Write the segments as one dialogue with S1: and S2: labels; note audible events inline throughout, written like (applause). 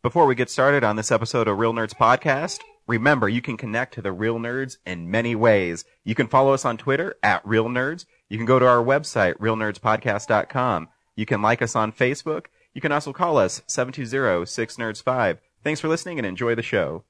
S1: Before we get started on this episode of Real Nerds Podcast, remember you can connect to the Real Nerds in many ways. You can follow us on Twitter at Real Nerds. You can go to our website, realnerdspodcast.com. You can like us on Facebook. You can also call us 720-6nerds5. Thanks for listening and enjoy the show.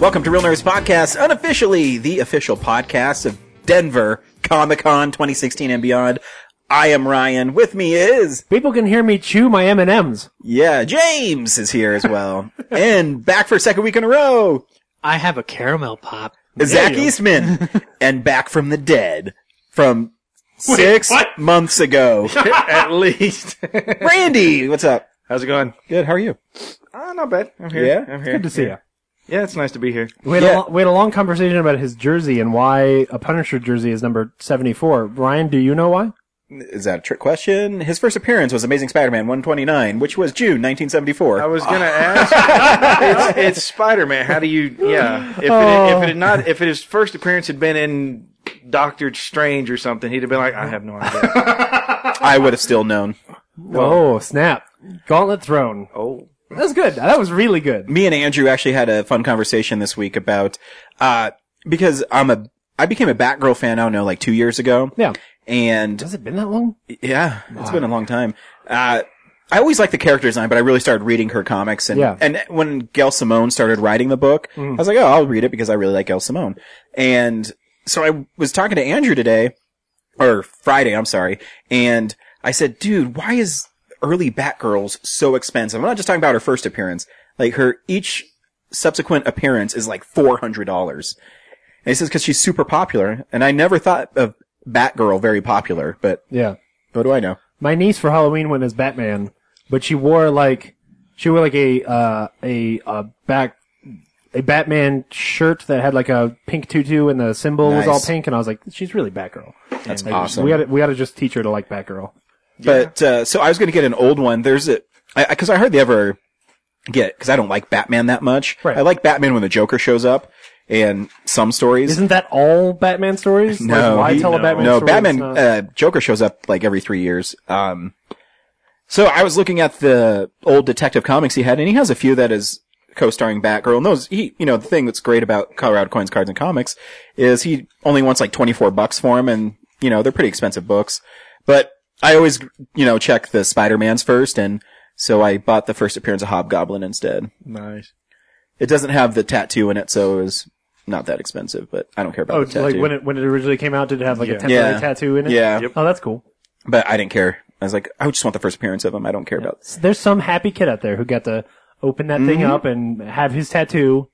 S1: Welcome to Real Nerds Podcast, unofficially the official podcast of Denver Comic Con 2016 and beyond. I am Ryan. With me is,
S2: People can hear me chew my M and M's.
S1: yeah, James is here as
S2: (laughs)
S1: well. and back for a second week in a row,
S3: I have a caramel pop.
S1: Zach
S2: you.
S1: Eastman.
S2: (laughs)
S1: and back from the dead from six
S2: what?
S1: months ago.
S4: (laughs)
S2: (laughs)
S4: at least.
S1: Randy, what's up?
S4: How's it going?
S1: Good. How are you?
S4: Oh, not bad. I'm here.
S1: Yeah?
S4: I'm here. (laughs)
S2: Good to see
S4: you. Yeah, it's nice to be here.
S2: you. We had,
S1: Yeah.
S2: a lo- we had a long conversation about his jersey and why a Punisher jersey is number seventy four. Ryan, do you know why?
S1: Is that a trick question? His first appearance was Amazing Spider-Man 129, which was June 1974.
S4: I was gonna ask. it's it's Spider Man. How do you? Yeah. If it, if it had not, if his first appearance had been in Doctor Strange or something, he'd have been like, I have no (laughs) idea.
S1: I would have still known.
S2: oh snap! Gauntlet thrown.
S4: oh.
S2: That was good. That was really good.
S1: me and Andrew actually had a fun conversation this week about uh because I'm a I became a Batgirl fan, I don't know, like two years ago.
S2: Yeah.
S1: And
S2: Has it been that long?
S1: yeah, it's been a long time. Uh I always liked the character design, but I really started reading her comics and
S2: Yeah.
S1: and when Gail Simone started writing the book, I was like, Oh, I'll read it because I really like Gail Simone. And so I was talking to Andrew today or Friday, I'm sorry. And I said, dude, why is early Batgirls so expensive? I'm not just talking about her first appearance. Like her each subsequent appearance is like $400. And he says, cause she's super popular. And I never thought of Batgirl very popular, but
S2: Yeah.
S1: what do I know?
S2: My niece for Halloween went as Batman, but she wore like she wore like a uh, a uh, back a Batman shirt that had like a pink tutu and the symbol was all
S1: Nice.
S2: pink, and I was like, she's really Batgirl. That's
S1: awesome.
S2: We got to we got to just teach her to like Batgirl.
S1: But, uh, so I was going to get an old one. There's a, I, I- cause I hardly ever get, cause I don't like Batman that much.
S2: Right.
S1: I like Batman when the Joker shows up and some stories.
S2: Isn't that all Batman stories?
S1: No,
S2: like, why
S1: he-
S2: tell a Batman
S1: no,
S2: story?
S1: Batman
S2: that's not-
S1: uh, Joker shows up like every three years. Um, so I was looking at the old Detective Comics he had, and he has a few that is co-starring Batgirl. And those, he, you know, the thing that's great about Colorado Coins, Cards, and Comics is he only wants like twenty four bucks for them, and you know they're pretty expensive books. But I always, you know, check the Spider Mans first, and so I bought the first appearance of Hobgoblin instead.
S4: Nice.
S1: It doesn't have the tattoo in it, so it was not that expensive. But I don't care about
S2: oh,
S1: the tattoo.
S2: like when it when it originally came out, did it have like a temporary
S1: Yeah.
S2: tattoo in it?
S1: Yeah.
S2: Oh, that's cool.
S1: But I didn't care. I was like, I just want the first appearance of him. I don't care about this.
S2: So there's some happy kid out there who got to open that thing
S1: Mm-hmm.
S2: up and have his tattoo,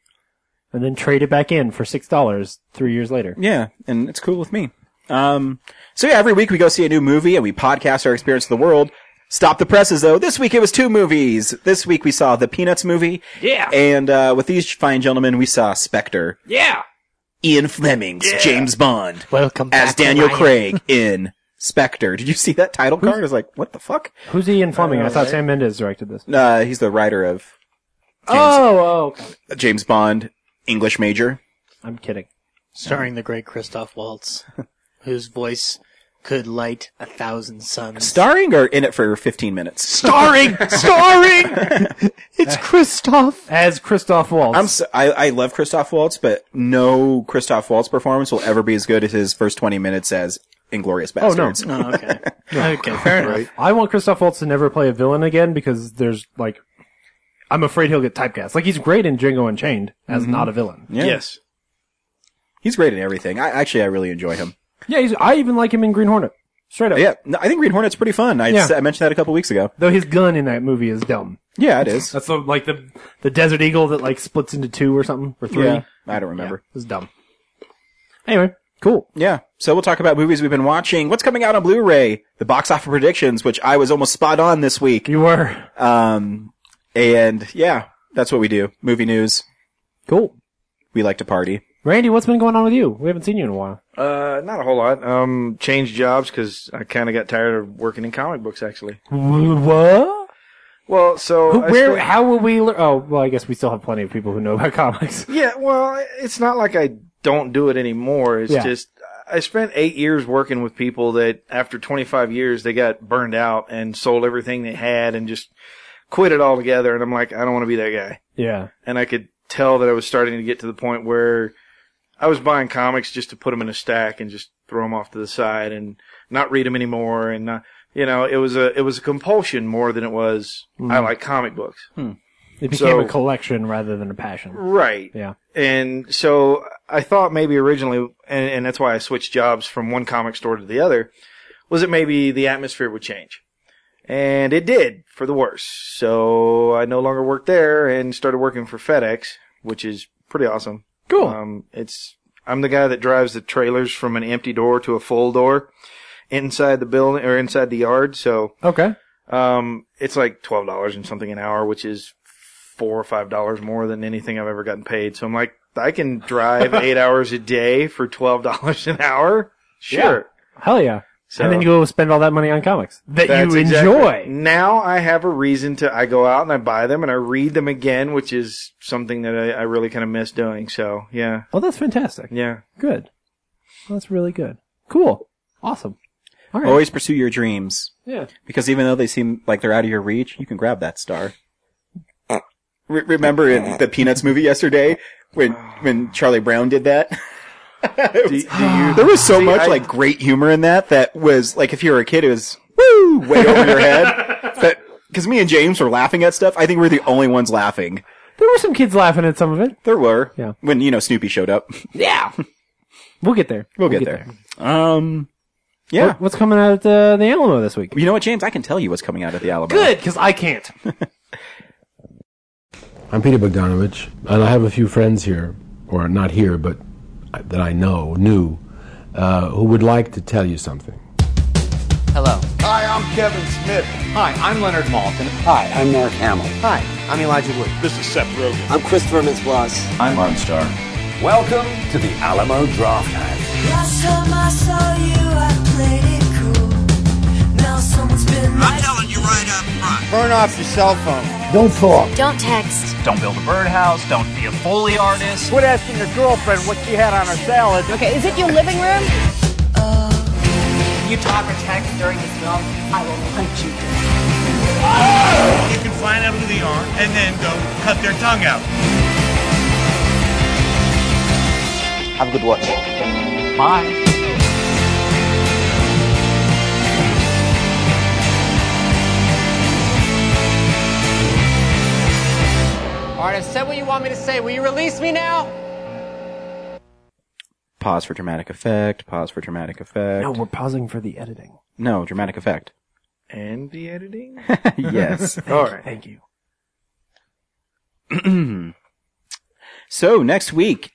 S2: and then trade it back in for six dollars three years later.
S1: Yeah, and it's cool with me. Um, so yeah, every week we go see a new movie and we podcast our experience of the world. Stop the presses though. This week it was two movies. This week we saw the Peanuts movie.
S3: Yeah.
S1: And, uh, with these fine gentlemen, we saw Spectre.
S3: Yeah.
S1: Ian Fleming's James Bond
S3: Welcome
S1: as
S3: back,
S1: Daniel
S3: Ryan.
S1: Craig in Spectre. Did you see that title card? I was like, what the fuck?
S2: Who's Ian Fleming? I, thought Sam Mendes directed this.
S1: Uh, he's the writer of
S2: Oh, oh, okay.
S1: James Bond, English major.
S2: I'm kidding.
S3: starring the great Christoph Waltz, (laughs) whose voice could light a thousand suns.
S1: Starring or in it for 15 minutes?
S2: (laughs)
S3: starring, starring. it's Christoph.
S2: As Christoph Waltz.
S1: I'm so, I, I love Christoph Waltz, but no Christoph Waltz performance will ever be as good as his first 20 minutes as Inglorious
S2: no.
S1: Bastards.
S3: Oh, okay. Okay, fair enough.
S2: I want Christoph Waltz to never play a villain again because there's like, I'm afraid he'll get typecast. Like he's great in Django Unchained as not a villain.
S1: Mm-hmm. Yeah.
S4: Yes.
S1: He's great in everything. I actually, I really enjoy him.
S2: Yeah, he's, I even like him in Green Hornet. Straight up.
S1: Yeah. No, I think Green Hornet's pretty fun. I,
S2: Yeah.
S1: said- I mentioned that a couple weeks ago.
S2: Though his gun in that movie is dumb.
S1: Yeah, it is.
S2: That's the, like the the Desert Eagle that like splits into two or something or three.
S1: Yeah. I don't remember.
S2: It's dumb. Anyway, cool.
S1: Yeah. So we'll talk about movies we've been watching. What's coming out on Blu-ray? The box office predictions, which I was almost spot on this week.
S2: You were
S1: Um, and yeah, that's what we do. Movie news.
S2: cool.
S1: We like to party.
S2: Randy, what's been going on with you? We haven't seen you in a while.
S4: Uh, not a whole lot. Um, changed jobs because I kind of got tired of working in comic books. Actually,
S2: What?
S4: well, so I
S2: Where?
S4: still-
S2: how will we? lear- Oh, well, I guess we still have plenty of people who know about (laughs) comics.
S4: Yeah, well, it's not like I don't do it anymore. It's
S2: Yeah.
S4: just I spent eight years working with people that after 25 years they got burned out and sold everything they had and just quit it altogether. And I'm like, I don't want to be that guy.
S2: Yeah.
S4: And I could tell that I was starting to get to the point where I was buying comics just to put them in a stack and just throw them off to the side and not read them anymore. And not, you know, it was a it was a compulsion more than it was I like comic books.
S2: It became
S4: So-
S2: a collection rather than a passion.
S4: Right.
S2: Yeah.
S4: And so I thought maybe originally, and, and that's why I switched jobs from one comic store to the other, was that maybe the atmosphere would change. And it did for the worse. So I no longer worked there and started working for FedEx, which is pretty awesome.
S2: Cool.
S4: Um, it's, I'm the guy that drives the trailers from an empty door to a full door inside the building or inside the yard. So,
S2: Okay.
S4: um, it's like twelve dollars and something an hour, which is four or five dollars more than anything I've ever gotten paid. So I'm like, I can drive eight hours a day for twelve dollars an hour. Sure.
S2: Hell yeah.
S4: So
S2: and then you go spend all that money on comics that
S4: that's
S2: you
S4: exactly-
S2: enjoy.
S4: Now I have a reason to. I go out and I buy them and I read them again, which is something that I, I really kind of miss doing. So yeah,
S2: Oh, that's fantastic.
S4: yeah.
S2: Good. Well, that's really good. Cool. Awesome. All
S4: Oh,
S2: right.
S1: Always pursue your dreams.
S2: yeah.
S1: Because even though they seem like they're out of your reach, you can grab that star. Re- remember in the Peanuts movie yesterday when when Charlie Brown did that? It was- there was so much
S4: I-
S1: like great humor in that that was like if you were a kid, it was woo way over your head. But because me and James were laughing at stuff, I think we're the only ones laughing.
S2: There were some kids laughing at some of it.
S1: There were
S2: Yeah.
S1: when you know Snoopy showed up. Yeah,
S2: We'll get there.
S1: we'll get, there. Um, yeah.
S2: What- what's coming out at uh, the Alamo this week?
S1: you know what, James? I can tell you what's coming out at the Alamo.
S2: Good, because I can't.
S5: I'm Peter Bogdanovich, and I have a few friends here, or not here, but I- that I know, knew, uh, who would like to tell you something.
S6: Hello.
S7: Hi, I'm Kevin Smith.
S6: Hi, I'm Leonard Maltin.
S8: Hi, I'm Mark Hamill.
S6: Hi, I'm Elijah Wood.
S8: I'm Christopher Mintz-Bloss.
S7: I'm Onstar.
S8: Welcome to the Alamo Draft House.
S9: Last time I saw you, I played it cool. Now someone's been. I'm telling you right up front.
S7: Turn off your cell phone.
S8: Don't talk.
S9: Don't text.
S6: Don't build a birdhouse. Don't be a Foley artist.
S7: Quit asking your girlfriend what she had on her salad.
S10: Okay, is it your living room?
S6: You talk or text during this film, I will punch you.
S11: You can find out who they are and then go cut their tongue out.
S6: Have a good watch. Bye. All right, I said what you want me to say. Will you release me now?
S1: Pause for dramatic effect. Pause for dramatic effect.
S2: No, we're pausing for the editing.
S1: No, dramatic effect. (laughs)
S4: And the editing.
S1: yes.
S4: All right.
S2: Thank you.
S1: So next week,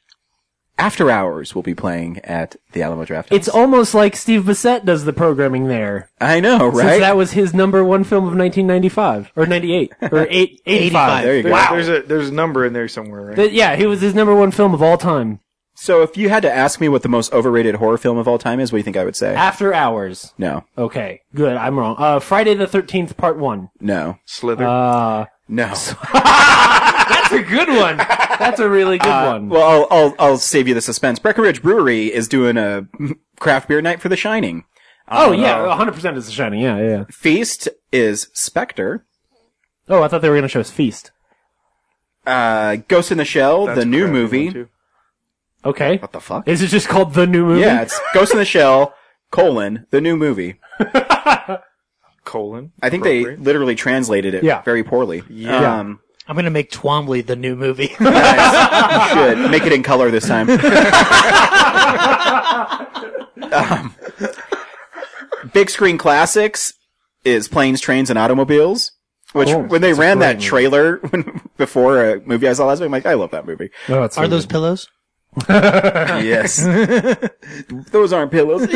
S1: After Hours will be playing at the Alamo Draft.
S2: It's almost like Steve Bissett does the programming there,
S1: I know,
S2: since
S1: right?
S2: that was his number one film of 1995 or 98 or
S1: (laughs)
S2: eight, 85.
S1: there you go.
S4: There's, there's a there's a number in there somewhere, right?
S2: Th- yeah, he was his number one film of all time.
S1: So if you had to ask me what the most overrated horror film of all time is, what do you think I would say?
S2: After Hours.
S1: no,
S2: Okay, good. I'm wrong. Uh, Friday the 13th, Part One.
S1: no,
S4: Slither.
S2: (laughs)
S1: no.
S2: That's a good one. Uh, That's a really good
S1: (laughs)
S2: one.
S1: Well, I'll, I'll I'll save you the suspense. Breckenridge Brewery is doing a craft beer night for The Shining.
S2: oh yeah, 100 percent is The Shining. Yeah, yeah. yeah.
S1: Feast is Spectre.
S2: Oh, I thought they were gonna show us Feast.
S1: Uh, Ghost in the Shell,
S4: That's
S1: the
S4: a
S1: new
S4: crappy one,
S1: movie.
S4: too.
S2: Okay.
S1: What the fuck?
S2: Is it just called the new movie?
S1: yeah, it's Ghost in the Shell colon the new movie.
S4: Colon.
S1: I think they (laughs)
S4: Appropriate.
S1: literally translated it
S2: Yeah.
S1: very poorly.
S4: Yeah.
S1: Um,
S3: I'm gonna make Twombly the new
S1: you
S3: movie.
S1: should make it in color this time. um, Um, big screen classics is planes, trains, and automobiles. Which when they ran (laughs) that trailer when, before a movie I saw last week, I'm like, I love that movie.
S2: No, Oh, it's
S3: Are those pillows?
S1: yes. Those aren't pillows.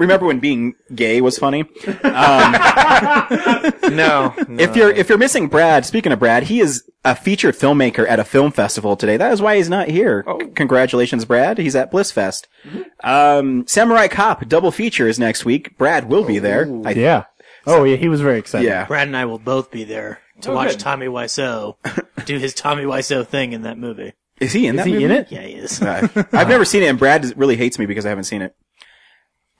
S1: Remember when being gay was funny?
S4: No,
S1: If you're if you're missing Brad, speaking of Brad, he is a featured filmmaker at a film festival today. That is why he's not here. C- Congratulations, Brad. He's at Blissfest. Um, Samurai Cop double feature is next week. Brad will be there. I,
S2: Yeah. Oh yeah, he was very excited.
S1: yeah.
S3: Brad and I will both be there to watch Tommy Wiseau do his Tommy Wiseau thing in that movie.
S1: Is he in
S2: Is
S1: that?
S2: he
S1: movie?
S2: in it?
S3: Yeah, he is.
S1: Uh, (laughs) I've never seen it, and Brad really hates me because I haven't seen it.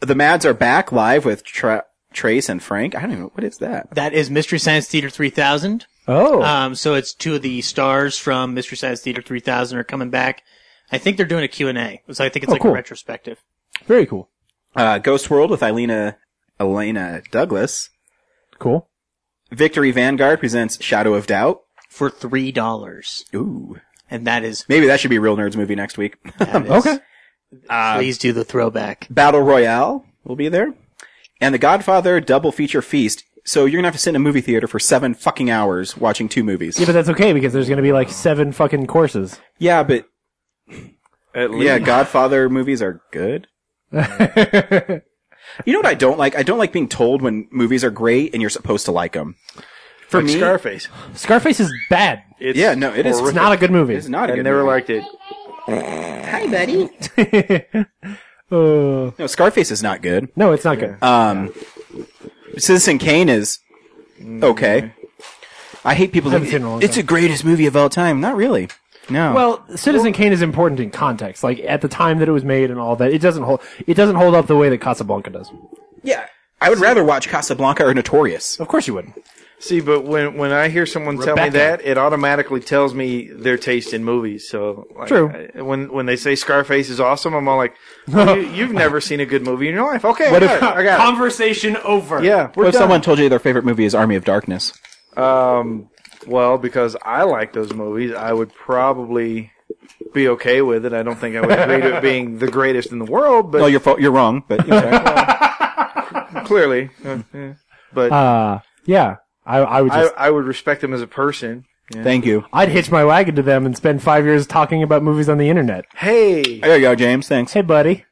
S1: The Mads are back live with Tra- Trace and Frank. I don't even. What is that?
S3: That is Mystery Science Theater 3000.
S2: Oh.
S3: Um, so it's two of the stars from Mystery Science Theater 3000 are coming back. I think they're doing a Q&A. So I think it's like
S2: cool.
S3: a retrospective.
S2: very cool.
S1: Uh, Ghost World with Elena Elena Douglas.
S2: Cool.
S1: Victory Vanguard presents Shadow of Doubt.
S3: for three dollars,
S1: Ooh.
S3: and that is
S1: Maybe that should be a real nerds movie next week.
S3: that is-
S2: Okay.
S3: Please do the throwback.
S1: (laughs) Battle Royale will be there. And The Godfather double feature feast. So you're gonna have to sit in a movie theater for seven fucking hours watching two movies.
S2: Yeah, but that's okay because there's gonna be like seven fucking courses.
S1: yeah, but
S4: (laughs) At
S1: yeah, Godfather movies are
S2: (laughs)
S1: good. you know what I don't like? I don't like being told when movies are great and you're supposed to like them.
S4: for me, Scarface.
S2: Scarface is bad.
S4: It's
S1: Yeah, no, it is.
S2: It's not a good movie.
S1: It's not a
S4: I
S1: good.
S4: never
S1: movie.
S4: liked it.
S2: "Mm." Uh,
S1: No, Scarface is not good.
S2: no, it's not good.
S1: Um, Citizen Kane is okay. I hate people.
S2: Mm-hmm. Haven't seen it in a long
S1: That, it's the
S2: time."
S1: greatest movie of all time. Not really. No.
S2: well, Citizen Kane is important in context, like at the time that it was made and all that. It doesn't hold. It doesn't hold up the way that Casablanca does.
S1: yeah. I would rather watch Casablanca or Notorious.
S2: Of course, you would.
S4: See, but when when I hear someone tell me
S2: Rebecca.
S4: that, it automatically tells me their taste in movies. So like,
S2: True.
S4: I- when when they say Scarface is awesome, I'm
S1: (laughs)
S4: all like, well, you, "You've never seen a good movie in your life." Okay, I got it. I got
S2: Conversation
S1: (laughs)
S2: over.
S4: it. Yeah,
S1: What
S4: we're
S1: if
S4: done.
S1: someone told you their favorite movie is Army of Darkness?
S4: Um, well, because I like those movies, I would probably be okay with it. I don't think I would agree to it being the greatest in the world, but
S1: Well, you're fo- you're wrong, but you
S4: (laughs)
S1: know,
S4: clearly, uh, yeah. but
S2: Uh, yeah. I, I would
S4: I,
S2: just.
S4: I would respect them as a person.
S1: thank you.
S2: I, would hitch my wagon to them and spend five years talking about movies on the internet.
S4: Hey,
S1: There you go, James. Thanks.
S2: Hey, buddy.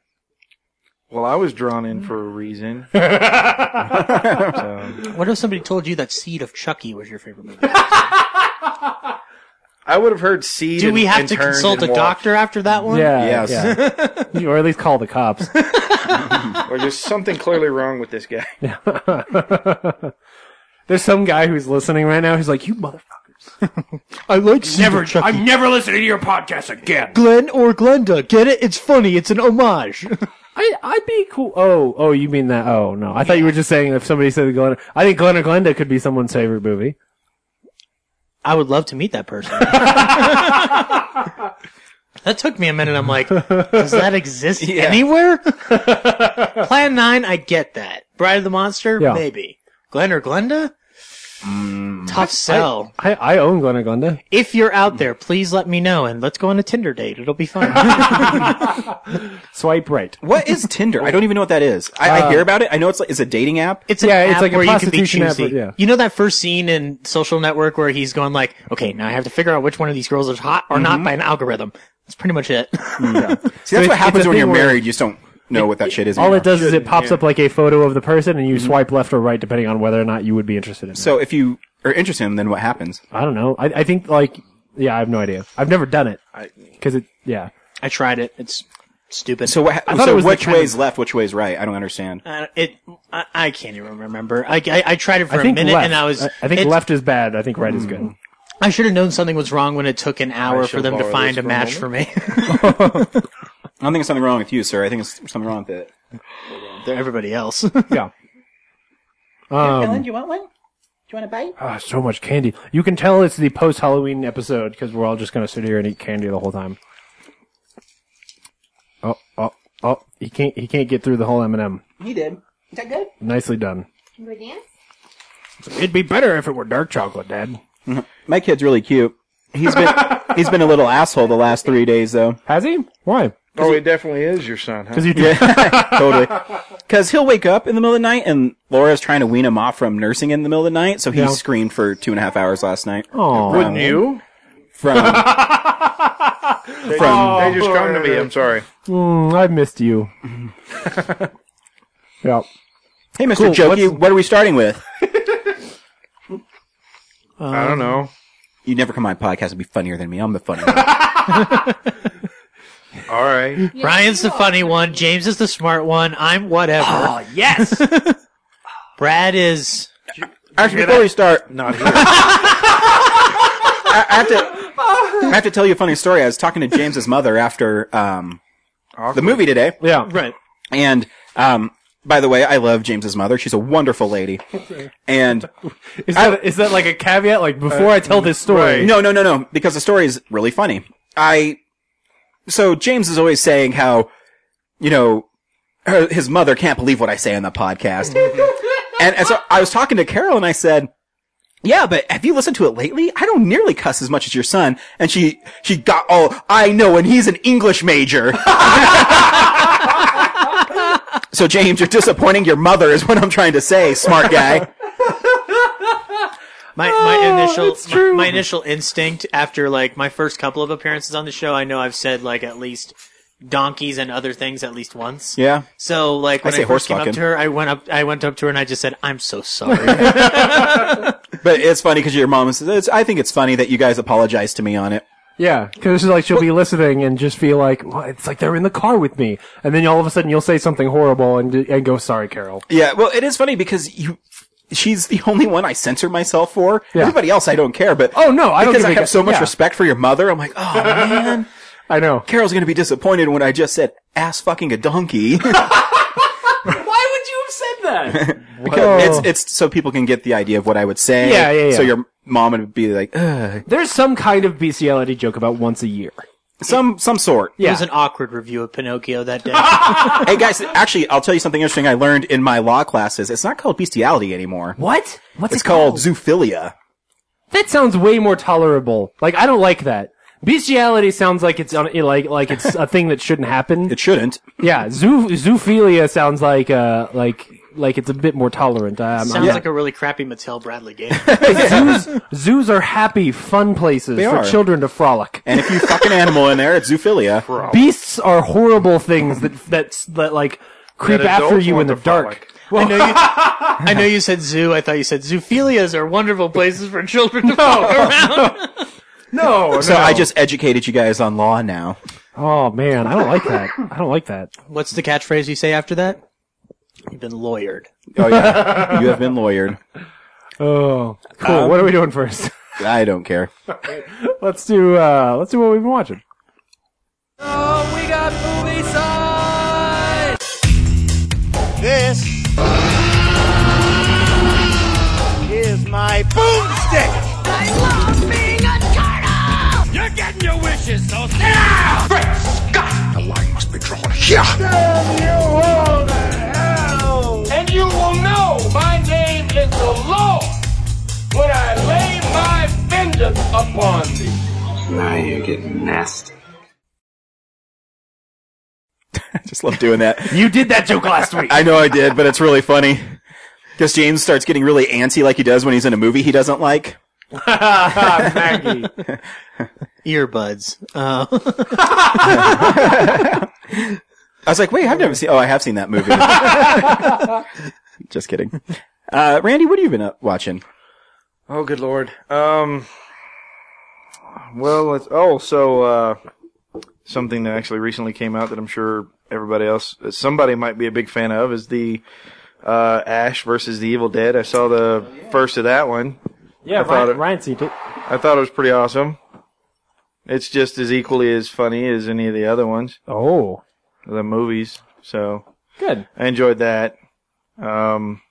S4: well, I was drawn in for a reason.
S3: What if somebody told you that Seed of Chucky was your favorite movie?
S4: I would have heard seed.
S3: Do we
S4: and-
S3: have
S4: and
S3: to
S4: Turned
S3: consult a
S4: and Walked,
S3: doctor after that one?
S2: Yeah.
S1: Yes.
S2: Yeah. (laughs) or at least call the cops.
S4: or there's something clearly wrong with this (laughs) guy?
S2: There's some guy who's listening right now who's like, "You motherfuckers! (laughs) I like never. I'm never listening to your podcast again."
S3: Glenn or Glenda, get it? It's funny. It's an homage.
S2: I, I'd be cool. Oh, oh, you mean that? Oh no, I thought you were just saying if somebody said Glenn. I think Glenn or Glenda could be someone's favorite movie.
S3: (laughs) I would love to meet that (laughs) person. that took me a minute. I'm like, does that exist anywhere? Plan 9, I get that. Bride of the Monster,
S2: Yeah.
S3: maybe. Glenn or Glenda? Tough sell.
S2: I, I own Glenn or Glenda.
S3: if you're out there, please let me know and let's go on a Tinder date. It'll be fun.
S2: Swipe right.
S1: What is Tinder? I don't even know what that is. I, I hear about it. I know it's like Uh, it's a dating app.
S3: It's an
S2: Yeah,
S3: app
S2: it's like a
S3: where you can be
S2: prostitution app,
S3: choosy.
S2: yeah.
S3: You know that first scene in Social Network where he's going like, "Okay, now I have to figure out which one of these girls is hot or
S2: Mm-hmm.
S3: not by an algorithm." That's pretty
S2: (laughs)
S3: much it.
S1: See, that's
S2: it's-
S1: what
S2: it's
S1: happens
S2: a
S1: when
S2: thing
S1: you're
S2: where-
S1: married. You just don't know what that shit is.
S2: All
S1: anymore.
S2: it does is it pops up like a photo of the person, and you swipe left or right depending on whether or not you would be interested in. it.
S1: So if you are interested in, them, then what happens?
S2: I don't know. I, I think like yeah, I have no idea. I've never done it because it yeah.
S3: I tried it. It's stupid.
S1: So what? Ha-
S2: thought it
S1: so
S2: was the
S1: which
S2: kind
S1: way's
S2: of-
S1: left? Which way's right? I don't understand.
S3: uh, it, I, I can't even remember. I, I, I tried it for
S2: I
S3: a
S2: think
S3: minute
S2: left.
S3: and I was.
S2: I, Mm. I think
S3: it-
S2: left is bad. I think right is good.
S3: I should have known something was wrong when it took an hour for
S4: shall
S3: them to
S4: borrow this
S3: find a
S4: for
S2: (laughs)
S4: a
S3: match for me.
S1: I don't think there's something wrong with you, sir. I think it's something wrong with it.
S3: They're everybody else.
S2: (laughs) Yeah. Um, Ellen, do you want one? Do you want a bite? Ah, so much candy. You can tell it's the post Halloween episode because we're all just going to sit here and eat candy the whole time. Oh, oh, oh! He can't. He can't get through the whole M and m
S6: He did. Is that good?
S2: Nicely done.
S6: Can we dance?
S2: It'd be better if it were dark chocolate, Dad.
S1: My kid's really cute. He's (laughs) been he's been a little asshole the last three days though.
S2: Has he? Why?
S4: Oh, it definitely is your son, huh?
S2: Because you
S1: Totally. (laughs) Because he'll wake up in the middle of the night and Laura's trying to wean him off from nursing in the middle of the night, so he
S2: Yeah. Oh.
S1: screamed for two and a half hours last night.
S2: (laughs) Aw.
S1: Wouldn't
S4: you?
S1: from from
S4: they just come to me. I'm sorry.
S2: Mm, I missed (laughs) you. yeah.
S1: Hey, Mr. Jokey, what are we starting with?
S4: I don't know.
S1: You never come on my podcast and be funnier than me. I'm the funny one.
S4: All right.
S3: (laughs) Brian's the funny one. James is the smart one. I'm whatever. Oh, yes. (laughs) Brad is.
S1: Actually, before we start,
S4: (laughs) Not here.
S1: I I have to I have to tell you a funny story. I was talking to James's mother after um, the movie today,
S2: Yeah.
S3: Right.
S1: and um, by the way, I love James's mother. She's a wonderful lady, and
S2: Is that, is that like a caveat? Like before I tell this story.
S1: No, no, no, no. Because the story is really funny. I. So James is always saying how, you know, her, his mother can't believe what I say on the podcast. and, and so I was talking to Carol and I said, yeah, but have you listened to it lately? I don't nearly cuss as much as your son. And she, she got all, I know, and he's an English major. so James, you're disappointing your mother is what I'm trying to say, smart guy.
S3: My, my initial my, my initial instinct after like my first couple of appearances on the show, I know I've said like at least donkeys and other things at least once.
S1: Yeah.
S3: So like when
S1: I
S3: I,
S1: say horse
S3: first came up
S1: fucking.
S3: to her, I went up I went up to her and I just said, "I'm
S1: (laughs)
S3: so sorry."
S1: But it's funny because your mom says, it's, I think it's funny that you guys apologize to me on it.
S2: Yeah, because like she'll be listening and just feel like well, it's like they're in the car with me, and then all of a sudden you'll say something horrible and and go sorry, Carol.
S1: Yeah, well, it is funny because you, she's the only one I censor myself for.
S2: Yeah.
S1: Everybody else I don't care, but
S2: Oh, no, I don't
S1: because
S2: give
S1: I
S2: a
S1: have
S2: g-
S1: so much
S2: yeah.
S1: respect for your mother. I'm like, oh man, (laughs)
S2: I know.
S1: Carol's gonna be disappointed when I just said ass fucking a donkey. (laughs) it's it's so people can get the idea of what I would say.
S2: Yeah, yeah, yeah.
S1: So your mom would be like, Ugh.
S2: There's some kind of bestiality E joke about once a year.
S1: some some sort.
S3: It was an awkward review of Pinocchio that
S1: (laughs)
S3: day.
S1: hey guys, actually, I'll tell you something interesting I learned in my law classes. It's not called bestiality anymore.
S2: What? What's
S1: It's called zoophilia.
S2: That sounds way more tolerable. Like I don't like that. Bestiality E sounds like it's on, like like it's a thing that
S1: (laughs)
S2: shouldn't happen.
S1: It shouldn't.
S2: Yeah, zoo, zoophilia sounds like uh like like it's a bit more tolerant. Um,
S3: Sounds
S1: Yeah.
S3: like a really crappy Mattel
S1: (laughs)
S3: Bradley game.
S2: zoos, zoos are happy, fun places for
S1: are.
S2: children to frolic.
S1: And if you fuck an animal in there, it's zoophilia.
S2: beasts are horrible things that that that like creep
S4: That
S2: after
S4: adults
S2: you in
S4: want
S2: the
S4: to
S2: dark.
S3: I know you. I know you said zoo. I thought you said zoophilias are wonderful places for children to walk around. (laughs)
S2: No,
S1: So I just educated you guys on law now.
S2: Oh man, I don't like that. I don't like that.
S3: What's the catchphrase you say after that? You've been lawyered.
S1: Oh yeah, you have been lawyered.
S2: Oh, cool.
S4: Um,
S2: what are we doing first?
S1: I don't care.
S2: let's do uh let's do what we've been watching.
S7: This is my boomstick.
S9: I love being a turtle!
S11: You're getting your wishes, so sit down!
S8: The line must be drawn here.
S11: And you will know my name is the Lord when I lay my vengeance upon thee.
S8: Now you're getting nasty.
S1: I just love doing that.
S2: You did that joke last
S4: (laughs)
S2: week.
S1: I know I did, but it's really funny. Because James starts getting really antsy like he does when he's in a movie he doesn't like.
S4: Ah,
S2: Maggie.
S3: Earbuds. Uh,
S1: I was like, wait, I've never seen. Oh, I have seen that movie. just kidding. Uh, Randy, what have you been up watching?
S4: Oh, good lord. Um. Well, let's. Oh, so uh, something that actually recently came out that I'm sure everybody else, somebody might be a big fan of, is the uh, Ash versus the Evil Dead. I saw the first of that one.
S2: yeah,
S4: thought
S2: Ryan,
S4: it-
S2: Ryan seen it.
S4: I thought it was pretty awesome. It's just as equally as funny as any of the other ones,
S2: Oh,
S4: the movies. So
S2: good.
S4: I enjoyed that. Um,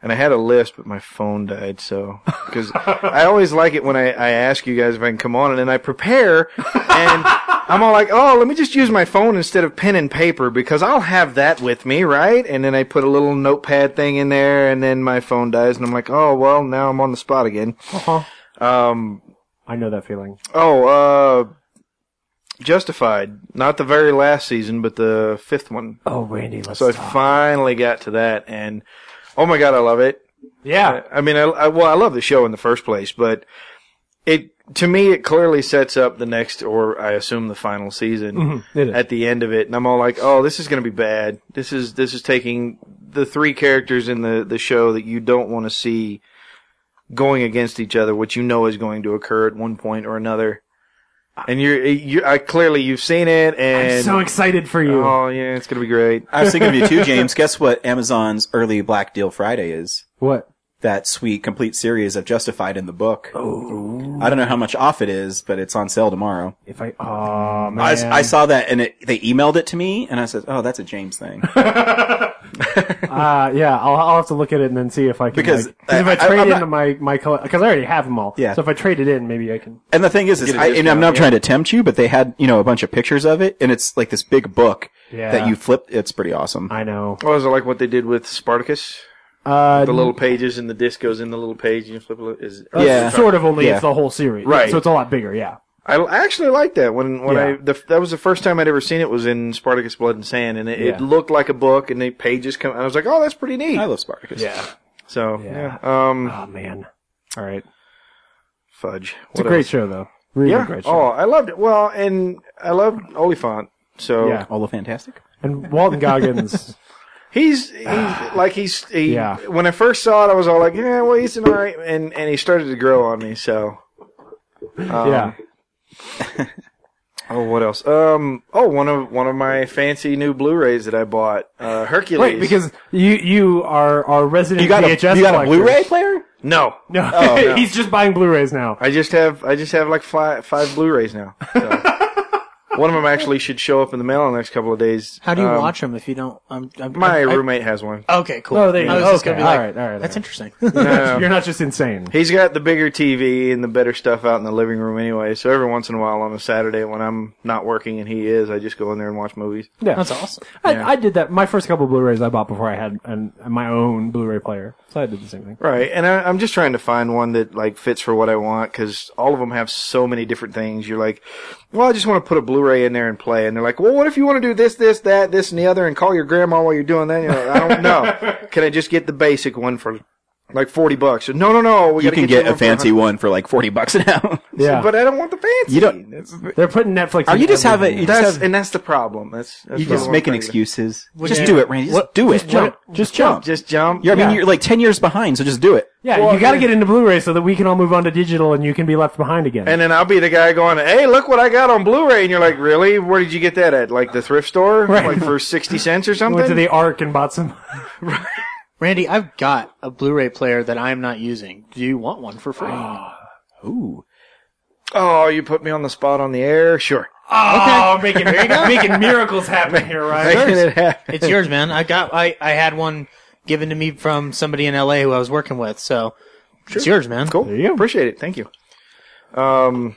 S4: and I had a list, but my phone died. So, because I always like it when I, I ask you guys if I can come on, and then I prepare, and I'm all like, oh, let me just use my phone instead of pen and paper because I'll have that with me, right? And then I put a little notepad thing in there, and then my phone dies, and I'm like, oh, well, now I'm on the spot again. Um,
S2: I know that feeling.
S4: oh, uh, Justified, not the very last season, but the fifth one.
S2: Oh, Randy, let's
S4: So I finally got to that, and oh my god, I love it.
S2: Yeah.
S4: I mean, I, I well, I love the show in the first place, but it to me it clearly sets up the next or I assume the final season
S2: Mhm, it is.
S4: at the end of it, and I'm all like, oh, this is going to be bad. This is this is taking the three characters in the the show that you don't want to see going against each other, which you know is going to occur at one point or another. And you're, you I clearly you've seen it, and
S2: Ah. I'm so excited for you.
S4: Oh yeah, it's gonna be great.
S1: I was thinking of you too, James. Guess what Amazon's early Black Deal Friday is?
S2: what?
S1: That sweet complete series of Justified in the book. Oh. I don't know how much off it is, but it's on sale tomorrow.
S2: If I, oh man.
S1: I, I saw that and it, they emailed it to me and I said, oh, that's a James (laughs) thing.
S2: Uh, yeah, I'll, I'll have to look at it and then see if I can.
S1: Because,
S2: like- 'cause if I
S1: I- I-
S2: trade
S1: I'm
S2: into
S1: not-
S2: my my because I already have them all.
S1: Yeah.
S2: So if I trade it in, maybe I can.
S1: And the thing is, is I, and I'm not trying to tempt you, but they had, you know, a bunch of pictures of it and it's like this big book
S2: Yeah.
S1: that you flip. It's pretty awesome.
S2: I know.
S4: Oh, is it like what they did with Spartacus?
S2: Uh,
S4: The little pages and the disc goes in the little page and you flip it. Is
S2: that's
S1: Yeah.
S2: Sort of only
S1: Yeah.
S2: it's the whole series.
S4: Right.
S2: So it's a lot bigger. Yeah.
S4: I I actually like that when when I
S2: Yeah.
S4: the, that was the first time I'd ever seen it was in Spartacus Blood and Sand and it, it
S2: Yeah.
S4: looked like a book and the pages come. I was like, oh, that's pretty neat.
S1: I love Spartacus.
S2: Yeah.
S4: so
S2: Yeah.
S4: yeah. um,
S2: Oh man. All right.
S4: fudge.
S2: It's a great show though. Really great show.
S4: Oh, I loved it. Well, and I loved Oliphant. So
S2: Yeah.
S1: All fantastic.
S2: And Walton Goggins. (sighs)
S4: he's he's like he's he,
S2: Yeah.
S4: when I first saw it, I was all like, yeah, well, he's an alright, and and he started to grow on me. So
S2: yeah.
S4: Oh, what else? Um, oh, one of one of my fancy new Blu-rays that I bought, uh, Hercules.
S2: Wait, because you you are our resident
S1: You got
S2: VHS
S1: a, you got a
S2: collector.
S1: Blu-ray
S2: (laughs)
S1: player? Oh,
S4: no,
S2: No,
S4: no.
S2: he's just buying Blu-rays now.
S4: I just have I just have like five, five Blu-rays now.
S3: (laughs)
S4: So. one of them actually should show up in the mail in the next couple of days.
S3: How do you
S4: Um,
S3: watch them if you don't? I'm, I'm,
S4: My
S3: I- I-
S4: roommate has one.
S3: Okay, cool.
S2: Oh, there you
S3: I was
S2: go.
S3: just
S2: Okay,
S3: gonna be like,
S2: alright, alright, alright.
S3: That's interesting. (laughs)
S4: No.
S2: You're not just insane.
S4: He's got the bigger TV and the better stuff out in the living room anyway. So every once in a while on a Saturday when I'm not working and he is, I just go in there and watch movies.
S2: Yeah.
S3: That's awesome.
S2: I, I did that. My first couple Blu-rays I bought before I had an, my own Blu-ray player, so I did the same thing.
S4: Right, and I, I'm just trying to find one that like fits for what I want because all of them have so many different things. You're like, well, I just want to put a Blu-ray in there and play, and they're like, well, what if you want to do this, this, that, this, and the other, and call your grandma while you're doing that? You're like, I don't know. Can I just get the basic one for like forty bucks? No, no, no. We
S1: You
S4: gotta
S1: can get
S4: the
S1: a
S4: one for
S1: fancy one for like 40 bucks an hour.
S2: Yeah,
S4: 100. but I don't want the fancy.
S1: You don't-
S4: That's,
S2: they're putting Netflix.
S1: Are
S2: in
S1: you just have
S2: everything.
S1: a- you just
S4: that's
S1: have-
S4: and that's the problem. That's,
S1: (laughs)
S4: that's
S1: You
S4: what
S1: just
S4: I'm
S1: making
S4: trying to-
S1: excuses. Just do it, Randy. Just do it.
S2: Just jump. Just jump.
S4: Just jump.
S1: You're, I mean,
S2: Yeah.
S1: you're like 10 years behind, so just do it.
S2: Yeah,
S4: Well,
S2: you got to
S4: yeah.
S2: get into Blu-ray so that we can all move on to digital and you can be left behind again.
S4: And then I'll be the guy going, "Hey, look what I got on Blu-ray!" And you're like, "Really? Where did you get that at? Like the thrift store,
S2: Right.
S4: like for sixty cents or
S2: I
S4: something?"
S2: went to the Ark and
S1: (laughs)
S2: bought some.
S3: Randy, I've got a Blu-ray player that I'm not using. Do you want
S2: (gasps)
S3: one for free?
S1: Ooh.
S4: oh, you put me on the spot on the air. Sure,
S2: (laughs) Oh, making making miracles happen here, right?
S4: making it happen.
S3: it's yours, man. I got I, I had one given to me from somebody in LA who I was working with, so it's yours, man.
S4: Cool.
S2: There you go.
S4: Appreciate it. Thank you. Um,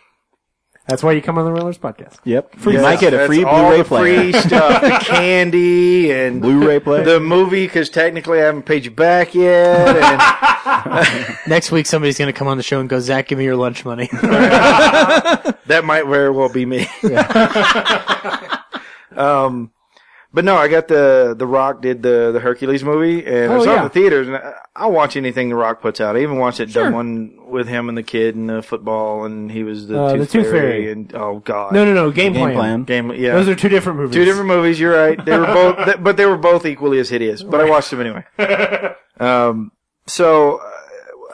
S2: That's why you come on the Railers podcast.
S1: Yep. you might get a
S4: that's
S1: free
S4: all
S1: Blu-ray
S4: the
S1: player.
S2: (laughs)
S4: free stuff, the candy and
S1: Blu-ray player.
S4: the movie because technically I haven't paid you back yet. And
S3: Next week somebody's gonna come on the show and go, Zach, give me your lunch money. (laughs)
S4: that might very well be
S2: (laughs)
S4: me. (laughs) um, but no, I got the the Rock did the the Hercules movie, and I
S2: Oh,
S4: saw it
S2: yeah.
S4: in the theaters. And I, I watch anything the Rock puts out. I even watched that dumb one with him and the kid and the football, and he was the,
S2: Uh, the
S4: tooth,
S2: Tooth
S4: fairy,
S2: Fairy.
S4: And oh god,
S2: No, no, no. Game,
S1: game plan.
S4: game yeah.
S2: Those are two different movies.
S4: Two different movies. You're right. They were both, th- but they were both equally as hideous. But I watched them anyway. Um, so uh,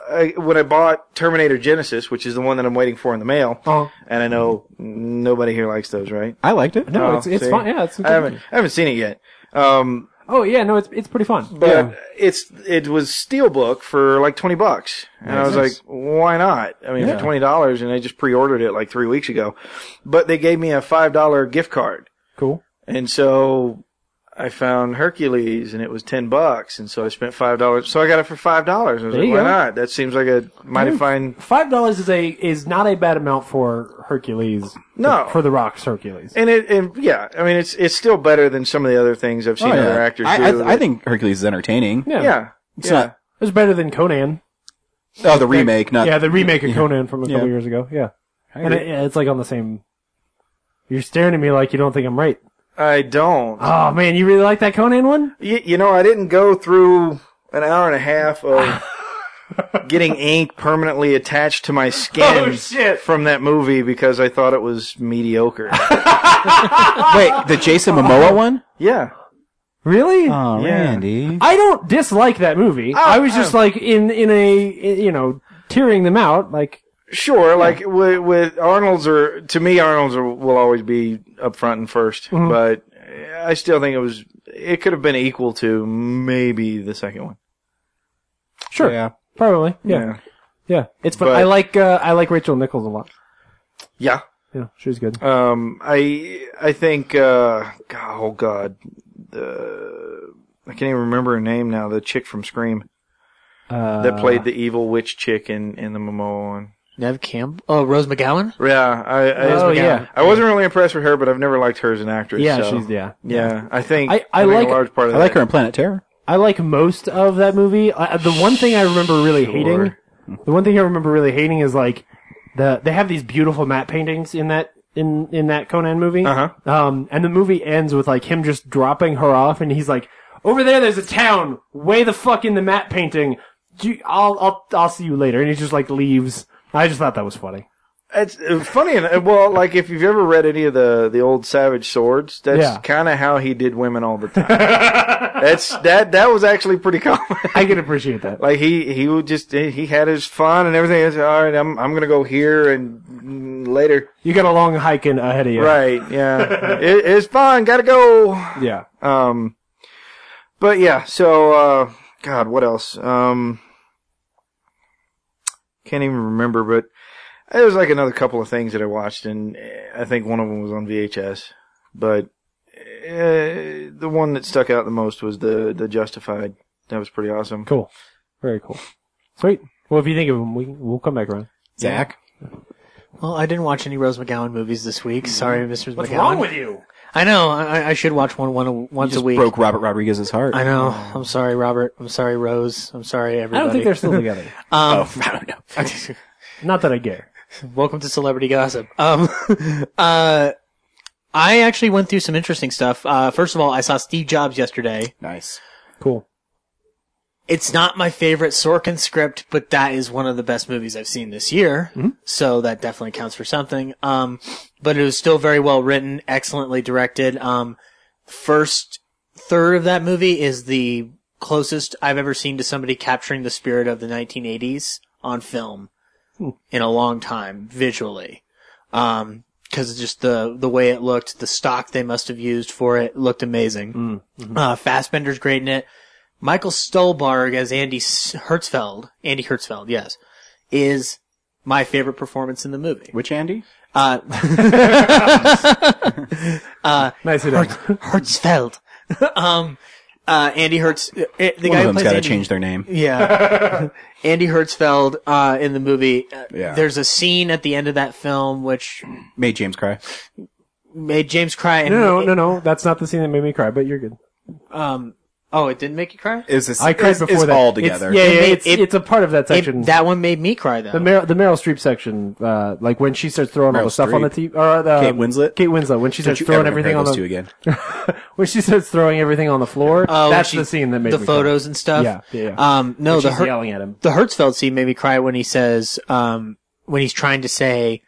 S4: I, when I bought Terminator Genesis, which is the one that I'm waiting for in the mail,
S2: Uh-huh.
S4: and I know nobody here likes those, right?
S1: I liked it.
S2: No,
S4: Oh,
S2: it's it's
S4: see?
S2: fun. Yeah, it's.
S4: I haven't, I haven't seen it yet. Um,
S2: Oh yeah, no, it's it's pretty fun.
S4: but
S2: yeah.
S4: it's it was Steelbook for like twenty bucks, and I was like, why not? I mean, for twenty dollars, and I just pre-ordered it like three weeks ago. But they gave me a five dollar gift card.
S2: cool.
S4: And so I found Hercules and it was 10 bucks. And so I spent $5. So I got it for $5. I was
S2: There
S4: like,
S2: you
S4: why
S2: go.
S4: not? That seems like a mighty
S2: Dude.
S4: fine.
S2: Five dollars is a is not a bad amount for Hercules.
S4: No.
S2: for the Rock's Hercules.
S4: And it, and yeah, I mean, it's, it's still better than some of the other things I've seen
S1: Oh, yeah.
S4: other actors
S1: I,
S4: do.
S1: I, I think Hercules is entertaining.
S2: yeah,
S4: yeah.
S1: It's
S4: yeah.
S1: not.
S2: it's better than Conan.
S1: Oh, the remake, not.
S2: yeah, the remake of Conan from a couple
S1: Yeah.
S2: years ago. Yeah, and
S1: agree.
S2: it, yeah, it's like on the same. You're staring at me like you don't think I'm right.
S4: I don't.
S2: Oh man, you really like that Conan one?
S4: you, you know, I didn't go through an hour and a half of
S1: (laughs)
S4: getting ink permanently attached to my skin
S1: Oh, shit.
S4: from that movie because I thought it was mediocre.
S1: Wait, the (laughs) Jason Momoa one?
S4: yeah.
S2: Really?
S1: Oh, Randy.
S2: I don't dislike that
S4: Oh,
S2: movie. I was just like in in a you know tearing them out. Like
S4: Sure, like with, with Arnold's are to me Arnold's are, will always be up front and 1st
S1: Mm-hmm.
S4: but I still think it was it could have been equal to maybe the second one.
S2: sure,
S1: Yeah.
S2: probably, yeah, yeah. It's fun.
S4: But-
S2: I like uh, I like Rachel Nichols a lot.
S4: Yeah.
S2: Yeah, she's good.
S4: Um, I I think uh, God- oh god, the I can't even remember her name now. The chick from Scream
S2: Uh,
S4: that played the evil witch chick in, in the Momoa one.
S3: Nev Campbell. Oh, Rose McGowan.
S4: Yeah, I I,
S2: Oh, yeah.
S4: I wasn't really impressed with her, but I've never liked her as an actress.
S2: Yeah,
S4: so-
S2: she's yeah.
S4: yeah. I think
S2: I- I
S4: think
S2: like-
S4: a large part of
S1: I like her in Planet Terror.
S2: I like most of that movie. I, the one thing I remember really hating, the one thing I remember really hating is like the they have these beautiful matte paintings in that in in that Conan movie.
S4: Uh-huh.
S2: Um, and the movie ends with like him just dropping her off, and he's like, "Over there, there's a town. Way the fuck in the matte painting. You, I'll I'll I'll see you later." And he just like leaves. I just thought that was funny.
S4: It's uh, funny, and uh, well, like if you've ever read any of the the old Savage Swords, that's
S2: Yeah.
S4: kind of how he did women all the time. that's that that was actually pretty common.
S2: I can appreciate that.
S4: like he he would just he had his fun and everything. It's, all right, I'm I'm gonna go here and mm, later.
S2: You got a long hike in ahead of you.
S4: Right? Yeah, it, it's fun. Gotta go.
S2: Yeah.
S4: Um, but yeah. So uh, God, what else? Um, can't even remember. But there was like another couple of things that I watched, and eh, I think one of them was on VHS. But uh, the one that stuck out the most was the the Justified. That was pretty awesome.
S2: Cool. Very cool. Sweet. Well, if you think of them, we we'll come back around.
S1: Zach?
S3: Well, I didn't watch any Rose McGowan movies this
S4: Mm.
S3: week. Sorry, Mr. McGowan.
S2: you?
S3: I know. I, I should watch one, one once a
S1: Just
S3: week.
S1: broke Robert Rodriguez's heart.
S3: I know. I'm sorry, Robert. I'm sorry, Rose. I'm sorry,
S2: I
S3: everybody.
S2: don't think they're (laughs) still together.
S1: (laughs)
S3: Um,
S2: Not that I care.
S3: Welcome to celebrity gossip. Um, (laughs) uh, I actually went through some interesting stuff. Uh, first of all, I saw Steve Jobs yesterday.
S1: Nice.
S2: Cool.
S3: It's not my favorite Sorkin script, but that is one of the best movies I've seen this year. So that definitely counts for something. Um, but it was still very well written, excellently directed. Um, first third of that movie is the closest I've ever seen to somebody capturing the spirit of the 1980s on film in a long time visually. Um 'cause because just the, the way it looked, the stock they must have used for it looked amazing. Uh, Fassbender's great in it. Michael Stolbarg as Andy S- Hertzfeld, Andy Hertzfeld, yes, is my favorite performance in
S1: (laughs)
S3: the movie.
S1: Which Andy?
S3: Uh,
S2: Nice hit.
S3: Hertzfeld. (laughs) um, uh, Andy Hertz, uh, the
S1: One
S3: guy
S1: of
S3: who
S1: them's
S3: plays
S1: got to
S3: Andy-
S1: change their name.
S3: Yeah.
S1: (laughs)
S3: Andy Hertzfeld, uh, in the movie. Uh,
S1: Yeah.
S3: There's a scene at the end of that film which
S1: Made James cry.
S3: made James cry. And
S2: No, no, no, no. That's not the scene that made me cry, but you're good.
S3: Um, oh, it didn't make you cry?
S1: Is this?
S2: I cried
S1: is-
S2: before
S1: is
S2: that.
S1: all
S2: It's-
S1: together.
S2: yeah,
S3: It
S2: yeah,
S3: made-
S2: it's,
S3: it-
S2: it's a part of that
S3: It-
S2: section.
S3: that one made me cry though.
S2: the, Meryl, the Meryl Streep section, uh, like when she starts throwing all
S1: Meryl
S2: the stuff on the
S1: Streep.
S2: TV, or the,
S1: Kate Winslet?
S2: Kate Winslet, when she
S1: Don't
S2: starts
S1: you
S2: throwing
S1: ever compare
S2: everything on
S1: those two
S2: the,
S1: again?
S2: when she starts throwing everything on the floor,
S3: Oh,
S2: that's
S3: she-
S2: the scene that made
S3: the
S2: me
S3: photos and stuff.
S2: Yeah, yeah, yeah.
S3: Um,
S2: Cry.
S3: no,
S2: She's
S3: the Her-
S2: yelling at him.
S3: the Hertzfeld scene made me cry when he says, um, when he's trying to say,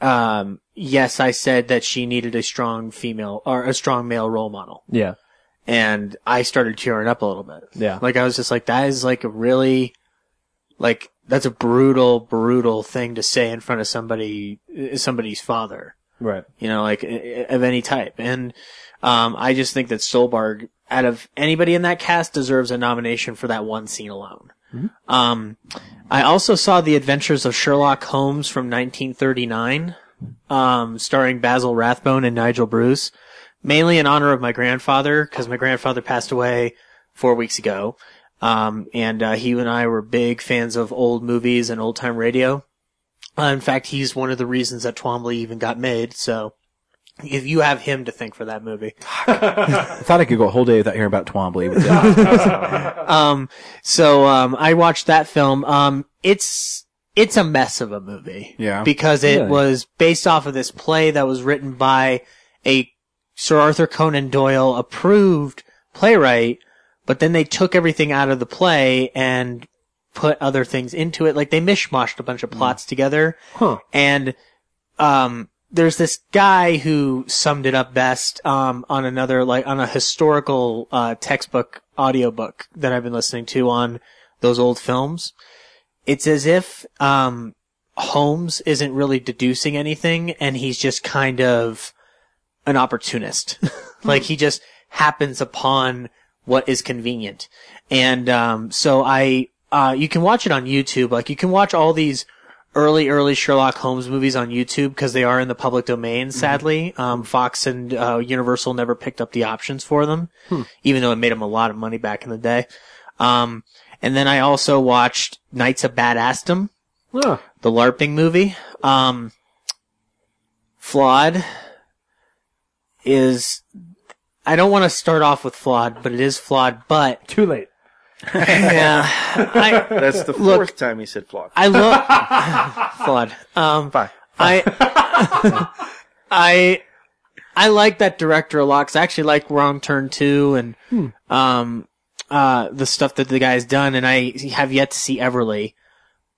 S3: um, yes, I said that she needed a strong female or a strong male role model,
S2: Yeah,
S3: and I started tearing up a little bit.
S2: yeah.
S3: Like I was just like, that is like a really, like that's a brutal, brutal thing to say in front of somebody, somebody's father
S2: right.
S3: you know, like eh, eh, of any type. And um, I just think that Stolbarg, out of anybody in that cast, deserves a nomination for that one scene alone. Um, I also saw The Adventures of Sherlock Holmes from 1939, um, starring Basil Rathbone and Nigel Bruce, mainly in honor of my grandfather because my grandfather passed away four weeks ago. Um, and uh, he and I were big fans of old movies and old time radio. Uh, in fact, he's one of the reasons that Twombly even got made. So, if you have him to thank for that movie,
S1: I thought I could go a whole day without hearing about Twombly. (laughs) But then-
S3: um, so um, I watched that film. Um, it's it's a mess of a movie,
S1: Yeah.
S3: because it
S2: Really?
S3: was based off of this play that was written by a Sir Arthur Conan Doyle approved playwright, but then they took everything out of the play and put other things into it. Like they mishmashed a bunch of plots together.
S2: Hmm. Huh.
S3: And um there's this guy who summed it up best um on another like on a historical uh textbook audiobook that I've been listening to on those old films. It's as if um Holmes isn't really deducing anything and he's just kind of an opportunist. (laughs) like he just happens upon what is convenient. And um, so I, uh, you can watch it on YouTube. Like you can watch all these early, early Sherlock Holmes movies on YouTube because they are in the public domain. Sadly, um, Fox and uh, Universal never picked up the options for them, even though it made them a lot of money back in the day. Um, and then I also watched Knights of Badassdom,
S2: Ah,
S3: the LARPing movie. Um, flawed is. I don't want to start off with flawed, but it is flawed. But
S2: too late.
S3: yeah, (laughs) I
S4: That's the fourth time he said flawed.
S3: I love (laughs) flawed. Um,
S4: Fine.
S3: I (laughs) I I like that director a lot. 'cause I actually like Wrong Turn Two and um uh the stuff that the guy's done, and I have yet to see Everly.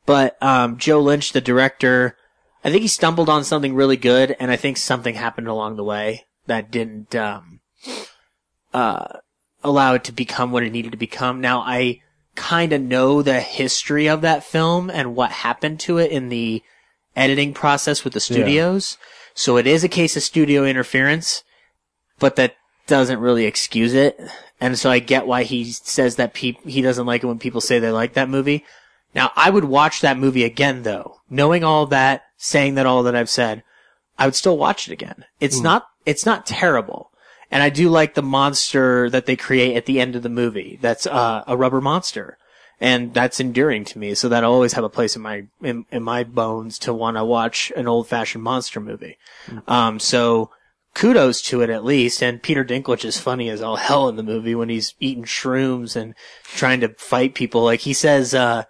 S3: But um Joe Lynch, the director, I think he stumbled on something really good, and I think something happened along the way that didn't um uh allow it to become what it needed to become. Now I kind of know the history of that film and what happened to it in the editing process with the studios. So it is a case of studio interference, but that doesn't really excuse it. And so I get why he says that peop he doesn't like it when people say they like that movie. Now I would watch that movie again though, knowing all that, saying that all that I've said, I would still watch it again. It's not, it's not terrible. And I do like the monster that they create at the end of the movie. That's uh, a rubber monster. And that's endearing to me. So that'll always have a place in my, in, in my bones to want to watch an old fashioned monster movie. Um, so kudos to it at least. And Peter Dinklage is funny as all hell in the movie when he's eating shrooms and trying to fight people. Like he says, uh,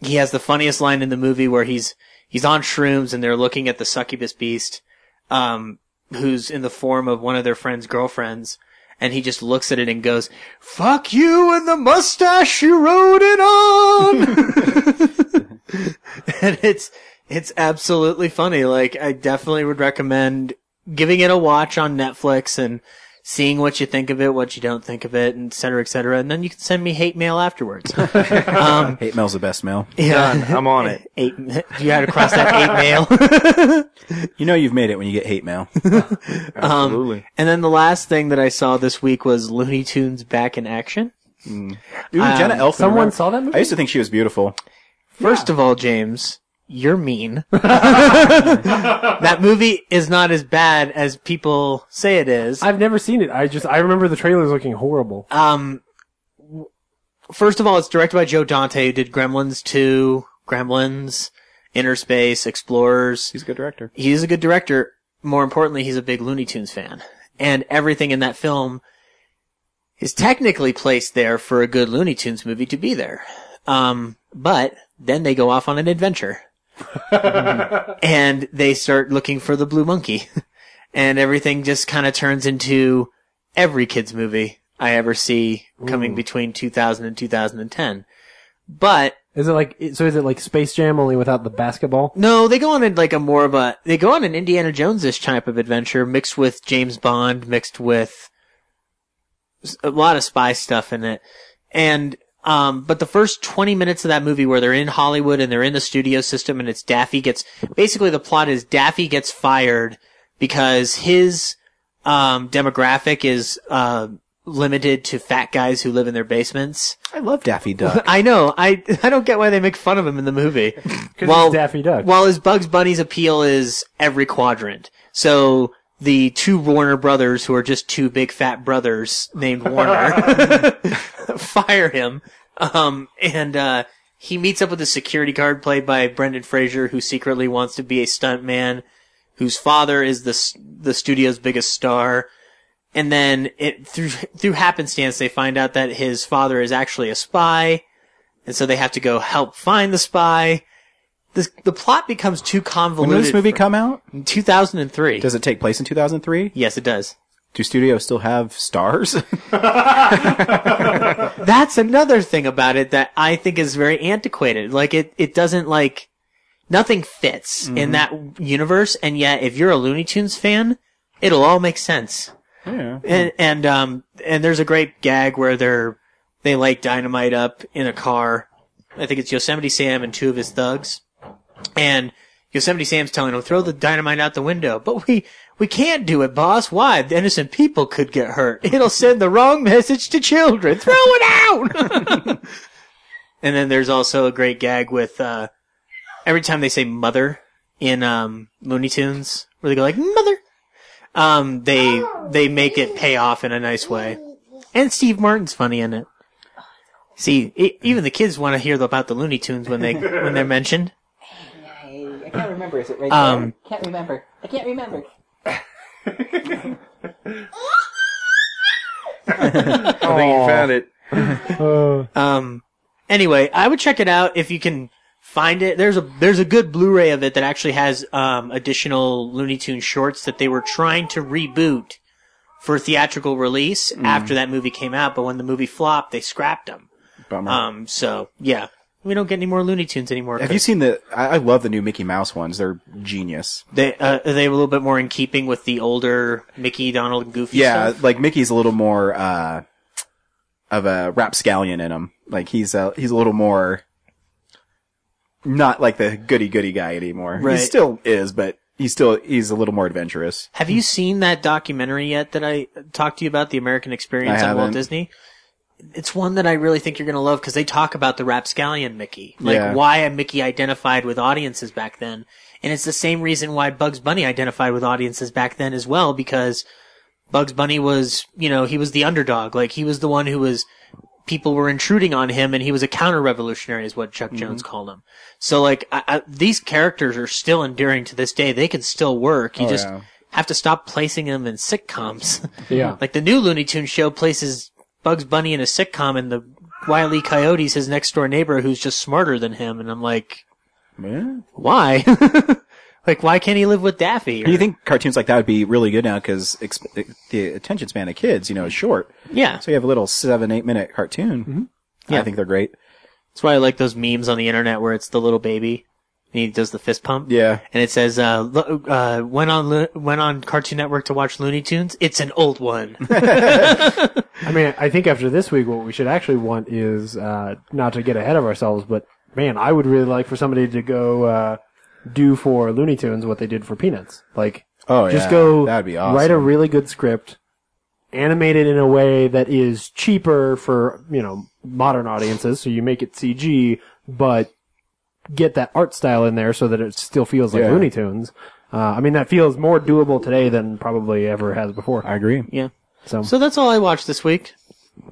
S3: he has the funniest line in the movie where he's, he's on shrooms and they're looking at the succubus beast um, who's in the form of one of their friend's girlfriends, and he just looks at it and goes, "Fuck you and the mustache you rode it on," and it's it's absolutely funny. Like I definitely would recommend giving it a watch on Netflix and seeing what you think of it, what you don't think of it, and et cetera, et cetera. And then you can send me hate mail afterwards. um,
S1: Hate mail's the best mail.
S3: yeah.
S4: I'm on it.
S3: (laughs) Eight, you had to cross that eight mail. (laughs)
S1: You know you've made it when you get hate (laughs) mail.
S4: Absolutely.
S3: And then the last thing that I saw this week was Looney Tunes back in action.
S1: Ooh, Jenna Elfman.
S2: Someone
S1: remember-
S2: saw that movie?
S1: I used to think she was beautiful.
S3: First of all, James, you're mean. that movie is not as bad as people say it is.
S2: I've never seen it. I just I remember the trailers looking horrible.
S3: Um, w- first of all, it's directed by Joe Dante, who did Gremlins 2, Gremlins, Inner Space, Explorers.
S1: She's a good director.
S3: he's a good director. More importantly, he's a big Looney Tunes fan. And everything in that film is technically placed there for a good Looney Tunes movie to be there. Um, but then they go off on an adventure. and they start looking for the blue monkey. (laughs) and everything just kind of turns into every kid's movie I ever see coming between 2000 and 2010. But
S2: Is it like so? Is it like Space Jam only without the basketball?
S3: no, they go on in like a more of a they go on an Indiana Jones-ish type of adventure mixed with James Bond, mixed with s- a lot of spy stuff in it. And um but the first 20 minutes of that movie where they're in Hollywood and they're in the studio system and it's Daffy gets basically the plot is Daffy gets fired because his um demographic is uh limited to fat guys who live in their basements.
S1: I love (laughs) Daffy Duck.
S3: (laughs) I know. I I don't get why they make fun of him in the movie.
S2: it's Daffy Duck.
S3: While his Bugs Bunny's appeal is every quadrant. So the two Warner brothers, who are just two big fat brothers
S2: (laughs)
S3: named Warner, (laughs) fire him. Um, and uh, he meets up with a security guard played by Brendan Fraser, who secretly wants to be a stuntman, whose father is the s- the studio's biggest star and then it through through happenstance they find out that his father is actually a spy, and so they have to go help find the spy. This, the plot becomes too
S1: When
S3: convoluted.
S1: did this movie
S3: for-
S1: come out?
S3: in 2003.
S1: Does it take place in 2003?
S3: yes, it does.
S1: (laughs) Do studios still have stars?
S3: that's another thing about it that I think is very antiquated. Like it, it doesn't like nothing fits in that universe, and yet if you're a Looney Tunes fan, it'll all make sense.
S1: Yeah.
S3: And and um and there's a great gag where they're they light dynamite up in a car. I think it's Yosemite Sam and two of his thugs, and Yosemite Sam's telling him throw the dynamite out the window, but we. We can't do it, boss. Why? The innocent people could get hurt. It'll send the wrong message to children. Throw it out! (laughs) and then there's also a great gag with, uh, every time they say mother in, um, Looney Tunes, where they go like, mother, um, they they make it pay off in a nice way, and Steve Martin's funny in it. See, e even the kids want to hear about the Looney Tunes when they when they're mentioned.
S6: I can't remember. Is it right
S3: Um,
S6: there? Can't remember. I can't remember.
S4: I think you found it.
S3: Um, anyway, I would check it out if you can find it. There's a there's a good Blu-ray of it that actually has um, additional Looney Tunes shorts that they were trying to reboot for theatrical release
S1: Mm.
S3: after that movie came out, but when the movie flopped, they scrapped them.
S1: Bummer.
S3: Um, so yeah, we don't get any more Looney Tunes anymore.
S1: Have you seen the? I, I love the new Mickey Mouse ones. They're genius.
S3: They uh, are they a little bit more in keeping with the older Mickey, Donald, and Goofy
S1: Yeah,
S3: stuff?
S1: like Mickey's a little more uh, of a rapscallion in him. Like he's a, he's a little more not like the goody goody guy anymore.
S3: Right.
S1: He still is, but he's still he's a little more adventurous.
S3: Have you seen that documentary yet that I talked to you about the American Experience
S1: I
S3: on Walt
S1: haven't.
S3: Disney? It's one that I really think you're going to love because they talk about the rapscallion Mickey, like
S1: Yeah.
S3: why a Mickey identified with audiences back then, and it's the same reason why Bugs Bunny identified with audiences back then as well because Bugs Bunny was, you know, he was the underdog, like he was the one who was people were intruding on him and he was a counter revolutionary is what
S1: Mm-hmm.
S3: Chuck Jones called him. So like I, I, these characters are still enduring to this day. They can still work. You just
S1: Oh, yeah.
S3: have to stop placing them in sitcoms. (laughs)
S5: Yeah.
S3: like the new Looney Tunes show places Bugs Bunny in a sitcom and the Wiley Coyote's his next door neighbor who's just smarter than him and I'm like,
S1: Yeah.
S3: why? (laughs) like why can't he live with Daffy?
S1: Do
S3: Or-
S1: you think cartoons like that would be really good now because exp- the attention span of kids, you know, is short.
S3: yeah.
S1: So you have a little seven eight minute cartoon. I
S3: Yeah.
S1: think they're great.
S3: That's why I like those memes on the internet where it's the little baby and he does the fist pump.
S1: Yeah.
S3: and it says uh, lo- uh went on Lo- went on Cartoon Network to watch Looney Tunes. It's an old
S1: (laughs)
S3: one.
S2: I mean, I think after this week, what we should actually want is uh, not to get ahead of ourselves, but man, I would really like for somebody to go uh, do for Looney Tunes what they did for Peanuts. Like,
S1: Oh,
S2: just
S1: yeah.
S2: go
S1: That'd be awesome.
S2: write a really good script, animate it in a way that is cheaper for you know modern audiences, so you make it CG, but get that art style in there so that it still feels like
S1: Yeah.
S2: Looney Tunes. Uh, I mean, that feels more doable today than probably ever has before.
S1: I agree.
S3: yeah.
S2: So-
S3: so that's all I watched this week.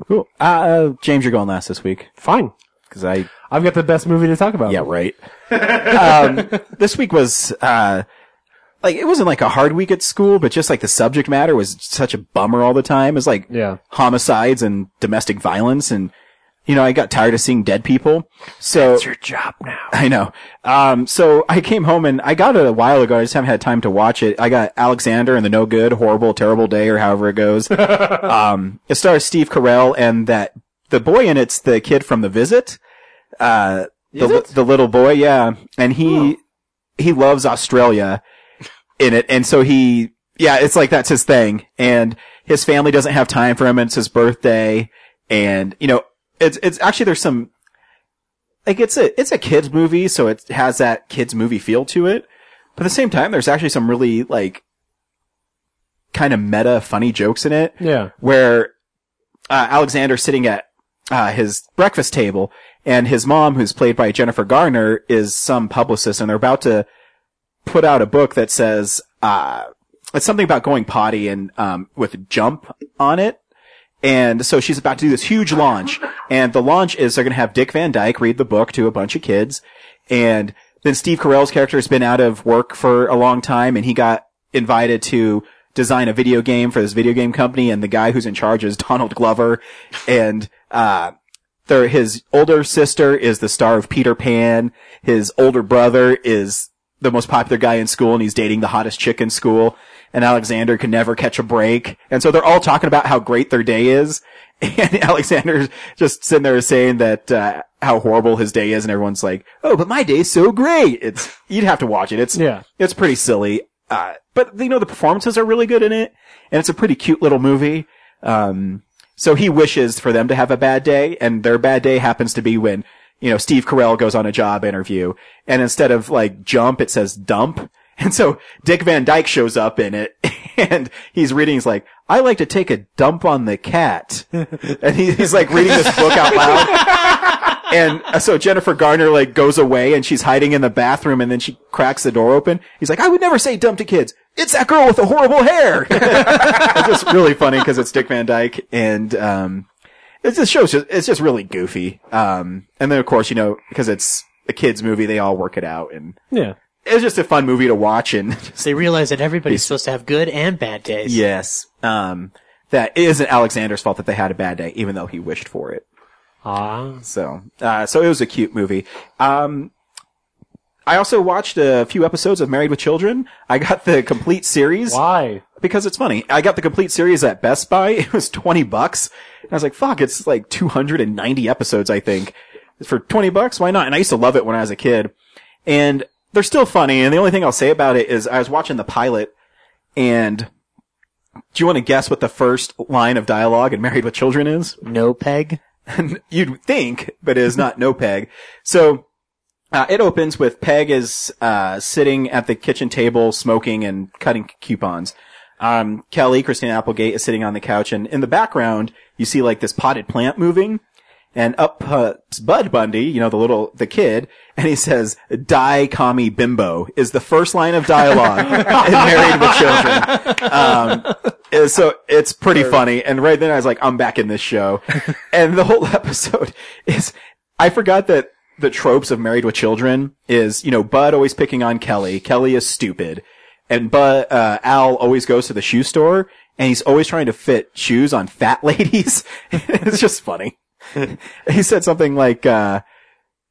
S1: Cool. Uh, uh, James, you're going last this week
S2: Fine.
S1: because I
S2: I've got the best movie to talk about.
S1: Yeah, right. (laughs) um, this week was uh, like it wasn't like a hard week at school, but just like the subject matter was such a bummer all the time. It was like
S2: Yeah.
S1: homicides and domestic violence, and you know I got tired of seeing dead people. So
S2: your job now.
S1: I know. Um, so I came home and I got it a while ago. I just haven't had time to watch it. I got Alexander and the No Good, Horrible, Terrible Day, or however it
S2: (laughs)
S1: goes. um, it stars Steve Carell and that the boy in it's the kid from The Visit. Uh, the, li- the little boy, yeah, and he he loves Australia in it, and so he yeah, it's like that's his thing, and his family doesn't have time for him, and it's his birthday, and you know, it's it's actually there's some like it's a it's a kids movie, so it has that kids movie feel to it. But at the same time, there's actually some really like kind of meta funny jokes in it.
S2: Yeah.
S1: Where uh, Alexander's sitting at uh, his breakfast table, and his mom, who's played by Jennifer Garner, is some publicist, and they're about to put out a book that says uh, it's something about going potty and um, with jump on it. And so she's about to do this huge launch. And the launch is they're going to have Dick Van Dyke read the book to a bunch of kids. And then Steve Carell's character has been out of work for a long time and he got invited to design a video game for this video game company. And the guy who's in charge is Donald Glover. And, uh, their, his older sister is the star of Peter Pan. His older brother is the most popular guy in school and he's dating the hottest chick in school. and Alexander can never catch a break. And so they're all talking about how great their day is. (laughs) And Alexander's just sitting there saying that, uh, how horrible his day is. And everyone's like, Oh, but my day's so great. It's, you'd have to watch it. It's,
S2: Yeah.
S1: it's pretty silly. Uh, but you know, the performances are really good in it and it's a pretty cute little movie. Um, so he wishes for them to have a bad day and their bad day happens to be when, you know, Steve Carell goes on a job interview and instead of like jump, it says dump. (laughs) And so Dick Van Dyke shows up in it (laughs) and he's reading, he's like, I like to take a dump on the cat. and he, he's like reading this book out loud and uh, so Jennifer Garner like goes away and she's hiding in the bathroom and then she cracks the door open. He's like, I would never say dumb to kids. It's that girl with the horrible hair. it's just really funny because it's Dick Van Dyke and, um, it's just show's just, it's just really goofy. Um, and then of course, you know, because it's a kids movie, they all work it out and
S2: Yeah.
S1: it's just a fun movie to watch and (laughs)
S3: So they realize that everybody's supposed to have good and bad days.
S1: yes, um, that it isn't Alexander's fault that they had a bad day, even though he wished for it.
S2: Ah.
S1: So, uh, so it was a cute movie. Um, I also watched a few episodes of Married with Children. I got the complete series
S2: Why?
S1: because it's funny. I got the complete series at Best Buy. (laughs) It was 20 bucks. And I was like, fuck, it's like 290 episodes, I think. For 20 bucks, why not? And I used to love it when I was a kid. And they're still funny. And the only thing I'll say about it is I was watching the pilot and do you want to guess what the first line of dialogue in Married with Children is? (laughs)
S3: No peg.
S1: you'd think, but it is not no Peg. So, uh, it opens with Peg is, uh, sitting at the kitchen table smoking and cutting coupons. Um, Kelly, Christina Applegate is sitting on the couch and in the background, you see like this potted plant moving and up pops Bud Bundy, you know, the little, the kid, and he says, die commie bimbo is the first line of dialogue in Married with Children. Um, and so it's pretty funny. And right then I was like, I'm back in this show. and the whole (laughs) episode is, I forgot that the tropes of Married with Children is, you know, Bud always picking on Kelly. Kelly is stupid. And but uh, Al always goes to the shoe store, and he's always trying to fit shoes on fat (laughs) ladies. it's just funny. he said something like, uh,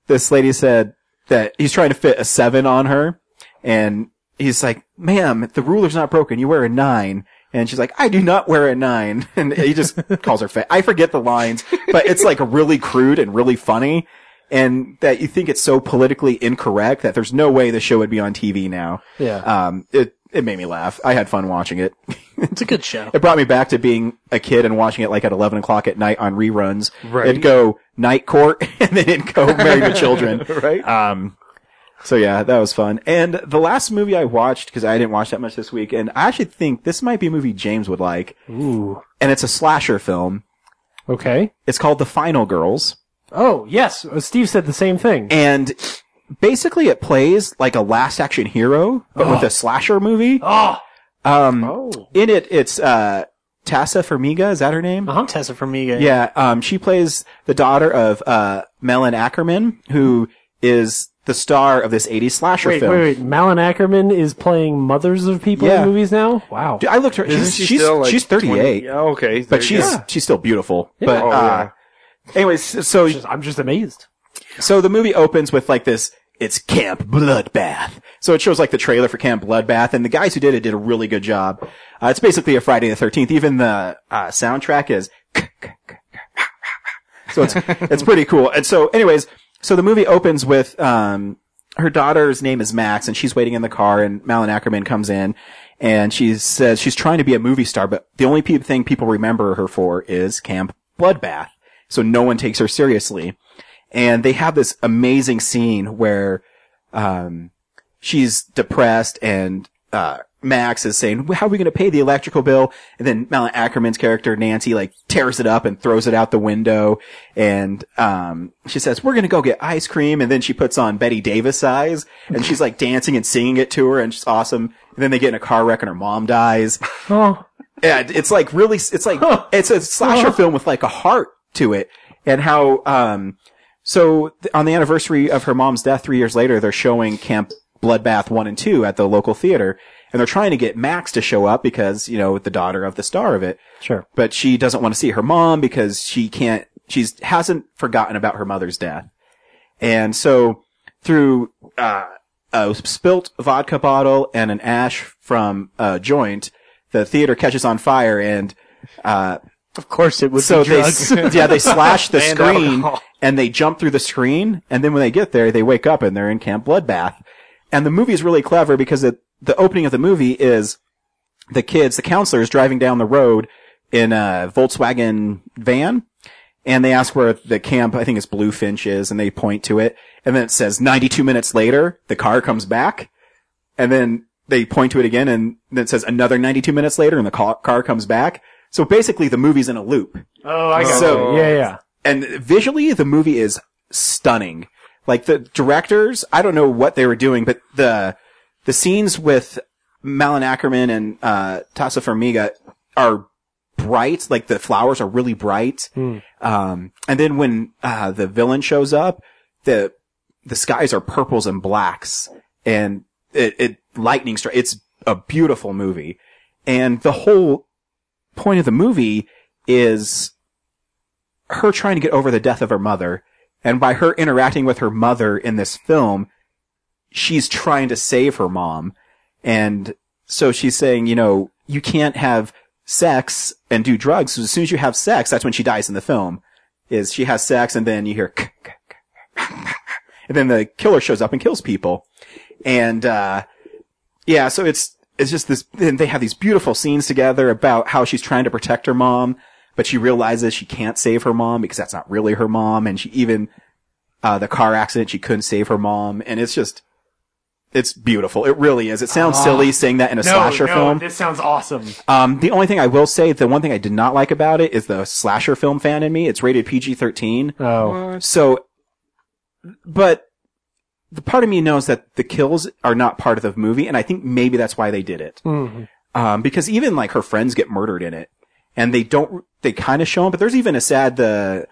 S1: "This lady said that he's trying to fit a seven on her, and he's like, ma'am, the ruler's not broken. You wear a nine. And she's like, I do not wear a nine. (laughs) And he just calls her fat. I forget the lines, but it's like really crude and really funny. And that you think it's so politically incorrect that there's no way the show would be on TV now.
S2: Yeah.
S1: Um, it, it made me laugh. I had fun watching it. (laughs)
S3: It's a good show.
S1: It brought me back to being a kid and watching it like at 11 o'clock at night on reruns.
S4: Right.
S1: It'd go night court (laughs) and then it'd go married with children.
S4: Right.
S1: Um, so yeah, that was fun. And the last movie I watched, cause I didn't watch that much this week, and I actually think this might be a movie James would like,
S2: Ooh.
S1: and it's a slasher film.
S2: Okay.
S1: It's called The Final Girls.
S2: Oh, yes. uh, Steve said the same thing.
S1: And basically it plays like a last action hero, but with a slasher movie.
S2: oh.
S1: Um,
S2: Oh.
S1: in it, it's, uh, Tessa Farmiga, is that her name?
S3: I'm Uh-huh. Tessa Farmiga.
S1: Yeah, um, she plays the daughter of uh, Melon Ackerman, who is the star of this 80s slasher
S2: Wait, wait,
S1: film.
S2: wait. Malin Ackerman is playing mothers of people
S1: Yeah.
S2: in movies now? Wow.
S1: Dude, I looked her. She's,
S4: Isn't she
S1: she's,
S4: still, like,
S1: she's
S4: 20?
S1: 38,
S4: Yeah, okay. there
S1: but
S4: you
S1: she's
S4: go.
S1: she's still beautiful. But
S4: Oh,
S1: uh, anyways, so
S2: Just- I'm just amazed.
S1: so the movie opens with like this. It's Camp Bloodbath. So it shows like the trailer for Camp Bloodbath, and the guys who did it did a really good job. Uh, it's basically a Friday the 13th. Even the uh, soundtrack is So it's it's pretty cool. And so, anyways, so the movie opens with um her daughter's name is Max, and she's waiting in the car, and Malin Ackerman comes in, and she says she's trying to be a movie star, but the only pe- thing people remember her for is Camp Bloodbath. So no one takes her seriously, and they have this amazing scene where um she's depressed and uh Max is saying, "How are we going to pay the electrical bill?" And then Malin Ackerman's character Nancy like tears it up and throws it out the window, and um, she says, "We're going to go get ice cream." And then she puts on Betty Davis eyes, and she's like dancing and singing it to her, and it's awesome. And then they get in a car wreck, and her mom dies.
S2: Oh.
S1: Yeah, it- it's like really, it's like, it's a slasher film with like a heart to it. And how, um, so th- on the anniversary of her mom's death three years later, they're showing Camp Bloodbath 1 and 2 at the local theater. And they're trying to get Max to show up because, you know, the daughter of the star of it.
S2: Sure.
S1: But she doesn't want to see her mom because she can't, she's, hasn't forgotten about her mother's death. And so through, uh, a spilt vodka bottle and an ash from a joint, the theater catches on fire and, uh,
S3: Of course, it was
S1: so
S3: the
S1: they, (laughs)
S3: drugs.
S1: s- yeah, they slash the
S4: And
S1: screen
S4: alcohol.
S1: and they jump through the screen. And then when they get there, they wake up and they're in Camp Bloodbath. And the movie is really clever because it, the opening of the movie is the kids, the counselors driving down the road in a Volkswagen van. And they ask where the camp, I think it's Bluefinch is, and they point to it. And then it says 92 minutes later, the car comes back. And then they point to it again and then it says another 92 minutes later and the ca- car comes back. So basically the movie's in a loop
S2: Oh, I got
S1: So-
S2: it. Yeah, yeah.
S1: and visually the movie is stunning. Like the directors, I don't know what they were doing, but the the scenes with Malin Ackerman and uh, Tasa Farmiga are bright. Like the flowers are really bright. Um, and then when uh, the villain shows up, the the skies are purples and blacks, and it, it lightning strike. It's a beautiful movie, and the whole point of the movie is her trying to get over the death of her mother, and by her interacting with her mother in this film, she's trying to save her mom. And so she's saying, you know, you can't have sex and do drugs. So as soon as you have sex, that's when she dies in the film. Is she has sex and then you hear, "K- k- k," and then the killer shows up and kills people. And, uh, yeah, so it's it's just this. And they have these beautiful scenes together about how she's trying to protect her mom, but she realizes she can't save her mom because that's not really her mom. And she even uh, the car accident, she couldn't save her mom, and it's just it's beautiful. It really is. It sounds silly saying that in a
S2: Ah. No,
S1: slasher
S2: no,
S1: film.
S2: this sounds awesome.
S1: Um, the only thing I will say, the one thing I did not like about it is the slasher film fan in me. It's rated PG thirteen.
S2: Oh,
S1: So, but the part of me knows that the kills are not part of the movie, and I think maybe that's why they did it. Um, because even like her friends get murdered in it, and they don't, they kind of show them, but there's even a sad, the,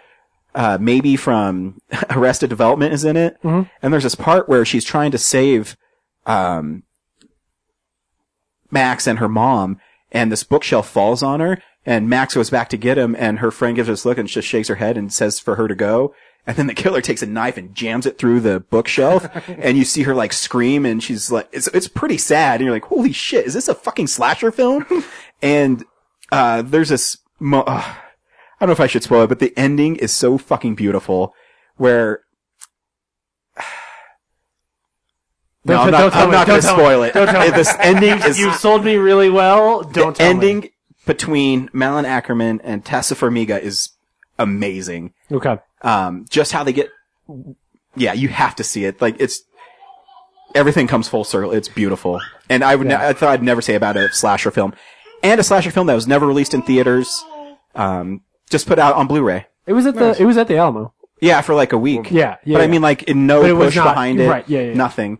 S1: uh, maybe from (laughs) Arrested Development is in it, and there's this part where she's trying to save, um, Max and her mom, and this bookshelf falls on her, and Max goes back to get him, and her friend gives her this look and just shakes her head and says for her to go. And then the killer takes a knife and jams it through the
S2: (laughs)
S1: bookshelf, and you see her like scream, and she's like, it's, it's pretty sad, and you're like, holy shit, is this a fucking slasher
S2: (laughs)
S1: film? and, uh, there's this, mo- uh, I don't know if I should spoil it, but the ending is so fucking beautiful, where, (sighs) no,
S2: Don't-
S1: I'm not,
S2: don't tell
S1: I'm
S2: me,
S1: not
S2: don't
S1: gonna
S2: tell
S1: spoil
S2: me,
S1: it.
S2: don't tell me.
S1: This ending is
S2: (laughs) you sold me really well.
S1: the
S2: Don't tell
S1: ending between Malin Ackerman and Tessa Farmiga is amazing.
S2: Me. Okay.
S1: Um, just how they get, yeah, you have to see it. Like it's everything comes full circle. It's beautiful, and I would ne- I thought I'd never say about a slasher film, and a slasher film that was never released in theaters, um, just put out on Blu-ray.
S2: It was at the it was at the Alamo.
S1: Yeah, for like a week.
S2: Yeah, yeah,
S1: But I
S2: yeah.
S1: mean, like, in no
S2: But it was
S1: push
S2: not-
S1: behind it.
S2: right, yeah, yeah, yeah.
S1: Nothing.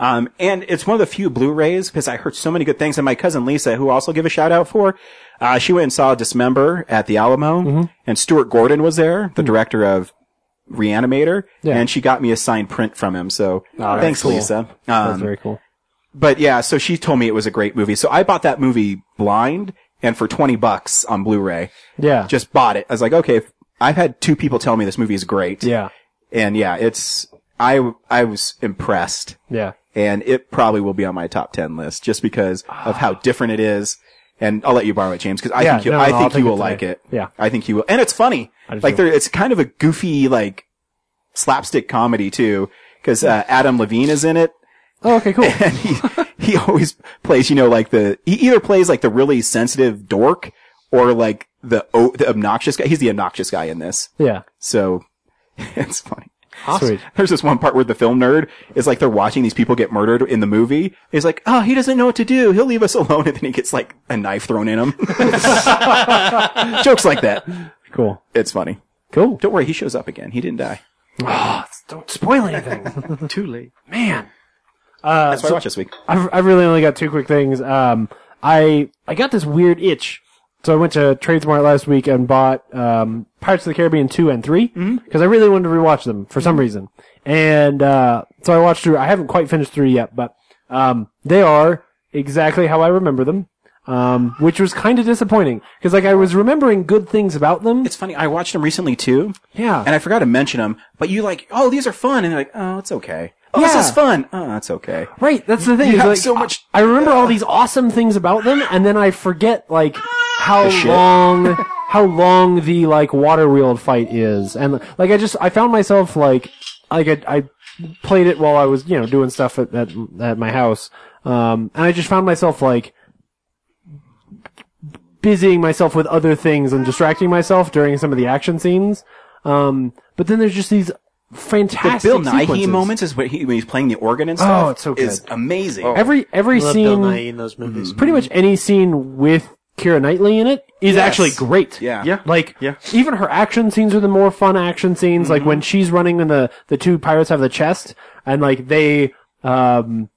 S1: Um, and it's one of the few Blu-rays because I heard so many good things. And my cousin Lisa, who also give a shout out for, uh, she went and saw Dismember at the Alamo,
S2: Mm-hmm.
S1: and Stuart Gordon was there, the director of Reanimator,
S2: Yeah. Oh,
S1: and she got me a signed print from him. So thanks,
S2: cool.
S1: Lisa. Um,
S2: That's very cool.
S1: but yeah, so she told me it was a great movie. So I bought that movie blind and for 20 bucks on Blu-ray.
S2: Yeah.
S1: Just bought it. I was like, okay, if- I've had two people tell me this movie is great.
S2: yeah.
S1: And yeah, it's, I, I was impressed
S2: Yeah.
S1: and it probably will be on my top 10 list just because of how different it is. And I'll let you borrow it, James, because I
S2: Ah. Yeah,
S1: think you,
S2: no,
S1: I
S2: no, I'll
S1: think
S2: take
S1: you
S2: it
S1: will
S2: today.
S1: like it.
S2: Yeah.
S1: I think you will. And it's funny.
S2: I do
S1: Like
S2: too.
S1: there, it's kind of a goofy, like slapstick comedy too, because uh, Adam Levine is in it (laughs)
S2: Oh, okay, cool.
S1: and he he always plays, you know, like the he either plays like the really sensitive dork or like the o- the obnoxious guy. He's the obnoxious guy in this,
S2: yeah.
S1: so (laughs) it's funny.
S2: Sweet.
S1: (laughs) There's this one part where the film nerd is like they're watching these people get murdered in the movie. He's like, "Oh, he doesn't know what to do. He'll leave us (laughs) alone." And then he gets like a knife thrown in him. (laughs) Jokes like that.
S2: Cool.
S1: It's funny.
S2: Cool.
S1: Don't worry, he shows up again. He didn't die.
S2: Don't spoil anything. (laughs)
S4: Too late.
S2: Man. Uh,
S1: That's what I watched this week.
S2: I've, I've really only got two quick things. Um, I I got this weird itch, so I went to Tradesmart last week and bought um, Pirates of the Caribbean two and three because I really wanted to rewatch them for some reason. And uh, so I watched through. I haven't quite finished three yet, but um, they are exactly how I remember them, um, which was kind of disappointing because like I was remembering good things about them.
S1: It's funny. I watched him recently too.
S2: yeah,
S1: and I forgot to mention them, but you like, oh, these are fun, and they're like, oh, it's okay. Oh,
S2: Yeah.
S1: this is fun. Oh, that's okay.
S2: Right, that's the thing.
S1: You
S2: is,
S1: have
S2: like,
S1: so much-
S2: I I remember all these awesome things about them, and then I forget like how
S1: The shit. (laughs)
S2: long, how long the like water wheel fight is, and like I just I found myself like like I, I played it while I was you know doing stuff at at, at my house, um, and I just found myself like busying myself with other things and distracting myself during some of the action scenes. Um, but then there's just these
S1: The
S2: fantastic
S1: Bill Nye
S2: sequences.
S1: moments is what he, when he's playing the organ and
S2: Oh,
S1: stuff.
S2: it's so
S1: Is
S2: good. Oh.
S1: amazing.
S2: Every every
S3: Love
S2: scene
S3: Bill Nye in those movies.
S2: pretty much any scene with Kira Knightley in it is
S1: Mm-hmm. Yes.
S2: actually great.
S1: Yeah. Mm-hmm.
S4: Yeah.
S2: Like
S4: Yeah.
S2: even her action scenes are the more fun action scenes. Like when she's running and the the two pirates have the chest and like they um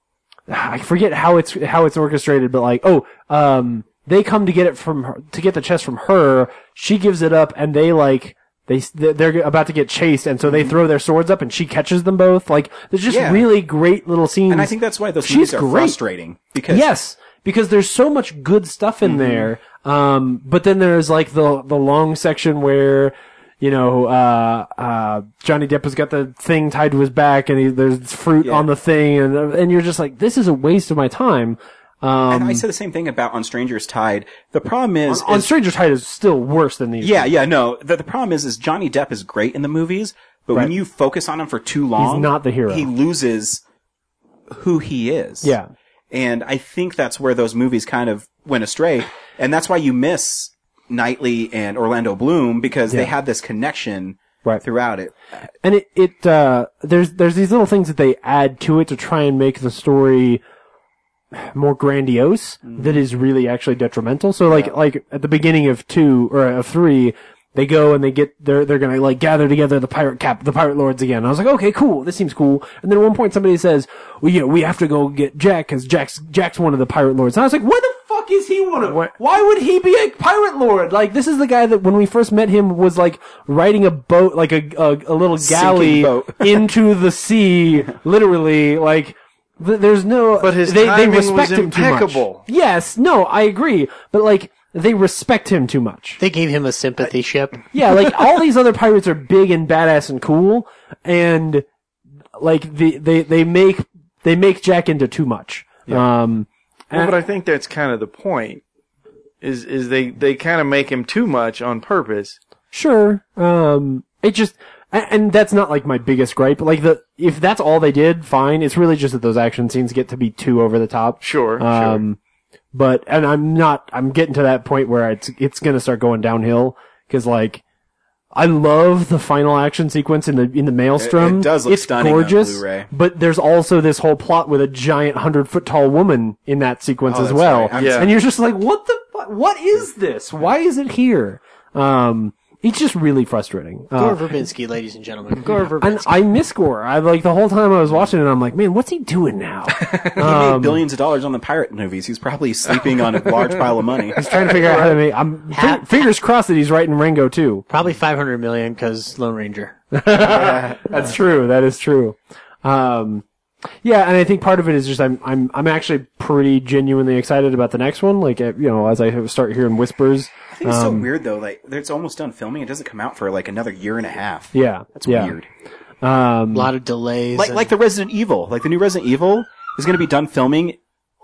S2: I forget how it's how it's orchestrated, but like oh um they come to get it from her, to get the chest from her. She gives it up and they like. They s- they're they're about to get chased, and so they throw their swords up, and she catches them both. Like there's just
S1: Mm-hmm. Yeah.
S2: really great little scenes.
S1: And I think that's why those
S2: She's
S1: movies are
S2: great.
S1: frustrating because
S2: Yes, because there's so much good stuff
S1: Mm-hmm.
S2: in there. Um, but then there's like the the long section where you know uh, uh, Johnny Depp has got the thing tied to his back, and he, there's fruit
S1: Yeah.
S2: on the thing, and and you're just like, this is a waste of my time. Um,
S1: and I said the same thing about On Strangers Tide. The problem is,
S2: on
S1: is-
S2: Stranger Tide is still worse than these.
S1: yeah, yeah, no. The, the problem is, is Johnny Depp is great in the movies, but when
S2: Right.
S1: you focus on him for too long,
S2: not the hero.
S1: He loses who he is.
S2: Yeah.
S1: and I think that's where those movies kind of went astray, and that's why you miss Knightley and Orlando Bloom because they had this connection
S2: Right.
S1: throughout it.
S2: and it it uh, there's there's these little things that they add to it to try and make the story more grandiose that is really actually detrimental. So like like at the beginning of two or of three, they go and they get they're they're gonna like gather together the pirate cap the pirate lords again. And I was like, okay, cool, this seems cool. And then at one point somebody says, well, you know, we have to go get Jack because Jack's Jack's one of the pirate lords. And I was like, what the fuck is he one of? Why would he be a pirate lord? Like this is the guy that when we first met him was like riding a boat like a a, a little galley
S1: boat.
S2: into the sea, literally like. th- There's no,
S4: But his
S2: they,
S4: timing
S2: they respect
S4: was
S2: him too much.
S4: impeccable.
S2: Yes, no, I agree, but like they respect him too much.
S3: They gave him a sympathy ship.
S2: Yeah,
S4: (laughs)
S2: like all these other pirates are big and badass and cool, and like the they they make they make Jack into too much. Um,
S1: eh.
S4: Well, but I think that's kind of the point. Is is they they kind of make him too much on purpose.
S2: sure. Um, it just a- and that's not like my biggest gripe. Like the if that's all they did, fine. It's really just that those action scenes get to be too over the top.
S4: Sure, sure.
S2: Um, but and I'm not. I'm getting to that point where it's it's gonna start going downhill because like I love the final action sequence in the in the maelstrom.
S1: it does look
S2: it's
S1: stunning on
S2: gorgeous,
S1: Blu-ray.
S2: But there's also this whole plot with a giant hundred foot tall woman in that sequence
S1: Oh,
S2: as
S1: that's
S2: well.
S1: right. I'm
S4: Yeah.
S2: And you're just like, what the fu- what is this? Why is it here? Um, it's just really frustrating. Uh,
S3: Gore Verbinski, ladies and gentlemen. Gore
S2: and
S3: Verbinski.
S2: I miss Gore. I like the whole time I was watching it. I'm like, man, what's he
S1: (laughs)
S2: doing now?
S1: He
S2: Um,
S1: made billions of dollars on the pirate movies. He's probably sleeping
S2: (laughs)
S1: on a large pile of money.
S2: trying to figure out how to make. I'm
S3: Ha-
S2: fi- fingers crossed that he's writing Rango too.
S3: Probably 500 million because Lone Ranger.
S2: That's true. That is true. Um, yeah, and I think part of it is just I'm I'm I'm actually pretty genuinely excited about the next one. Like uh, you know, as I start hearing whispers,
S1: I think it's
S2: Um,
S1: so weird though. Like it's almost done filming. It doesn't come out for like another year and a half.
S2: yeah,
S1: That's
S2: yeah.
S1: weird.
S3: A lot of delays.
S1: Like
S3: and-
S1: like the Resident Evil. Like the new Resident Evil is going to be done filming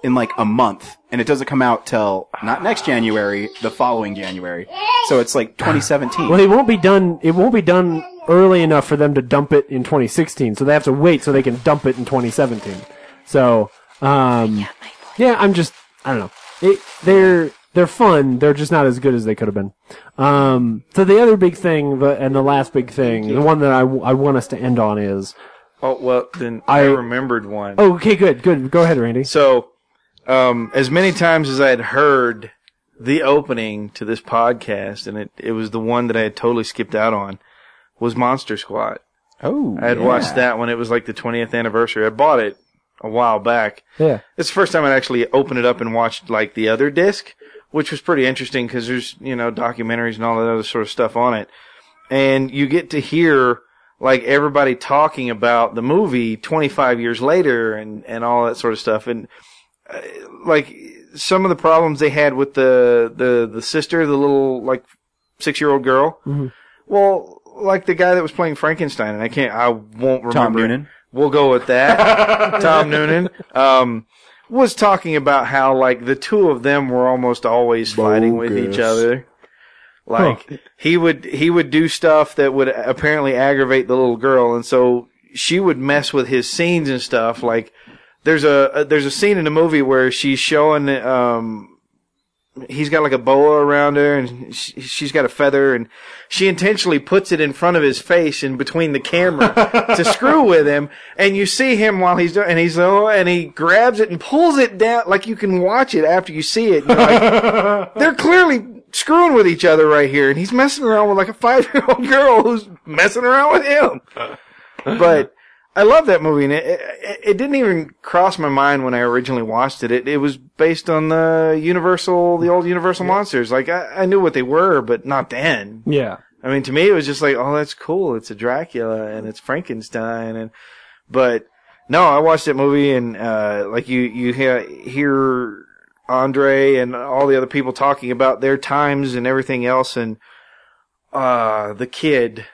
S1: in like a month, and it doesn't come out till not next January, the following January. So it's like 2017.
S2: Well, it won't be done. It won't be done early enough for them to dump it in 2016. So they have to wait so they can dump it in 2017. So, um, yeah, I'm just I don't know. It, they're they're fun. They're just not as good as they could have been. Um, so the other big thing, the, and the last big thing, the one that I, w- I want us to end on is
S4: Oh well, then I, remembered one.
S2: oh, okay, good, good. Go ahead, Randy.
S4: So, um, as many times as I had heard the opening to this podcast, and it it was the one that I had totally skipped out on, was Monster Squad.
S1: oh,
S4: I had watched that when it was like the 20th anniversary. I bought it a while back.
S2: Yeah.
S4: It's the first time I'd actually opened it up and watched like the other disc, which was pretty interesting because there's, you know, documentaries and all that other sort of stuff on it. And you get to hear like everybody talking about the movie 25 years later and, and all that sort of stuff. And uh, like some of the problems they had with the, the, the sister, the little like six year old
S1: Mm-hmm.
S4: girl. Well, like the guy that was playing Frankenstein and I can't, I won't remember.
S1: Tom Noonan.
S4: We'll go with that. Tom Noonan um, was talking about how like the two of them were almost always fighting with each
S10: Bogus.
S4: other. Like he would he would do stuff that would apparently aggravate the little girl, and so she would mess with his scenes and stuff. Like there's a, a there's a scene in the movie where she's showing um, he's got like a boa around her and sh she's got a feather and she intentionally puts it in front of his face and between the camera to screw with him and you see him while he's doing and he's oh and he grabs it and pulls it down like you can watch it after you see it You're like, they're clearly screwing with each other right here and he's messing around with like a five year old girl who's messing around with him but I love that movie, and it, it, it didn't even cross my mind when I originally watched it. It, it was based on the Universal, the old Universal monsters. Like I, I knew what they were, but not then.
S2: Yeah.
S4: I mean, to me, it was just like, oh, that's cool. It's a Dracula and it's Frankenstein, and but no, I watched that movie, and uh, like you, you hear, hear Andre and all the other people talking about their times and everything else, and uh, the kid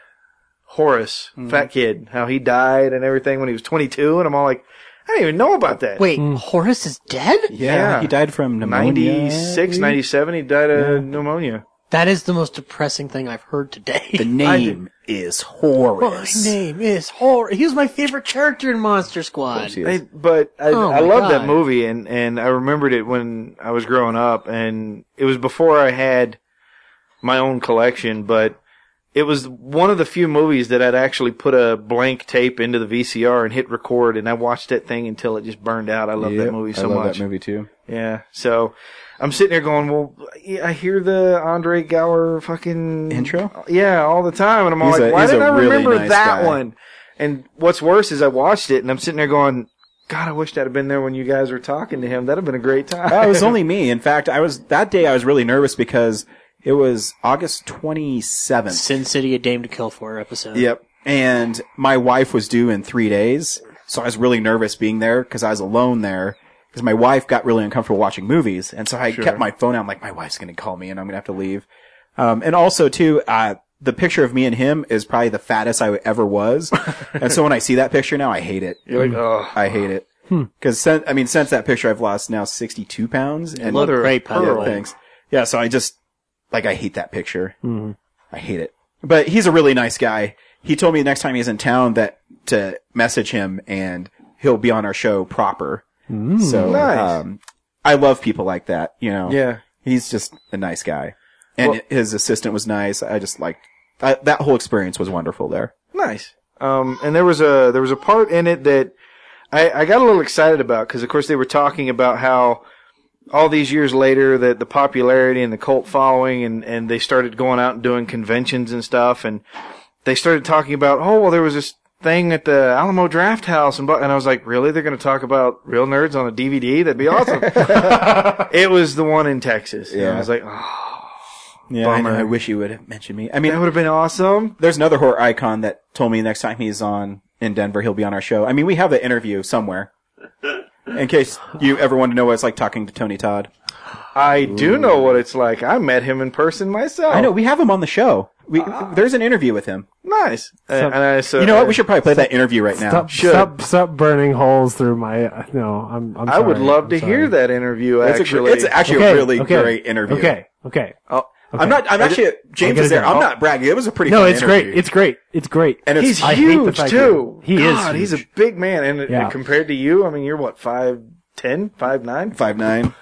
S4: Horace,
S1: Mm-hmm.
S4: fat kid, how he died and everything when he was 22, and I'm all like, I didn't even know about that.
S3: Wait, Horace is dead?
S1: Yeah, he died from pneumonia.
S4: 96, 97, he died of pneumonia.
S3: That is the most depressing thing I've heard today. (laughs)
S1: The name is Horus.
S3: My name is Hor. He was my favorite character in Monster
S1: Oh,
S3: Squad.
S4: I, but I,
S3: Oh
S4: I
S3: my
S4: love that
S3: God.
S4: movie, and, and I remembered it when I was growing up, and it was before I had my own collection, but it was one of the few movies that I'd actually put a blank tape into the VCR and hit record, and I watched that thing until it just burned out. I love that movie so
S1: I love
S4: much.
S1: that movie too.
S4: Yeah. So I'm sitting there going, well, yeah, I hear the Andre Gower fucking
S1: Intro?
S4: Yeah, all the time, and I'm all
S1: He's
S4: like,
S1: a-
S4: why
S1: he's
S4: didn't
S1: a
S4: I
S1: really
S4: remember
S1: nice
S4: that
S1: guy.
S4: one? And what's worse is I watched it, and I'm sitting there going, God, I wish I'd have been there when you guys were talking to him. That'd have been a great time.
S1: Oh, it was only me. In fact, I was that day. I was really nervous because it was August twenty seventh.
S3: Sin City, a Dame to Kill For episode.
S1: Yep. And my wife was due in three days, so I was really nervous being there because I was alone there. Because my wife got really uncomfortable watching movies, and so I kept my phone out. I'm like, my wife's gonna call me, and I'm gonna have to leave. Um, and also too, uh, the picture of me and him is probably the fattest I ever
S4: (laughs)
S1: was, and so when I see that picture now, I hate it.
S4: You're (laughs) like, oh,
S1: I hate it.
S3: Hmm.
S1: Because I mean, since that picture, I've lost now 62 pounds and
S3: look
S1: other
S3: great, by the
S1: yeah,
S3: way.
S1: thanks. Yeah, so I just like I hate that picture.
S3: Mm-hmm.
S1: I hate it. But he's a really nice guy. He told me the next time he's in town that to message him and he'll be on our show proper.
S3: Mm.
S1: So
S4: Nice.
S1: um, I love people like that. You know,
S4: Yeah.
S1: he's just a nice guy, and his assistant was nice. I just liked I, that whole experience was wonderful there.
S4: Nice. Um, and there was a there was a part in it that I, I got a little excited about because, of course, they were talking about how all these years later that the popularity and the cult following and and they started going out and doing conventions and stuff and they started talking about oh well there was this thing at the Alamo Draft House and blah, and I was like really they're going to talk about real nerds on a DVD that'd
S1: (laughs)
S4: be awesome. it was the one in Texas. Yeah, I
S1: Yeah.
S4: was like oh,
S1: Yeah, I, know. I wish he would have mentioned me. I mean,
S4: that would have been awesome.
S1: there's another horror icon that told me next time he's on in Denver, he'll be on our show. I mean, we have the interview somewhere. In case you ever want to know what it's like talking to Tony Todd.
S4: I do know what it's like. I met him in person myself.
S1: I know, we have him on the show. We,
S2: Ah.
S1: there's an interview with him.
S4: Nice. and I, so,
S1: You know what? We should probably play that interview right now.
S2: Stop,
S4: should.
S2: stop, stop burning holes through my. No, I'm. I'm
S4: I would
S2: sorry.
S4: love
S2: I'm
S4: to
S2: sorry.
S4: hear that interview.
S1: It's,
S4: actually,
S1: a, it's actually a
S2: Okay,
S1: really
S2: okay,
S1: great interview.
S2: Okay, okay.
S4: Oh,
S1: I'm not, I'm actually, James
S2: get
S1: is
S2: it
S1: there.
S2: done.
S1: I'm
S2: I'll-
S1: not bragging. It was a pretty
S2: No,
S1: fun
S2: it's great.
S1: interview.
S2: It's great. It's great.
S1: and it's,
S4: he's
S2: I hate the
S4: huge
S2: fact
S4: too.
S2: that he is
S4: God, He's a
S2: huge.
S4: big man, and, and
S2: Yeah.
S4: compared to you, I mean, you're what five ten, five nine.
S1: five nine.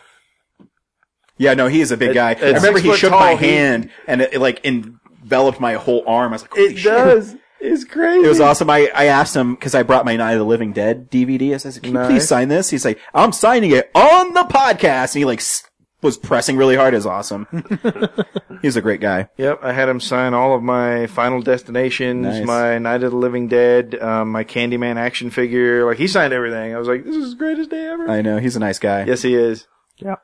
S1: Yeah, no, he is a big
S4: At-
S1: guy.
S4: at
S1: I remember
S4: six
S1: he
S4: foot
S1: shook
S4: tall,
S1: my
S4: he-
S1: hand and it, it, like enveloped my whole arm. I was like, Holy
S4: It
S1: shit.
S4: does. It's crazy.
S1: It was awesome. I, I asked him because I brought my Night of the Living Dead DVD. I said, "Can you
S4: Nice.
S1: please sign this?" He's like, "I'm signing it on the podcast." And he like s- was pressing really hard. It was awesome. He's a great guy.
S4: Yep, I had him sign all of my Final Destinations,
S1: Nice.
S4: my Night of the Living Dead, um, my Candyman action figure. Like he signed everything. I was like, this is the greatest day ever.
S1: I know. He's a nice guy.
S4: yes, he is.
S2: Yeah.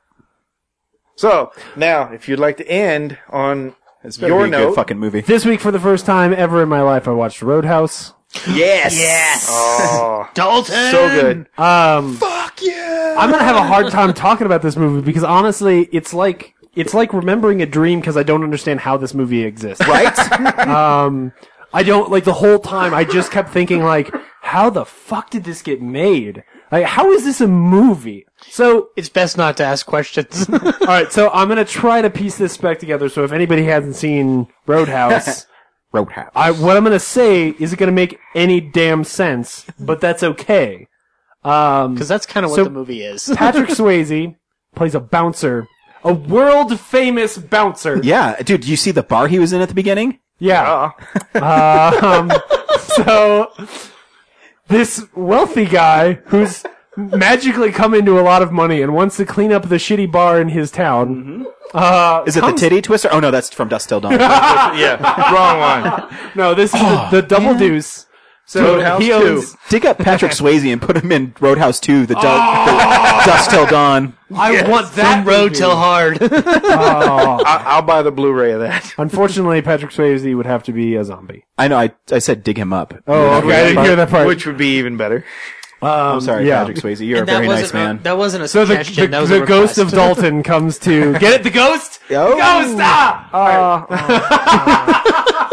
S4: So now, if you'd like to end on
S1: It's better
S4: your
S1: be a
S4: note,
S1: good fucking movie.
S2: This week, for the first time ever in my life, I watched Roadhouse.
S1: Yes.
S3: Yes.
S4: oh,
S3: Dalton.
S4: so good.
S2: Um, Fuck yeah! I'm gonna have a hard time (laughs) talking about this movie because honestly, it's like it's like remembering a dream because I don't understand how this movie exists.
S1: Right.
S2: I don't like the whole time. I just kept thinking like, how the fuck did this get made? Like, how is this a movie? So,
S3: It's best not to ask questions.
S2: alright, so I'm gonna try to piece this back together, so if anybody hasn't seen Roadhouse,
S1: (laughs) Roadhouse.
S2: I, what I'm gonna say isn't gonna make any damn sense, but that's okay. Um,
S3: Because that's kind of what
S2: So-
S3: the movie is.
S2: Patrick Swayze plays a bouncer, a world famous bouncer.
S1: yeah, dude, you see the bar he was in at the beginning?
S2: Yeah. um, so this wealthy guy who's magically come into a lot of money and wants to clean up the shitty bar in his town. Uh,
S1: Is it the
S2: comes-
S1: titty twister? Oh no, that's from Dust Till Dawn.
S4: yeah, wrong one.
S2: No, this is the, the double deuce. So
S4: Roadhouse
S2: he owns.
S1: Dig up Patrick Swayze and put him in Roadhouse 2, the, du- (laughs) the Dust Till Dawn.
S2: I want that
S3: Road
S2: movie.
S3: till hard.
S4: I, I'll buy the Blu-ray of that.
S2: Unfortunately, Patrick Swayze would have to be a zombie.
S1: I know, I, I said dig him up.
S2: Oh, okay. I didn't hear that part.
S4: Which would be even better.
S1: I'm sorry,
S2: yeah.
S1: Patrick Swayze. You're a
S3: And that
S1: very
S3: wasn't
S1: nice
S3: a-
S1: man.
S3: that wasn't a
S2: So the,
S3: suggestion.
S2: the,
S3: that was
S2: the
S3: a
S2: ghost of
S3: request.
S2: Dalton comes to get it. The ghost.
S1: Oh.
S2: Ghost. Ah!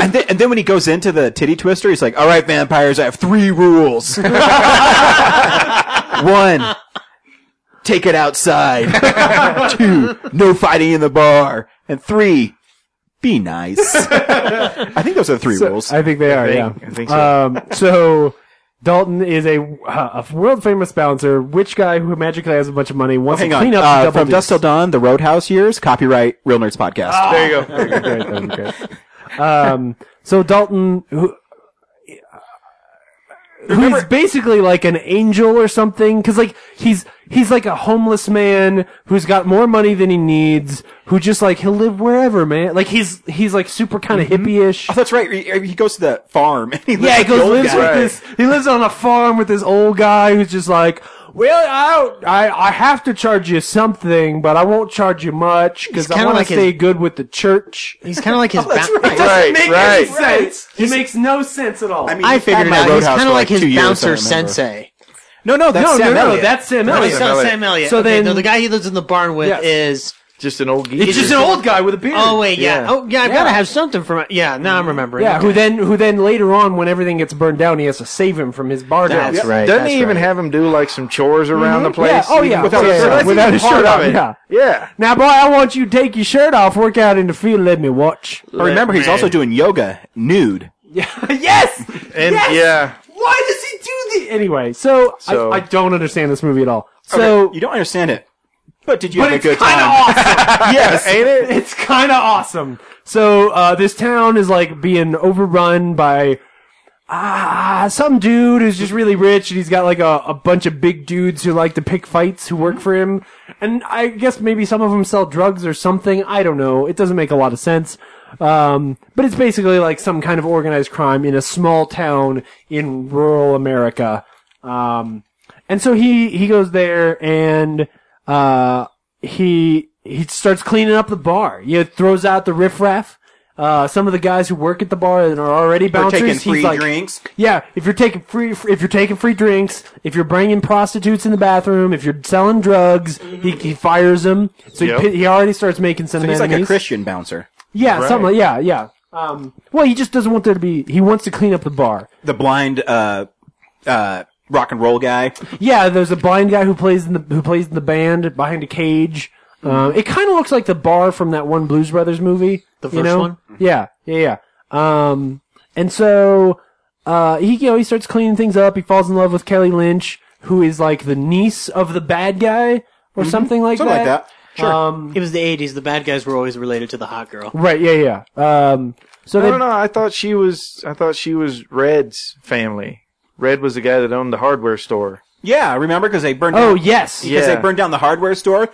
S1: And, then, and then when he goes into the titty twister, he's like, all right, vampires, I have three rules.
S2: (laughs)
S1: One, take it
S2: (laughs)
S1: outside. Two, no fighting in the bar. And three, be nice. I think those are the three rules.
S2: I think they are.
S4: think-
S2: yeah.
S4: I think so.
S2: Um, so Dalton is a, uh, a world famous bouncer, rich guy who magically has a bunch of money. Wants
S1: Hang
S2: to
S1: on.
S2: clean up the
S1: Uh,
S2: double
S1: from
S2: deuce.
S1: Dust Till Dawn, The Roadhouse Years, copyright Real Nerds Podcast.
S4: There you go.
S2: Great, that was great. Um, so Dalton, who, who's basically like an angel or something, because like he's he's like a homeless man who's got more money than he needs, who just like he'll live wherever, man. Like he's he's like super kind of hippie-ish.
S1: Oh, that's right. He, he goes to the farm (laughs) and he lives
S2: Yeah, he
S1: with the
S2: goes
S1: old
S2: lives
S1: guy.
S2: with this. He lives on a farm with this old guy who's just like, well, I don't- I I have to charge you something, but I won't charge you much because I
S3: kinda
S2: want
S3: like
S2: to
S3: his-
S2: stay good with the church.
S3: He's kind
S2: (laughs)
S3: of like his.
S2: Oh,
S1: That's
S3: bou-
S1: right.
S4: Right, right.
S2: sense. It makes no sense at all.
S1: I mean,
S3: I
S1: you've had
S3: figured it
S1: my
S3: out. He's
S1: Roadhouse
S3: kind
S1: for
S3: of like his
S1: two years, I
S3: bouncer
S1: remember.
S3: sensei.
S1: No, no, that's
S2: no,
S1: Sam
S2: no, no,
S1: Elliott.
S2: that's Sam
S3: No,
S2: Elliott.
S3: it's not
S4: Elliott.
S3: Sam Elliott.
S2: Oh, So
S3: okay,
S2: then-
S3: no, the guy he lives in the barn with
S2: Yes.
S3: is.
S4: Just an old geezer.
S2: It's just an old guy with a beard.
S3: Oh wait, yeah.
S4: Yeah.
S3: Oh yeah,
S2: Yeah.
S3: I've got to have something from. Yeah, now I'm remembering.
S2: yeah. Who
S3: Okay.
S2: then? Who then? Later on, when everything gets burned down, he has to save him from his bar.
S3: That's
S2: down.
S3: right.
S4: Doesn't
S3: that's
S4: he even
S3: right.
S4: have him do like some chores around the
S2: Mhm.
S4: place?
S2: Yeah, oh,
S4: even
S2: yeah,
S4: Without
S2: oh,
S4: a
S2: yeah,
S4: shirt.
S2: yeah,
S4: That's
S2: without
S4: even
S2: a shirt
S4: part
S2: on,
S4: of it.
S2: yeah.
S4: Yeah.
S2: Now, boy, I want you to take your shirt off, work out in the field, let me watch.
S1: But remember, he's also doing yoga nude.
S2: yes.
S4: And
S2: yes!
S4: yeah.
S2: Why does he do the anyway? So,
S4: So-
S2: I, I don't understand this movie at all. So,
S1: You don't understand it. But did you
S2: but
S1: have a
S2: it's
S1: good
S2: kind of
S1: time? (laughs)
S2: awesome.
S1: Yes.
S4: Ain't it?
S2: it's kind of awesome. So uh, this town is like being overrun by ah some dude who's just really rich, and he's got like a, a bunch of big dudes who like to pick fights who work for him. And I guess maybe some of them sell drugs or something. I don't know. It doesn't make a lot of sense. Um, but it's basically like some kind of organized crime in a small town in rural America. Um, and so he he goes there and uh he he starts cleaning up the bar. You know, throws out the riffraff. Uh, some of the guys who work at the bar and are already
S1: We're
S2: bouncers.
S1: taking
S2: he's
S1: free
S2: like,
S1: drinks.
S2: Yeah, if you're taking free, if you're taking free drinks, if you're bringing prostitutes in the bathroom, if you're selling drugs, he, he fires them. So
S4: Yep.
S2: he, pi- he already starts making some
S1: He's like a
S2: enemies.
S1: Christian bouncer.
S2: Yeah, something. Like, yeah, yeah. Um, well, he just doesn't want there to be. He wants to clean up the bar.
S1: The blind uh, uh, rock and roll guy.
S2: Yeah, there's a blind guy who plays in the who plays in the band behind a cage.
S4: Hmm.
S2: Um, it kind of looks like the bar from that one Blues Brothers movie.
S3: The
S2: you
S3: first
S2: know?
S3: one?
S2: Yeah, yeah, yeah. Um, and so uh, he you know he starts cleaning things up. He falls in love with Kelly Lynch, who is like the niece of the bad guy or
S4: Mm-hmm.
S2: something like
S1: Something like
S2: that.
S1: that. Sure.
S3: It was the '80s. The bad guys were always related to the hot girl.
S2: Right? Yeah, yeah. Um, so
S4: I
S2: they
S4: don't know. I thought she was. I thought she was Red's family. Red was the guy that owned the hardware store.
S1: yeah, remember? Because they burned
S2: oh
S1: down,
S2: yes,
S1: because
S4: yeah.
S1: they burned down the hardware store.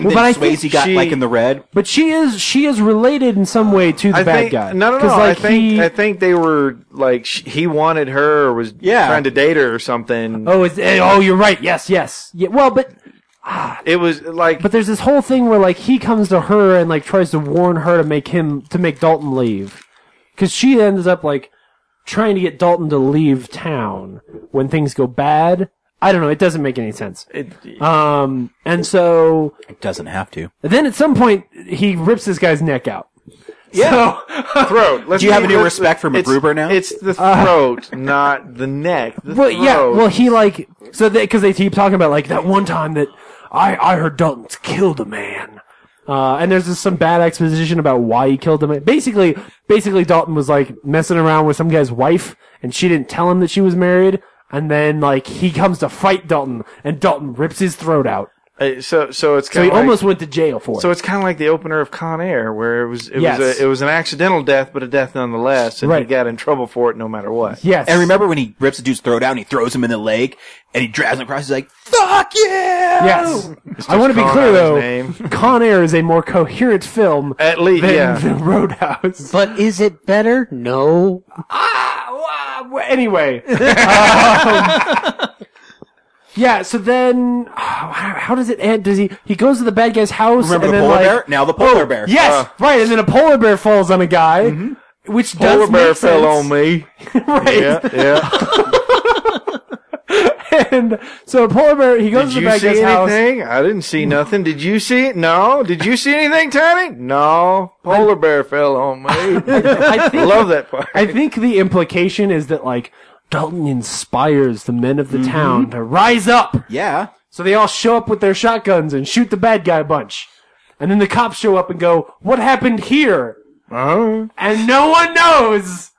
S1: And then
S2: Well, but I think
S1: Swayze got
S4: she-
S1: like in the red.
S2: but she is she is related in some way to the
S4: I
S2: bad
S4: think
S2: guy.
S4: no, no, no.
S2: 'Cause, Like,
S4: I think
S2: he,
S4: I think they were like sh- he wanted her or was
S1: Yeah.
S4: trying to date her or something.
S2: oh, it's, eh, oh, you're right. Yes, yes. Yeah, well, but
S4: It was like
S2: But there's this whole thing where like he comes to her and like tries to warn her to make him to make Dalton leave, because she ends up like trying to get Dalton to leave town when things go bad. I don't know. It doesn't make any sense.
S4: it-
S2: Um, and so
S1: It doesn't have to.
S2: then at some point he rips this guy's neck out. Yeah.
S4: throat. Let's
S1: Do you have
S4: be-
S1: a new
S4: let's-
S1: respect for
S4: it's-
S1: MacGruber now?
S4: It's the throat, (laughs) not the neck. The
S2: Well, yeah.
S4: throat.
S2: Well, he like so because they keep talking about like that one time that I I heard Dalton's killed a man. Uh, and there's just some bad exposition about why he killed him. Basically, basically Dalton was like messing around with some guy's wife, and she didn't tell him that she was married. And then like he comes to fight Dalton, and Dalton rips his throat out.
S4: Uh, so so it's
S2: So
S4: kind
S2: he
S4: of like,
S2: almost went to jail for it.
S4: so it's kind of like the opener of Con Air, where it was it
S2: Yes.
S4: was a, it was an accidental death, but a death nonetheless, and he
S2: Right.
S4: got in trouble for it no matter what.
S2: yes.
S1: And remember when he rips the dude's throat out and he throws him in the lake and he drags him across? He's like, "Fuck you!"
S2: Yes. I want to be
S4: calling
S2: clear
S4: out his
S2: though.
S4: name.
S2: Con Air is a more coherent film
S4: At least,
S2: than (laughs)
S4: yeah. (laughs)
S2: the Roadhouse.
S3: But is it better? No.
S2: Ah, wha-
S4: (laughs)
S2: anyway. um, yeah, so then (sighs) how, how does it end? Does he he goes to the bad guy's house
S1: Remember
S2: and
S1: the
S2: then
S1: polar
S2: like oh,
S1: bear? Now the polar bear.
S2: Yes,
S1: Uh,
S2: right, and then a polar bear falls on a guy. Which
S4: Mm-hmm. Polar
S2: does
S4: bear
S2: make sense.
S4: fell on
S2: (laughs)
S4: me.
S2: right?
S4: Yeah, yeah.
S2: And so a polar bear, he goes
S4: Did
S2: to the
S4: you
S2: bad
S4: see
S2: guy's house.
S4: anything? I didn't see nothing. Did you see it? No. Did you see anything, Tiny? No. Polar bear fell on me.
S2: (laughs)
S4: I
S2: I think
S4: love that part.
S2: I think the implication is that like Dalton inspires the men of the
S4: Mm-hmm.
S2: town to rise up.
S1: Yeah.
S2: So they all show up with their shotguns and shoot the bad guy a bunch. And then the cops show up and go, "What happened here?"
S4: Uh,
S2: And no one knows.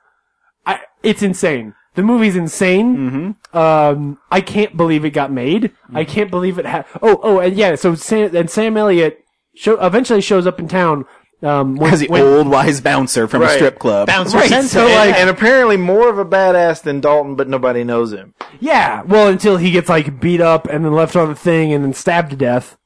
S2: I, it's insane. The movie's insane. Um, I can't believe it got made. I can't believe it. Ha- oh, oh, and yeah. So Sam and Sam Elliott show, eventually shows up in town. Um, when, (laughs)
S1: As the
S2: when-
S1: old wise bouncer from a
S4: Right.
S1: strip club.
S3: Bouncer
S4: so
S3: sensitive.
S4: (laughs) like, and apparently more of a badass than Dalton, but nobody knows him.
S2: Yeah, well, until he gets like beat up and then left on the thing and then stabbed to death.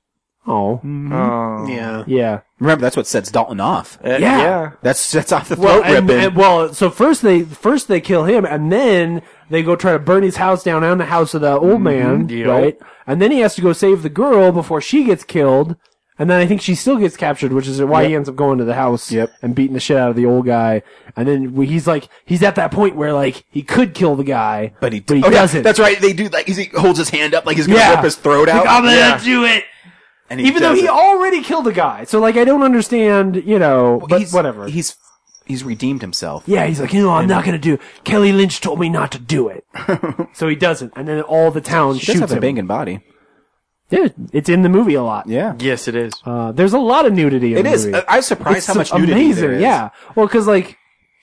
S2: Oh,
S4: Oh.
S3: yeah.
S2: yeah,
S1: Remember, that's what sets Dalton off.
S4: Uh,
S2: Yeah.
S1: That's that's off the
S2: well,
S1: throat
S2: and,
S1: ripping.
S2: and- well, so first they first they kill him, and then they go try to burn his house down and the house of the
S1: Mm-hmm.
S2: old man, right? And then he has to go save the girl before she gets killed, and then I think she still gets captured, which is why he ends up going to the house
S1: Yep.
S2: and beating the shit out of the old guy. And then we- he's like, he's at that point where like he could kill the guy,
S1: but he,
S2: but he
S1: oh, yeah,
S2: doesn't.
S1: that's right. They do like he holds his hand up like he's gonna
S2: Yeah.
S1: rip his throat
S2: Like,
S1: out.
S2: I'm gonna
S1: Yeah.
S2: do it.
S1: And
S2: even though he
S1: doesn't.
S2: already killed a guy. So like I don't understand, you know, but
S1: he's,
S2: whatever.
S1: He's he's redeemed himself.
S2: yeah, he's like, you know, I'm not gonna do. Kelly Lynch told me not to
S1: (laughs)
S2: do it, so he doesn't. And then all the town
S1: He does
S2: shoots
S1: have a
S2: him.
S1: banging body.
S2: Yeah, it's in the movie a lot.
S1: Yeah.
S4: Yes, it is.
S2: Uh, there's a lot of nudity. In
S1: It
S2: the
S1: is.
S2: Movie.
S1: I- I'm surprised how much nudity
S2: amazing.
S1: there is.
S2: Yeah. Well, because like,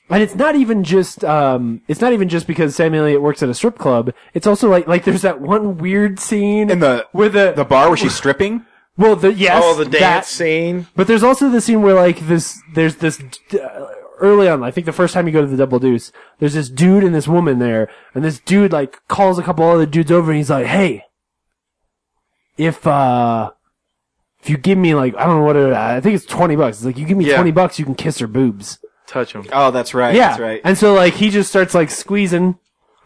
S2: and it's not even just um, it's not even just because Sam Elliott works at a strip club. It's also like like there's that one weird scene
S1: In the-
S2: where the
S1: The bar where she's stripping.
S2: well the yes
S4: oh, the dance
S2: that-
S4: scene.
S2: But there's also the scene where like this, there's this uh, early on. I think the first time you go to the Double Deuce, there's this dude and this woman there, and this dude like calls a couple other dudes over, and he's like, "Hey, if uh, if you give me like I don't know what it, I think it's twenty bucks. It's like you give me
S4: Yeah.
S2: twenty bucks, you can kiss her boobs."
S4: Touch him.
S1: Oh, that's right.
S2: yeah,
S1: That's right.
S2: And so like he just starts like squeezing,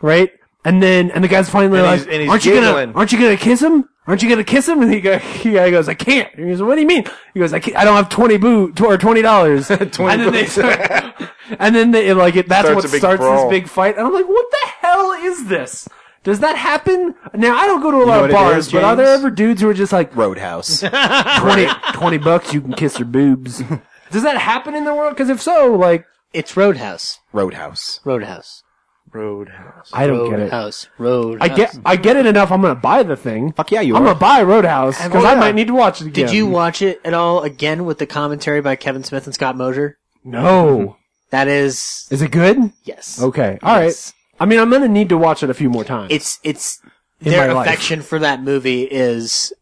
S2: right? And then and the guy's finally
S4: And
S2: like,
S4: he's- and he's
S2: "Aren't you gonna
S4: giggling.
S2: aren't you gonna kiss him? Aren't you gonna kiss him?" And he go, he guy goes, "I can't." And he goes, "What do you mean?" He goes, "I can't, I don't have twenty boo tw- or twenty
S4: (laughs)
S2: dollars." and then they
S4: bucks.
S2: start, (laughs) and then they like it, that's
S4: Starts
S2: what
S4: a big
S2: starts this
S4: brawl.
S2: big fight. And I'm like, "What the hell is this?" Does that happen? Now I don't go to a
S1: know
S2: lot
S1: what
S2: of
S1: it
S2: bars,
S1: is,
S2: but are there
S1: James?
S2: ever dudes who are just
S1: (laughs)
S2: like
S1: Roadhouse.
S2: 20, 20 bucks? You can kiss her
S4: (laughs)
S2: boobs. Does that happen in the world? Because if so, like
S3: It's Roadhouse.
S1: Roadhouse.
S3: Roadhouse.
S4: Roadhouse.
S2: I don't get it.
S3: Roadhouse. Roadhouse.
S2: I get I get it enough. I'm gonna buy the thing.
S1: Fuck yeah, you
S2: I'm
S1: are.
S2: gonna buy Roadhouse because
S4: Oh,
S2: I
S4: yeah.
S2: might need to watch it again.
S3: Did you watch it at all again with the commentary by Kevin Smith and Scott Mosier? (laughs)
S2: No.
S3: That is
S2: Is it good?
S3: yes.
S2: Okay. All right.
S3: Yes.
S2: I mean, I'm gonna need to watch it a few more times.
S3: It's it's
S2: In
S3: their
S2: my life.
S3: affection for that movie is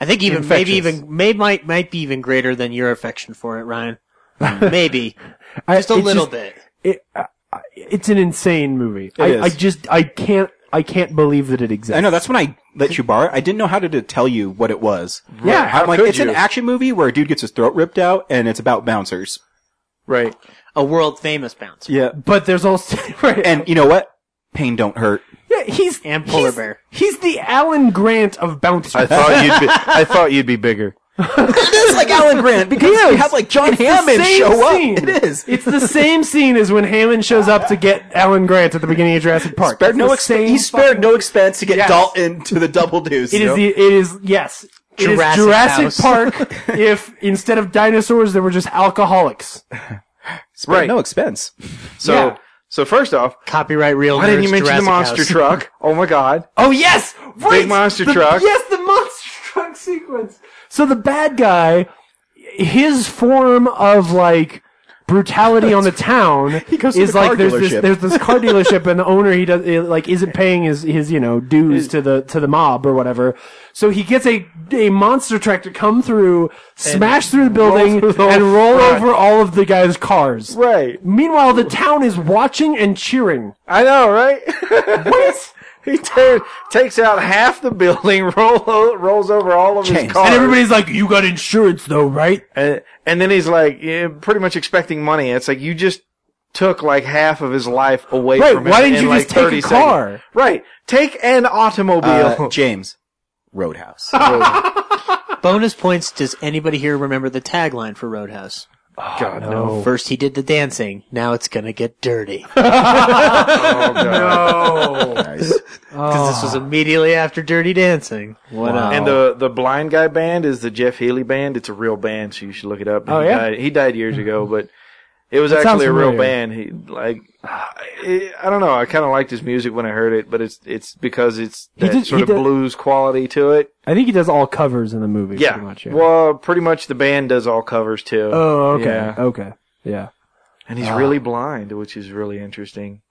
S3: I think even
S2: Infectious.
S3: maybe even may, might might be even greater than your affection for it, Ryan. maybe
S2: I-
S3: just a
S2: it's
S3: little bit.
S2: It, uh, I- it's an insane movie. I,
S1: is.
S2: I just I can't I can't believe that it exists.
S1: I know that's when I let you borrow. it. I didn't know how to, to tell you what it was.
S2: Yeah,
S1: I'm like
S4: could
S1: it's an
S4: you?
S1: action movie where a dude gets his throat ripped out and it's about bouncers.
S4: Right.
S3: A world famous bouncer
S1: Yeah.
S2: But there's also (laughs) right.
S1: And you know what? Pain don't hurt.
S2: yeah, he's
S3: and polar
S2: he's-
S3: bear.
S2: He's the Alan Grant of Bounty. (laughs)
S4: I (laughs) thought you'd be. I thought you'd be bigger.
S1: It is like Alan
S2: (laughs)
S1: Grant
S3: (laughs)
S1: because you have like John Hammond show up. It is.
S2: It's the same scene as when Hammond shows up to get Alan Grant at the beginning of Jurassic Park.
S1: Spared
S2: It's
S1: no
S2: the
S1: exp-
S2: same
S1: he spared
S2: fucking-
S1: no expense to get
S2: Yes.
S1: Dalton to the double deuce.
S2: It
S1: you
S2: is
S1: know?
S2: the. It is yes. It is
S3: Jurassic
S2: Jurassic
S3: (laughs) House.
S2: Park. if instead of dinosaurs there were just alcoholics,
S1: Spend
S4: Right.
S1: No expense.
S4: So,
S3: Yeah.
S4: so first off,
S3: Copyright real.
S4: why didn't you
S3: nerds
S4: mention
S3: Jurassic
S4: the monster
S3: House.
S2: (laughs)
S4: truck? Oh my god.
S2: Oh yes, right.
S4: monster
S2: The-
S4: truck.
S2: Yes, the monster (laughs) truck sequence. So the bad guy, his form of like brutality on the town
S1: goes to
S2: is
S1: the
S2: like
S1: car
S2: there's this
S1: dealership.
S2: there's this car dealership and the owner he does eh, like isn't paying his his you know dues to the to the mob or whatever. So he gets a a monster truck to come through, smash through the building,
S4: through the whole
S2: and roll
S4: front.
S2: over all of the guys' cars.
S4: Right.
S2: Meanwhile, the town is watching and cheering.
S4: I know, right? (laughs) what? He tears, takes out half the building, (laughs) roll, o- rolls over all of his
S1: James.
S4: cars,
S2: And everybody's like, you got insurance though, right?
S4: and, and then he's like, yeah, pretty much expecting money. It's like you just took like half of his life away
S2: Right,
S4: from him.
S2: why didn't
S4: in,
S2: you
S4: like,
S2: just take a
S4: 30 seconds.
S2: car?
S4: Right, take an automobile.
S1: Uh,
S2: (laughs)
S1: James. Roadhouse.
S3: Bonus points. Does anybody here remember the tagline for Roadhouse?
S4: God, no.
S3: First he did the dancing. Now it's gonna get dirty.
S4: Oh, God.
S1: nice.
S3: Because this was immediately after Dirty Dancing. What up?
S4: And the the blind guy band is the Jeff Healy band. It's a real band, so you should look it up.
S2: Oh,
S4: he
S2: yeah? Mm-hmm.
S4: died, he died years ago, but it was
S2: That sounds
S4: actually a real
S2: familiar.
S4: band. He like, I I don't know. I kind of liked his music when I heard it, but it's it's because it's
S2: He
S4: that
S2: did-
S4: sort
S2: he
S4: of
S2: did-
S4: blues quality to it.
S2: I think he does all covers in the movie.
S4: Yeah.
S2: Pretty much, yeah.
S4: Well, pretty much the band does all covers too.
S2: oh, okay. Ah.
S4: Yeah.
S2: Okay. Yeah.
S4: And he's really blind, which is really interesting.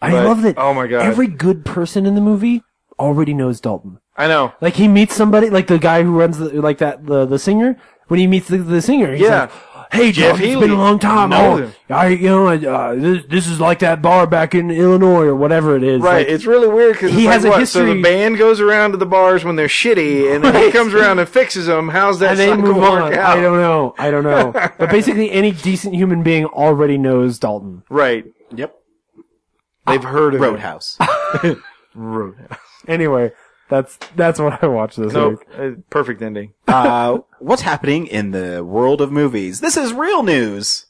S2: I
S4: But-
S2: love that.
S4: oh my God.
S2: Every good person in the movie already knows Dalton.
S4: I know.
S2: Like he meets somebody, like the guy who runs the, like that, the, the singer. When he meets the, the singer, he's
S4: Yeah.
S2: like, "Hey,
S4: Jeff
S2: Jeff, it's
S4: Healy.
S2: been a long time.
S4: Know
S2: Oh,
S4: him."
S2: I, you know, uh, this, this is like that bar back in Illinois or whatever it is.
S4: Right,
S2: Like,
S4: it's really weird because
S2: He has a
S4: what? So the
S2: history-
S4: band goes around to the bars when they're shitty, and then he
S2: Right.
S4: comes around and fixes them. How's that
S2: and they
S4: cycle
S2: move on.
S4: work out?
S2: I don't know. I don't
S4: (laughs)
S2: know. but basically, any decent human being already knows Dalton.
S4: Right.
S1: Yep.
S4: They've heard of it.
S1: Roadhouse.
S2: Anyway, that's that's what I watched this
S4: No,
S2: week.
S4: uh, perfect ending.
S1: Uh, what's happening in the world of movies? This is real news.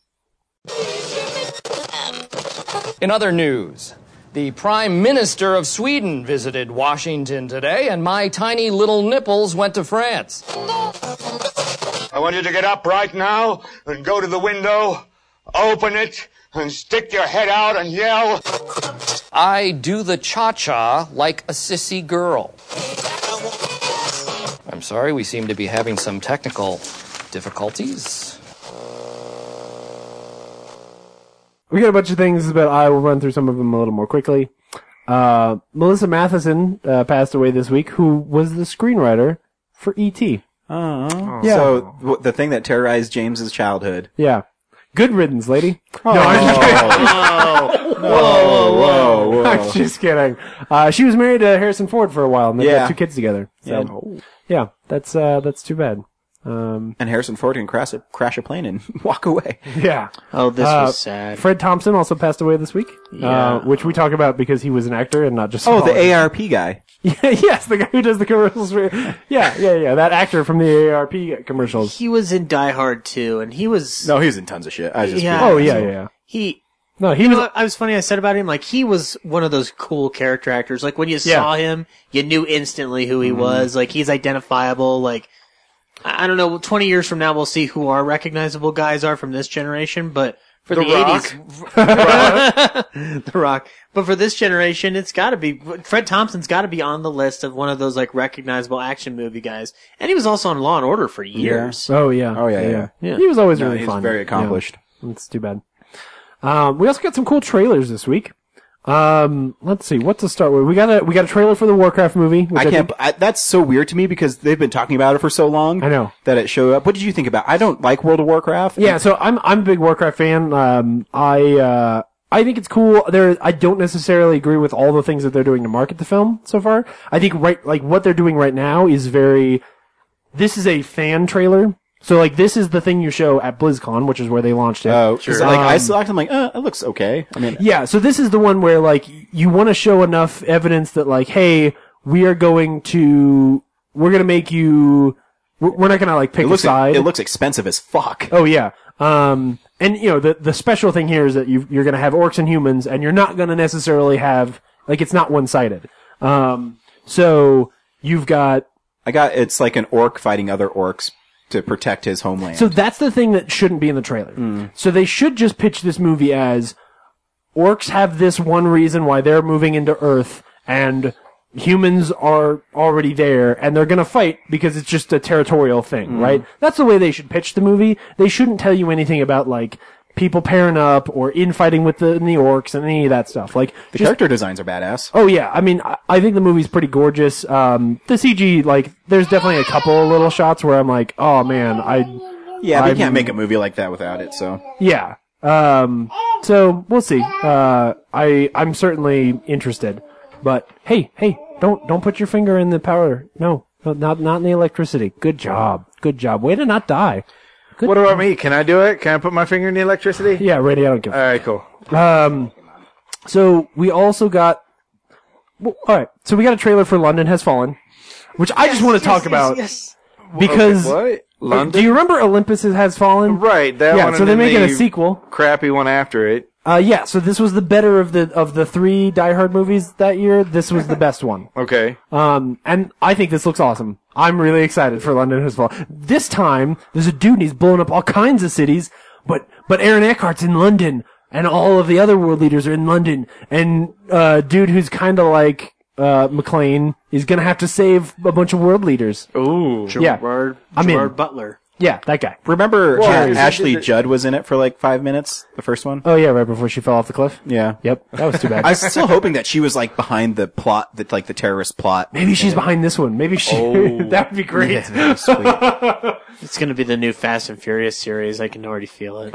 S10: In other news, the Prime Minister of Sweden visited Washington today, and my tiny little nipples went to France.
S11: I want you to get up right now and go to the window, open it, and stick your head out and yell.
S10: I do the cha cha like a sissy girl. I'm sorry, we seem to be having some technical difficulties.
S2: We got a bunch of things, but I will run through some of them a little more quickly. Uh, Melissa Matheson uh, passed away this week, who was the screenwriter for E E.T. Oh.
S1: Yeah. So w- the thing that terrorized James's childhood.
S2: Yeah. Good riddance, lady. No, I'm (laughs) just kidding. (laughs)
S1: Whoa, whoa.
S2: I'm just kidding. Uh, she was married to Harrison Ford for a while, and they
S1: Yeah.
S2: had two kids together. So,
S1: And,
S2: yeah. that's uh, that's too bad. Um,
S1: and Harrison Ford can crash a, crash a plane and (laughs) walk
S2: (laughs)
S1: away.
S2: yeah.
S3: oh, this
S2: Uh,
S3: was sad.
S2: Fred Thompson also passed away this week, uh, which we talk about because he was an actor and not just.
S1: Oh,
S2: AR.
S1: the ARP guy.
S2: Yeah, (laughs) yes, the guy who does the commercials for yeah, yeah, yeah, that actor from the AARP commercials.
S3: he was in Die Hard too, and he was.
S1: No, he was in tons of shit. I was just
S3: Yeah.
S2: Oh yeah, yeah, yeah.
S3: He.
S2: No, he
S3: You know,
S2: was
S3: what I was funny. I said about him like he was one of those cool character actors. Like when you
S2: Yeah. Mm-hmm.
S3: saw him, you knew instantly who he was. Like he's identifiable. Like I I don't know. Twenty years from now, we'll see who our recognizable guys are from this generation. But for the eighties, (laughs) The Rock. But for this generation, it's got to be Fred Thompson's got to be on the list of one of those like recognizable action movie guys. And he was also on Law and Order for years.
S2: oh yeah,
S1: Oh, yeah, yeah.
S2: He was always
S1: No,
S2: really
S1: he's
S2: fun.
S1: very accomplished.
S2: Yeah, it's too bad. Um, we also got some cool trailers this week. Um, let's see what to start with. We got a we got a trailer for the Warcraft movie. Which I,
S1: I can't.
S2: think-
S1: I, that's so weird to me because they've been talking about it for so long.
S2: I know.
S1: that it showed up. What did you think about? I don't like World of Warcraft.
S2: yeah, so I'm I'm a big Warcraft fan. Um, I uh, I think it's cool. There, I don't necessarily agree with all the things that they're doing to market the film so far. I think right like what they're doing right now is very. This is a fan trailer. So like this is the thing you show at BlizzCon, which is where they launched it.
S1: Oh, so, like
S2: Um,
S1: I select. I'm like, uh, it looks okay. I mean,
S2: Yeah, so this is the one where like you want to show enough evidence that like, hey, we are going to we're gonna make you we're, we're not gonna like pick
S1: it
S2: a
S1: looks
S2: side.
S1: it looks expensive as fuck.
S2: oh yeah, um, and you know the the special thing here is that you you're gonna have orcs and humans, and you're not gonna necessarily have like it's not one sided. Um, so you've got
S1: I got it's like an orc fighting other orcs to protect his homeland.
S2: So that's the thing that shouldn't be in the trailer.
S1: Mm.
S2: So they should just pitch this movie as orcs have this one reason why they're moving into Earth and humans are already there and they're going to fight because it's just a territorial thing,
S12: Mm.
S2: right? That's the way they should pitch the movie. They shouldn't tell you anything about like people pairing up or infighting with the, the orcs and any of that stuff. Like
S1: the
S2: just-
S1: character designs are badass.
S2: Oh yeah, I mean, I, I think the movie's pretty gorgeous. Um, the CG, like, there's definitely a couple little shots where I'm like, oh man, I.
S1: Yeah,
S2: I
S1: we can't make a movie like that without it. So
S2: Yeah. Um, so we'll see. Uh, I I'm certainly interested, but hey, hey, don't don't put your finger in the power. No, no, not not in the electricity. Good job, good job. Way to not die. Good
S4: What about me? Can I do it? Can I put my finger in the electricity?
S2: Yeah, Randy, I don't give.
S4: All right, cool.
S2: Um, so we also got. Well, all right, so we got a trailer for London Has Fallen, which I just want to talk about because
S4: Okay, what?
S2: do you remember Olympus Has Fallen?
S4: Right. That
S2: yeah,
S4: one
S2: so
S4: and
S2: they're
S4: then
S2: making a
S4: the
S2: sequel.
S4: Crappy one after it.
S2: Uh, yeah, so this was the better of the of the three Die Hard movies that year. This was the best one.
S4: Okay.
S2: Um, and I think this looks awesome. I'm really excited for London as well. This time, there's a dude and he's blowing up all kinds of cities, but, but Aaron Eckhart's in London, and all of the other world leaders are in London, and, uh, dude who's kinda like, uh, McLean is gonna have to save a bunch of world leaders.
S4: Ooh.
S2: Yeah.
S3: Gerard,
S2: I'm in.
S3: Gerard Butler.
S2: Yeah, that guy.
S1: remember
S2: Well,
S1: uh,
S2: because they
S1: Ashley
S2: did the-
S1: Judd was in it for like five minutes, the first one.
S2: Oh yeah, right before she fell off the cliff?
S1: Yeah.
S2: Yep. That was too
S4: (laughs)
S2: bad.
S1: I was still hoping that she was like behind the plot, that like the terrorist
S2: (laughs)
S1: plot.
S2: Maybe she's behind this one. Maybe she,
S1: Oh.
S2: (laughs) that would be great.
S3: It's going to be the new Fast and Furious series. I can already feel it.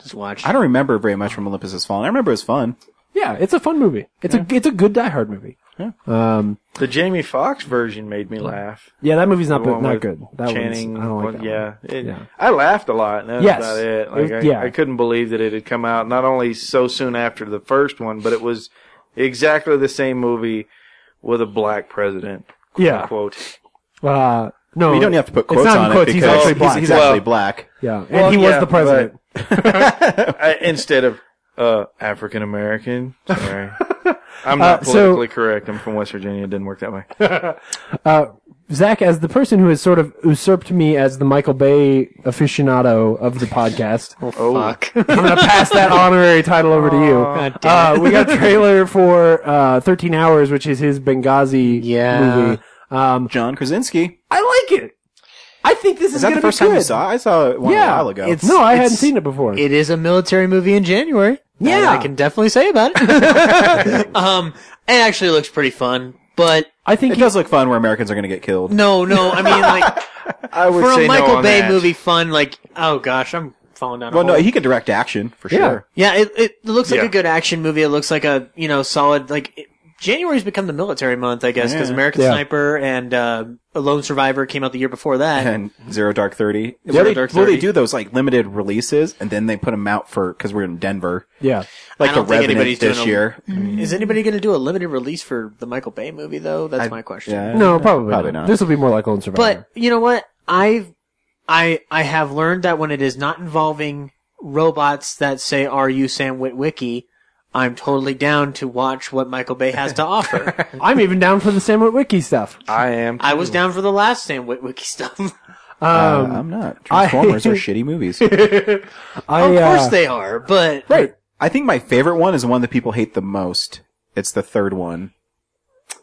S3: Just watch.
S1: I don't remember very much from Olympus Has Fallen. I remember it was fun.
S2: Yeah, it's a fun movie. It's a it's a good Die Hard movie.
S1: Yeah.
S2: Um,
S4: The Jamie Foxx version made me laugh.
S2: yeah, that movie's not
S4: The one
S2: not
S4: with
S2: good. That
S4: Channing,
S2: one's, I don't like
S4: one-
S2: that.
S4: yeah, It-
S2: Yeah.
S4: I laughed a lot. And that
S2: Yes.
S4: was about it. Like,
S2: It-
S4: I,
S2: yeah.
S4: I couldn't believe that it had come out not only so soon after the first one, but it was exactly the same movie with a black president. Quote
S2: Yeah.
S4: Unquote.
S2: one. Uh, no,
S1: Well, you don't have to put
S2: it's
S1: quotes
S2: not in
S1: on
S2: quotes,
S1: it
S2: he's
S1: because
S2: actually black.
S1: he's
S2: Well-
S1: actually black.
S2: Yeah, and
S4: Well,
S2: he was
S4: yeah,
S2: the president.
S4: I, instead of uh, African American.
S2: (laughs)
S4: Sorry. I'm
S2: Uh,
S4: not
S2: so-
S4: politically correct. I'm from West Virginia. It didn't work that way.
S2: uh, Zach, as the person who has sort of usurped me as the Michael Bay aficionado of the podcast,
S4: Oh, fuck.
S2: I'm (laughs) gonna pass that honorary title over to you.
S3: God damn
S2: Uh,
S3: it.
S2: we got a trailer for uh, 13 Hours, which is his Benghazi movie. Um,
S1: John Krasinski.
S2: I like it. I think this is,
S1: Is that
S2: gonna
S1: the first
S2: be
S1: time
S2: good.
S1: you saw? it? I saw it one a
S2: Yeah,
S1: while ago.
S3: It's-
S2: No, I
S3: it's-
S2: hadn't seen it before.
S3: It is a military movie in January. That
S2: Yeah.
S3: I can definitely say about it. (laughs) um, it actually looks pretty fun, but
S2: I think
S1: it does look fun where Americans are going to get killed.
S3: no, no, I mean like
S4: I would
S3: for
S4: say
S3: a
S4: no
S3: Michael
S4: on
S3: Bay
S4: that.
S3: movie, fun like oh gosh, I'm falling down. a
S1: Well, no,
S3: hole.
S1: he can direct action for sure.
S3: Yeah, it, it looks like
S4: Yeah.
S3: a good action movie. It looks like a you know solid like it, January's become the military month, I guess, because
S1: Yeah.
S3: American
S2: Yeah.
S3: Sniper and uh, A Lone Survivor came out the year before that.
S1: And Zero Dark Thirty.
S3: Zero
S1: Well, they,
S3: Dark
S1: well, they
S3: 30.
S1: do those like limited releases, and then they put them out for because we're in Denver,
S2: Yeah.
S1: like
S3: I
S1: the
S3: don't think
S1: Revenant
S3: anybody's doing
S1: this
S3: a- Mm-hmm.
S1: year.
S3: Is anybody going to do a limited release for the Michael Bay movie though? That's my question.
S1: Yeah.
S2: No, probably,
S1: Probably
S2: not.
S1: not.
S2: This will be more like Lone Survivor.
S3: But you know what? I I I have learned that when it is not involving robots that say "Are you Sam Witwicky," I'm totally down to watch what Michael Bay has
S2: (laughs)
S3: to offer.
S2: I'm even down for the Sam Witwicky stuff.
S4: I am.
S3: I was down for the last Sam Witwicky stuff.
S1: Uh,
S2: Um,
S1: I'm not.
S2: (laughs) I-
S1: Transformers are shitty movies.
S2: I,
S3: (laughs) of
S2: uh,
S3: course they are, but
S2: Right.
S1: I think my favorite one is the one that people hate the most. It's the third one.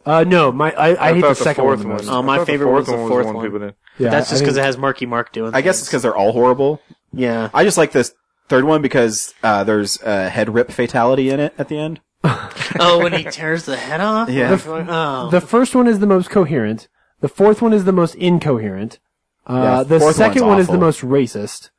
S2: Uh, no, my I, I, hate
S4: thought
S2: the second
S4: fourth
S2: one. the most.
S3: Oh, my
S4: I thought the
S3: favorite was the
S4: one
S3: fourth
S4: one
S3: one.
S4: people didn't-
S2: yeah,
S3: that's just
S2: I
S3: because
S2: think-
S3: it has Marky Mark doing.
S1: I guess it's
S3: things.
S1: because they're all horrible.
S3: yeah.
S1: I just like this third one because uh, there's a head rip fatality in it at the end.
S3: (laughs) oh, when he tears the head off.
S1: Yeah.
S3: Oh.
S2: the first one is the most coherent. The fourth one is the most incoherent. Uh,
S1: Yeah,
S2: the
S1: fourth
S2: second
S1: one's
S2: one is the
S1: awful.
S2: most racist.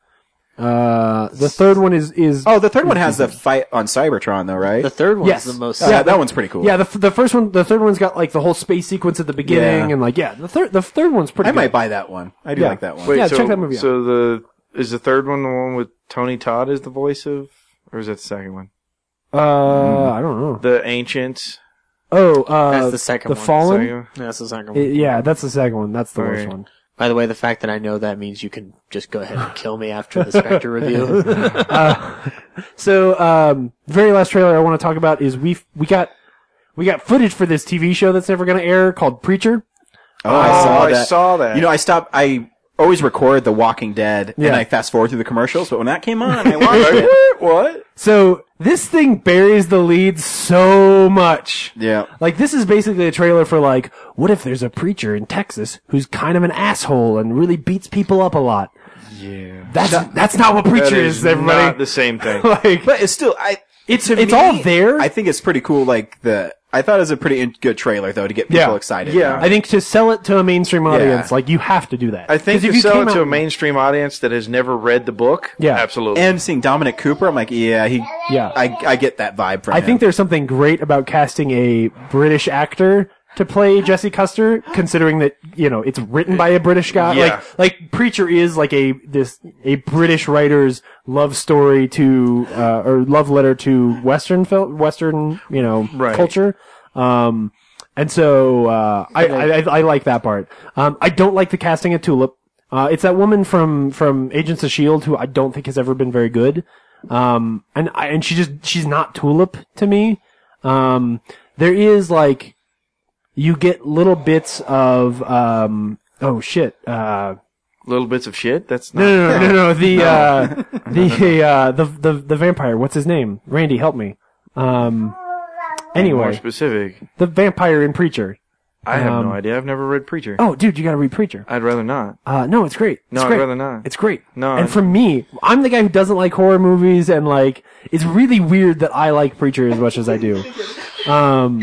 S2: Uh, the third one is is
S1: Oh, the third one has the fight on Cybertron though, right?
S3: the third one's
S2: Yes.
S3: the most.
S1: yeah, that one's pretty cool.
S2: yeah the, f- the first one the third one's got like the whole space sequence at the beginning
S1: Yeah.
S2: and like yeah the third the third one's pretty.
S1: I might
S2: good.
S1: buy that one. I do
S2: Yeah.
S1: like that one.
S4: Wait,
S2: Yeah,
S4: so,
S2: check that movie out.
S4: So the is the third one the one with Tony Todd as the voice of, or is that the second one?
S2: Uh, I don't know.
S4: The Ancients.
S2: Oh, uh,
S3: That's the second
S2: the
S3: one.
S2: Fallen.
S4: Second one?
S3: No, that's the second
S2: I-
S3: one.
S2: yeah, that's the second one. That's the
S4: All
S2: worst
S4: right.
S2: one.
S3: By the way, the fact that I know that means you can just go
S1: (laughs)
S3: ahead and kill me after the Spectre review.
S2: So, um, very last trailer I want to talk about is we we got we got footage for this TV show that's never going to air called Preacher.
S1: Oh, I
S4: Oh,
S1: saw
S4: I
S1: that.
S4: saw that.
S1: You know, I stopped. I always record The Walking Dead and
S2: Yeah.
S1: I fast forward through the commercials, but when that came
S2: (laughs)
S1: on, I watched it. What?
S2: So this thing buries the lead so much.
S1: Yeah.
S2: Like this is basically a trailer for like, what if there's a preacher in Texas who's kind of an asshole and really beats people up a lot? Yeah. That's that's not what preacher
S4: That
S2: is, everybody.
S4: Not the same thing.
S2: (laughs) like,
S1: but it's still I.
S2: It's
S1: to
S2: it's
S1: me,
S2: all there.
S1: I think it's pretty cool. Like the I thought it was a pretty in- good trailer though to get people excited.
S2: I think to sell it to a mainstream audience, like you have to do that.
S4: I think
S2: 'Cause
S4: if
S2: if
S4: you sell
S2: came
S4: it to
S2: out-
S4: a mainstream audience that has never read the book,
S2: Yeah.
S4: absolutely.
S1: and seeing Dominic Cooper, I'm like, yeah, he,
S2: Yeah.
S1: I, I get that vibe from
S2: I
S1: him.
S2: think there's something great about casting a British actor to play Jesse Custer, considering that you know it's written by a British guy.
S4: Yeah.
S2: Like, like Preacher is like a this a British writer's love story to uh, or love letter to Western fil- Western you know
S4: Right.
S2: culture. Um, and so uh, I, I I- I like that part. Um, I don't like the casting of Tulip. Uh, it's that woman from from Agents of Shield who I don't think has ever been very good. Um, and I, and she just she's not Tulip to me. Um, there is like you get little bits of um oh shit uh
S4: Little bits of shit. That's not.
S2: no no no no, no, the
S4: (laughs)
S2: uh the uh the the the vampire what's his name Randy help me um
S4: More
S2: anyway
S4: specific.
S2: the vampire in Preacher
S4: I have
S2: Um,
S4: no idea. I've never read Preacher.
S2: oh dude you gotta read Preacher
S4: I'd rather not.
S2: uh no it's great
S4: No,
S2: it's
S4: I'd
S2: great.
S4: rather not.
S2: it's great
S4: No,
S2: and
S4: I-
S2: for me I'm the guy who doesn't like horror movies and like it's really weird that I like Preacher as much as I do um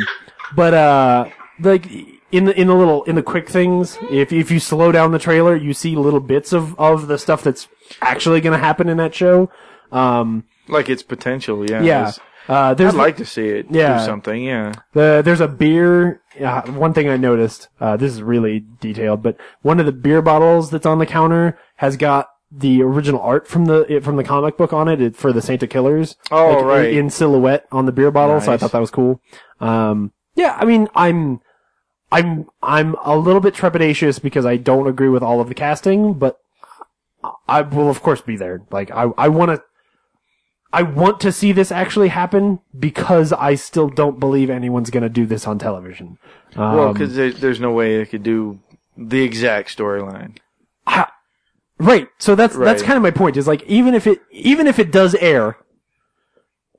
S2: but uh like in the in the little in the quick things if if you slow down the trailer you see little bits of of the stuff that's actually going to happen in that show um
S4: Like its potential. Yeah.
S2: yeah
S4: it's-
S2: uh
S4: I'd
S2: there's
S4: like to see it
S2: Yeah.
S4: do something. Yeah.
S2: the there's a beer uh, one thing i noticed uh this is really detailed but one of the beer bottles that's on the counter has got the original art from the it, from the comic book on it, it for the Santa Killers.
S4: Oh,
S2: like, in-
S4: right.
S2: in, silhouette on the beer bottle. So I
S4: Nice.
S2: thought that was cool. Um, yeah, I mean, I'm I'm I'm a little bit trepidatious because I don't agree with all of the casting, but I will of course be there. Like I I want to I want to see this actually happen because I still don't believe anyone's going to do this on television. Um,
S4: Well, because there, there's no way they could do the exact storyline.
S2: right. So that's that's
S4: Right.
S2: kind of my point is like even if it even if it does air,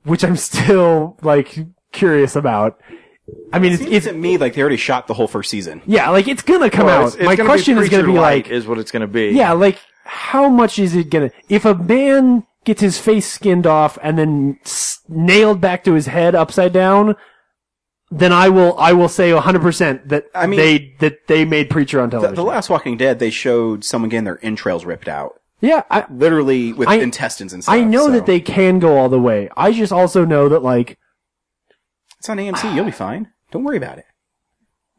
S2: which I'm (laughs) still like curious about. I mean,
S1: It
S2: it's,
S1: seems
S2: it's
S1: to me like they already shot the whole first season.
S2: yeah, like it's gonna come
S4: Well,
S2: out.
S4: it's- it's
S2: my
S4: gonna
S2: question is gonna be
S4: Preacher-like
S2: like,
S4: is what it's going to be.
S2: Yeah, like how much is it gonna? If a man gets his face skinned off and then s- nailed back to his head upside down, then I will I will say 100 percent that
S1: I mean-
S2: they that they made preacher on
S1: The,
S2: television.
S1: the last Walking Dead, they showed someone getting their entrails ripped out,
S2: yeah, I
S1: literally with
S2: I-
S1: intestines and stuff.
S2: I know
S1: so-
S2: that they can go all the way. I just also know that like
S1: It's on AMC. You'll be fine. Don't worry about it.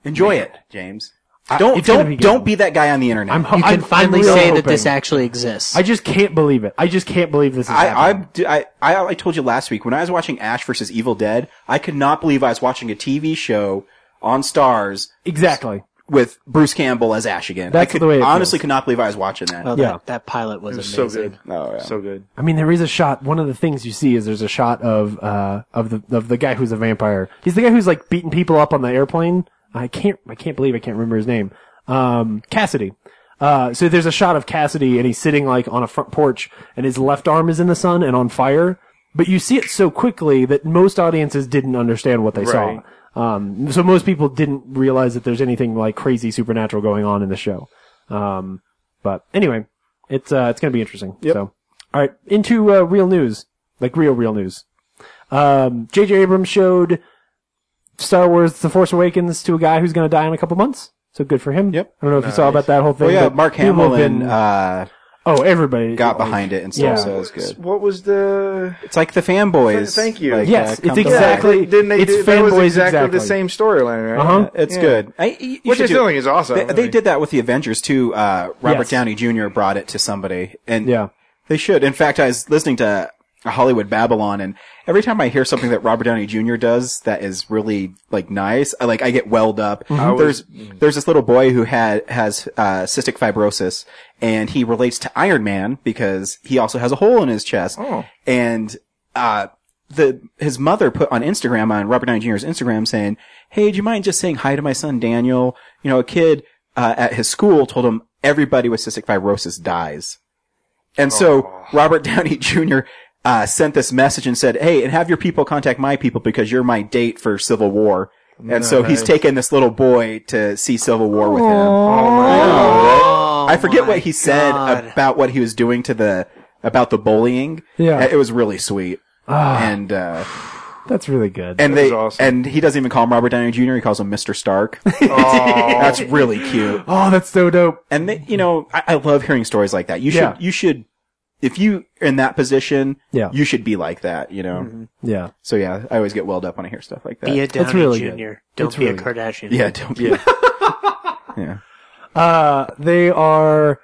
S1: Enjoy it, James. Don't
S2: it's gonna
S1: don't
S2: be good.
S1: don't be that guy on the internet.
S2: I'm ho-
S3: You can
S2: I'm- I'm
S3: finally
S2: really
S3: say
S2: hoping.
S3: that this actually exists.
S2: I just can't believe it. I just can't believe this is
S1: I, I,
S2: happening.
S1: d- I, I, I told you last week when I was watching Ash versus Evil Dead, I could not believe I was watching a TV show on Stars
S2: exactly.
S1: with Bruce Campbell as Ash again. I
S2: That's
S1: could,
S2: the way it
S1: honestly could not believe I was watching that.
S3: oh, that,
S2: yeah.
S3: that pilot was,
S4: It's so
S3: amazing.
S4: good.
S1: Oh, yeah.
S4: So good.
S2: I mean, there is a shot. One of the things you see is there's a shot of uh of the of the guy who's a vampire. He's the guy who's like beating people up on the airplane. I can't I can't believe I can't remember his name. Um, Cassidy. Uh, so there's a shot of Cassidy and he's sitting like on a front porch and his left arm is in the sun and on fire. But you see it so quickly that most audiences didn't understand what they saw.
S4: Right.
S2: Um, so most people didn't realize that there's anything like crazy supernatural going on in the show. Um, but anyway, it's uh, it's gonna be interesting. So, all right, into uh, real news, like real real news. Um, J.J. Abrams showed Star Wars: The Force Awakens to a guy who's gonna die in a couple months. So good for him.
S1: Yep.
S2: I don't know if you saw about that whole thing.
S1: Well, yeah,
S2: but
S1: Mark
S2: people have
S1: Hamill and
S2: been-
S1: uh,
S2: oh, everybody
S1: got behind it and stuff,
S2: Yeah.
S1: so it was good.
S4: What was the?
S1: It's like the fanboys.
S4: Th- thank you.
S1: Like,
S2: Yes, it's
S1: come back.
S2: exactly-
S4: Didn't they
S2: It's
S4: do that? Was
S2: fanboys
S4: exactly,
S2: exactly.
S4: the same storyline, right?
S2: Uh-huh.
S1: It's
S4: Yeah.
S1: good. I, you, you
S4: Which
S1: should
S4: is
S1: do it.
S4: feeling is awesome.
S1: They,
S4: I
S1: they
S4: mean.
S1: did that with the Avengers too. Uh, Robert
S2: Yes.
S1: Downey Jr. brought it to somebody, and
S2: Yeah.
S1: they should. In fact, I was listening to Hollywood Babylon, and every time I hear something that Robert Downey Jr. does that is really like nice, I, like I get welled up. There's there's this little boy who had has uh, cystic fibrosis, and he relates to Iron Man because he also has a hole in his chest,
S4: Oh.
S1: and uh, the his mother put on Instagram on Robert Downey Jr.'s Instagram saying, "Hey, do you mind just saying hi to my son Daniel? You know, a kid uh, at his school told him everybody with cystic fibrosis dies. And so
S2: Oh.
S1: Robert (laughs) Downey Jr. Uh, sent this message and said, "Hey, and have your people contact my people because you're my date for Civil War." And so he's
S4: Nice.
S1: taken this little boy to see Civil War with him.
S2: Oh,
S1: I
S3: Oh
S1: forget what he said about what he was doing to the about the bullying.
S2: Yeah.
S1: Uh, it was really sweet.
S2: Ah.
S1: and uh,
S2: That's really good.
S1: and they and he doesn't even call him Robert Downey Jr. He calls him Mr.
S2: (laughs)
S1: Stark. That's really cute.
S2: oh, that's so dope.
S1: And they, you know, I, I love hearing stories like that. You should
S2: Yeah.
S1: you should if you are in that position,
S2: Yeah.
S1: you should be like that. You know.
S2: Yeah.
S1: So yeah, I always get welled up when I hear stuff like that.
S3: Mm-hmm. Be a Downey
S2: That's really
S3: Jr.
S2: good.
S3: Don't
S2: That's
S3: be
S2: really
S3: a
S2: good.
S3: Kardashian.
S1: yeah, don't be. A,
S2: Uh, they are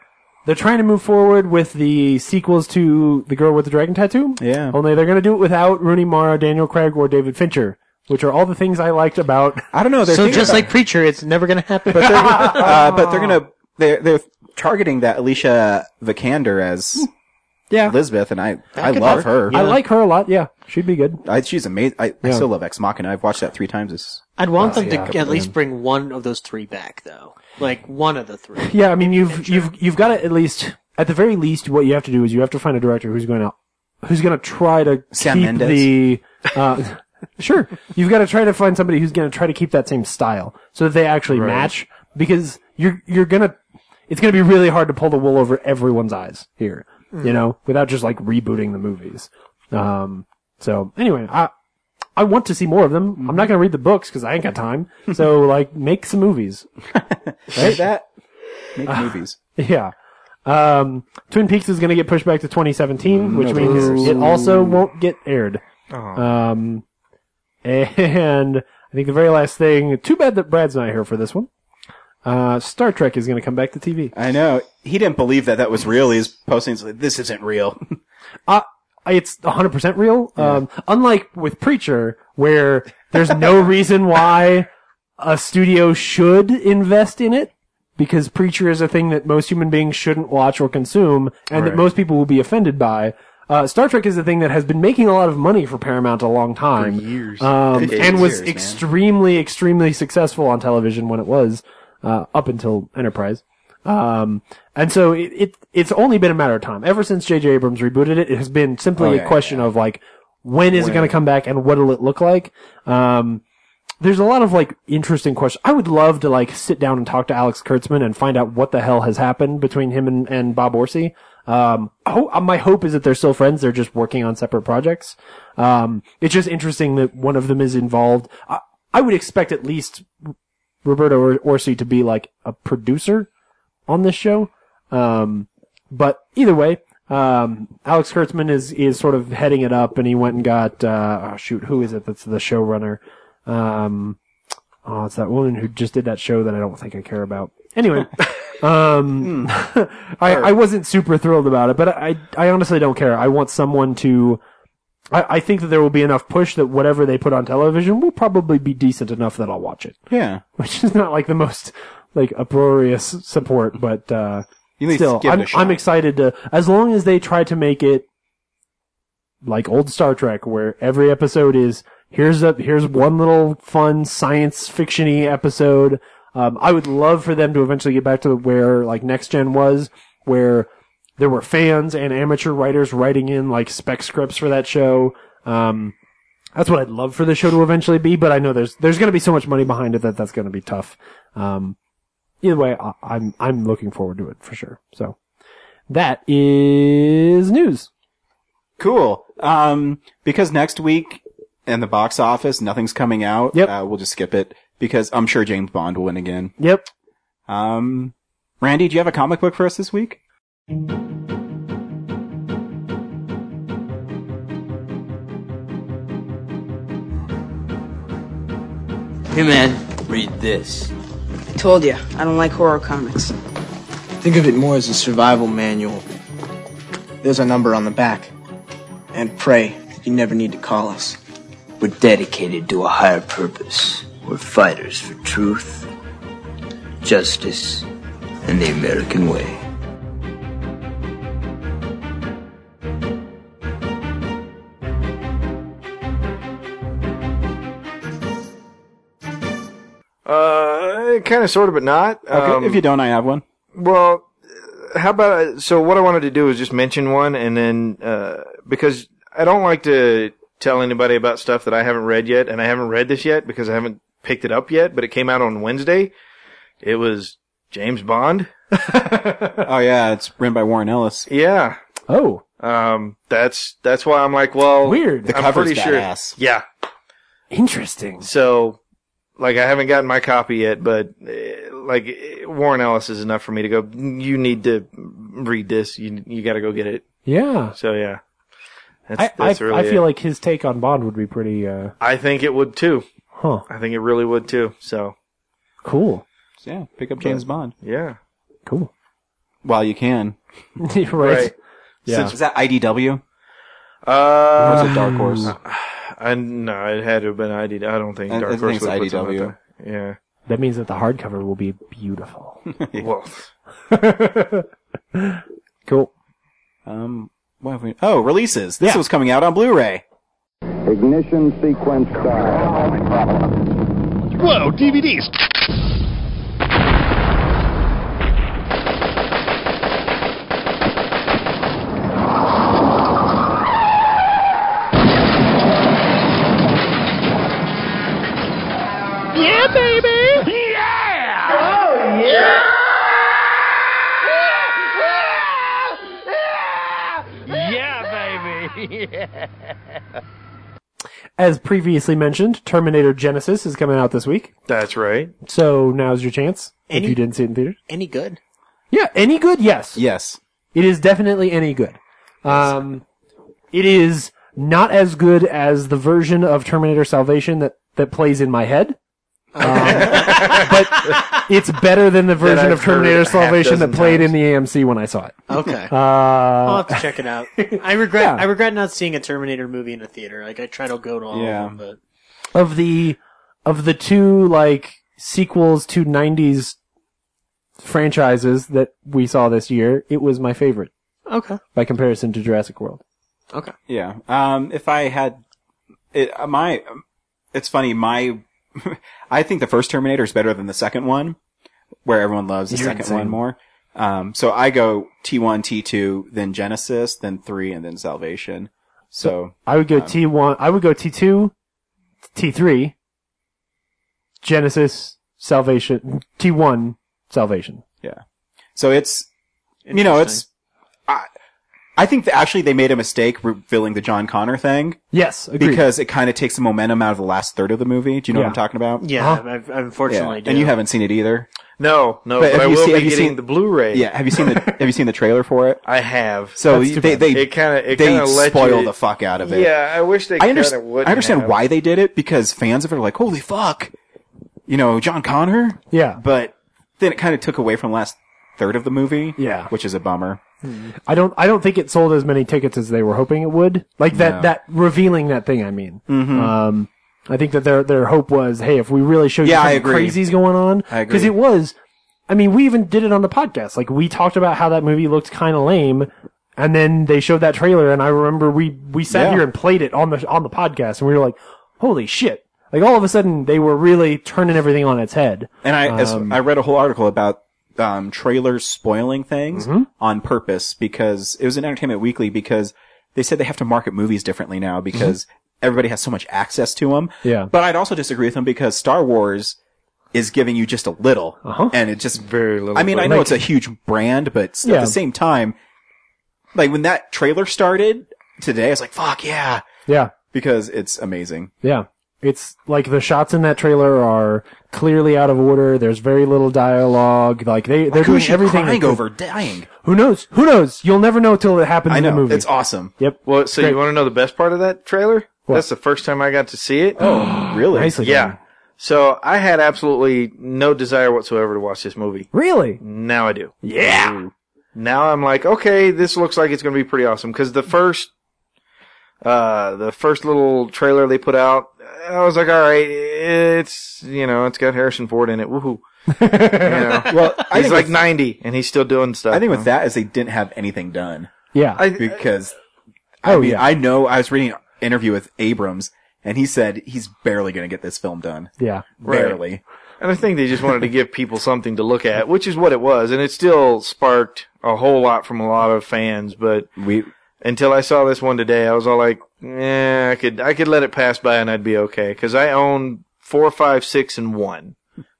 S2: they're trying to move forward with the sequels to The Girl with the Dragon Tattoo.
S1: yeah.
S2: Only they're going to do it without Rooney Mara, Daniel Craig, or David Fincher, which are all the things I liked about.
S1: I don't know. They're
S3: So
S1: thinking
S3: just
S1: about-
S3: like Preacher, it's never going to happen.
S1: but they're, uh, but they're gonna they're they're targeting that Alicia Vikander as
S2: Yeah,
S1: Elizabeth, and I I
S3: could
S1: love
S3: work.
S1: her.
S2: I like her a lot. Yeah, she'd be good.
S1: I, she's amazing. I, I
S2: Yeah.
S1: still love Ex Machina. I've watched that three times.
S2: (laughs)
S1: It's,
S3: I'd want
S1: Oh,
S3: them
S2: yeah.
S3: to at least bring one of those three back, though. Like one of the three.
S2: (laughs) Yeah, I mean you've you've you've got to at least at the very least what you have to do is you have to find a director who's going to who's going to try to
S1: Sam
S2: keep
S1: Mendes.
S2: the uh, (laughs) sure you've got to try to find somebody who's going to try to keep that same style so that they actually match because you're you're gonna it's going to be really hard to pull the wool over everyone's eyes here you know without just like rebooting the movies um so anyway I. I want to see more of them. I'm not going to read the books because I ain't got time. So, like, make some movies.
S1: right? that make movies.
S2: (laughs) Yeah. Um, Twin Peaks is going to get pushed back to 2017, which means it also won't get aired. Um, and I think the very last thing, too bad that Brad's not here for this one. Uh, Star Trek is going to come back to TV.
S1: I know he didn't believe that that was real. He's posting he's like, this isn't real.
S2: Uh, it's 100% real. Um, unlike with Preacher, where there's no reason why a studio should invest in it, because Preacher is a thing that most human beings shouldn't watch or consume, and that most people will be offended by. Uh, Star Trek is a thing that has been making a lot of money for Paramount a long time.
S4: years.
S1: (laughs)
S2: Um,
S1: Decades.
S2: and was
S1: Years, man.
S2: extremely, extremely successful on television when it was, uh, up until Enterprise. Um, and so it, it it's only been a matter of time. Ever since J.J. Abrams rebooted it, it has been simply
S1: Oh,
S2: a
S1: yeah,
S2: question of like, when is it going to come back and what'll it look like? Um, there's a lot of like interesting questions. I would love to like sit down and talk to Alex Kurtzman and find out what the hell has happened between him and, and Bob Orsi. Um, I ho- my hope is that they're still friends. They're just working on separate projects. Um, it's just interesting that one of them is involved. I, I would expect at least Roberto Or- Orsi to be like a producer on this show. Um, but either way, um, Alex Kurtzman is, is sort of heading it up and he went and got, uh, oh, shoot, who is it that's the showrunner? Um, oh, it's that woman who just did that show that I don't think I care about. Anyway, um, (laughs) I, I wasn't super thrilled about it, but I, I honestly don't care. I want someone to, I, I think that there will be enough push that whatever they put on television will probably be decent enough that I'll watch it (laughs)
S1: yeah.
S2: which is not like the most like uproarious support, but uh,
S1: You need
S2: still,
S1: to give it
S2: I'm,
S1: a shot.
S2: I'm excited to. As long as they try to make it like old Star Trek, where every episode is here's a here's one little fun science fictiony episode. Um, I would love for them to eventually get back to where like Next Gen was, where there were fans and amateur writers writing in like spec scripts for that show. Um, that's what I'd love for the show to eventually be, but I know there's there's going to be so much money behind it that that's going to be tough. Um, either way, I, I'm I'm looking forward to it for sure. So that is news.
S1: Cool. Um, because next week in the box office, nothing's coming out.
S2: Yep.
S1: Uh, we'll just skip it because I'm sure James Bond will win again.
S2: Yep.
S1: Um, Randy, do you have a comic book for us this week?
S12: Hey man, read this.
S13: I told you, I don't like horror comics.
S12: Think of it more as a survival manual. There's a number on the back. And pray that you never need to call us. We're dedicated to a higher purpose. We're fighters for truth, justice, and the American way.
S4: Uh, kind of, sort of, but not.
S1: Okay.
S4: Um, Uh, Um,
S1: if you don't, I have one.
S4: Well, how about so? What I wanted to do is just mention one, and then uh, because I don't like to tell anybody about stuff that I haven't read yet, and I haven't read this yet because I haven't picked it up yet. But it came out on Wednesday. It was James Bond.
S1: oh yeah, it's written by Warren Ellis.
S4: Yeah.
S2: Oh.
S4: Um. That's that's why I'm like, well,
S2: Weird.
S1: The
S4: I'm
S1: cover's
S4: pretty sure.
S1: badass.
S4: Yeah.
S2: Interesting.
S4: So, like, I haven't gotten my copy yet, but eh, like eh, Warren Ellis is enough for me to go. You need to read this. You you got to go get it.
S2: Yeah.
S4: So yeah,
S2: I,
S4: that's,
S2: I,
S4: that's really.
S2: I feel
S4: it.
S2: like his take on Bond would be pretty, uh,
S4: I think it would too.
S2: huh.
S4: I think it really would too. So
S2: Cool.
S1: Yeah, pick up James Bond
S4: yeah,
S2: Cool. (laughs)
S1: while you can.
S2: right.
S4: right.
S2: Yeah.
S1: Since, was that IDW? Or was
S4: Uh,
S1: it Dark Horse?
S4: I no, it had to have been ID. I don't think
S1: I- I
S4: Dark
S1: think
S4: Horse
S1: it's
S4: would put something
S1: IDW.
S4: like that. Yeah.
S2: That means that the hardcover will be beautiful. (laughs)
S4: Well,
S2: cool.
S1: Um, what have we? Oh, releases. This
S2: Yeah.
S1: was coming out on Blu-ray.
S14: Ignition sequence start.
S11: Whoa, DVDs. Yeah, baby. Yeah. Oh yeah. Yeah, baby. Yeah.
S2: As previously mentioned, Terminator Genesis is coming out this week.
S4: that's right.
S2: So now's your chance.
S3: Any-
S2: if you didn't see it in theaters.
S3: Any good?
S2: Yeah. Any good? Yes.
S1: Yes.
S2: It is definitely any good. Um, it is not as good as the version of Terminator Salvation that, that plays in my head.
S4: (laughs)
S2: Um, but it's better than the version
S4: I've
S2: of Terminator
S4: heard half
S2: Salvation that
S4: dozen
S2: played
S4: times.
S2: in the AMC when I saw it.
S3: Okay. I'll
S2: Uh,
S3: have to check it
S1: (laughs)
S3: out. I regret
S2: Yeah.
S3: I regret not seeing a Terminator movie in a theater. Like I try to go to all
S1: Yeah.
S3: of them, but
S2: of the of the two like sequels to '90s franchises that we saw this year, it was my favorite
S3: okay,
S2: by comparison to Jurassic World.
S3: okay.
S1: Yeah. Um, if I had it, uh, my, it's funny. My, (laughs) I think the first Terminator is better than the second one, where everyone loves the
S2: You're
S1: second
S2: insane.
S1: one more. Um, so I go T1, T2, then Genesis, then three, and then Salvation. So
S2: I would go T one. I would go T two, T three, Genesis, Salvation, T one, Salvation.
S1: yeah. So it's you know it's. I, I think that actually they made a mistake revealing the John Connor thing
S2: Yes, agreed.
S1: because it kind of takes the momentum out of the last third of the movie. Do you know
S2: Yeah.
S1: what I'm talking about?
S3: Yeah,
S2: Huh?
S3: I've, I
S1: Yeah.
S3: unfortunately do.
S1: And you haven't seen it either.
S4: No, no,
S1: But
S4: but,
S1: have
S4: I
S1: you
S4: will
S1: seen-
S4: be
S1: have you
S4: getting
S1: seen-
S4: the Blu-ray.
S1: Yeah. Have you seen the Have you seen the trailer for it?
S4: I have.
S1: So
S2: That's too
S1: they
S2: bad.
S1: they
S4: it kind of it kind
S1: they
S4: of let
S1: spoil
S4: you,
S1: the fuck out of it.
S4: Yeah, I wish they.
S1: I
S4: kinda
S1: understand.
S4: wouldn't
S1: I understand
S4: have.
S1: why they did it because fans of it are like, "Holy fuck," you know, John Connor.
S2: Yeah.
S1: But then it kind of took away from the last third of the movie.
S2: Yeah.
S1: which is a bummer.
S2: I don't. I don't think it sold as many tickets as they were hoping it would. Like that.
S1: No. Mm-hmm.
S2: That revealing that thing. I mean. Um, I think that their their hope was, hey, if we really show
S1: Yeah, I
S2: you something
S1: agree.
S2: crazy's going on,
S1: I agree.
S2: because it was. I mean, we even did it on the podcast. Like we talked about how that movie looked kind of lame, and then they showed that trailer, and I remember we we sat
S1: Yeah.
S2: here and played it on the on the podcast, and we were like, holy shit! Like all of a sudden, they were really turning everything on its head.
S1: And I as
S2: Um,
S1: I read a whole article about um, trailers spoiling things
S2: Mm-hmm.
S1: on purpose because it was in Entertainment Weekly because they said they have to market movies differently now because everybody has so much access to them.
S2: Mm-hmm. Yeah.
S1: But I'd also disagree with them because Star Wars is giving you just a little,
S2: Uh-huh.
S1: and it just
S4: Very little.
S1: I mean,
S4: bit.
S1: I know it's a huge brand, but s-
S2: Yeah.
S1: at the same time, like when that trailer started today, I was like, "Fuck yeah!"
S2: Yeah.
S1: because it's amazing.
S2: Yeah. It's like the shots in that trailer are clearly out of order. There's very little dialogue. Like they they're doing
S1: Who's
S2: everything. they
S1: crying
S2: could-
S1: over dying?
S2: Who knows? Who knows? You'll never know till it happens
S1: I
S2: in the
S1: know
S2: movie.
S1: it's awesome.
S2: yep.
S4: Well, so
S2: Great.
S4: you want to know the best part of that trailer? That's the first time I got to see it.
S1: Oh, really?
S2: Nicely done.
S4: yeah. So I had absolutely no desire whatsoever to watch this movie.
S2: Really?
S4: Now I do.
S2: Yeah.
S4: Now I'm like, okay, this looks like it's going to be pretty awesome because the first, uh, the first little trailer they put out, I was like, all right, it's you know, it's got Harrison Ford in
S1: (laughs)
S4: it. Woohoo! You know?
S1: Well, I
S4: he's
S1: think
S4: like
S1: with-
S4: 90 and he's still doing stuff.
S1: I think
S4: you
S1: with
S4: know?
S1: that is they didn't have anything done
S2: Yeah.
S4: I,
S1: because I
S2: Oh,
S1: mean
S2: yeah.
S1: I know I was reading an interview with Abrams and he said he's barely going to get this film done,
S2: yeah.
S1: barely.
S4: And I think they just wanted to give people something to look at, which is what it was. And it still sparked a whole lot from a lot of fans, but
S1: we
S4: until I saw this one today, I was all like, "Yeah, I could I could let it pass by and I'd be okay." Because I own four, five, six, and one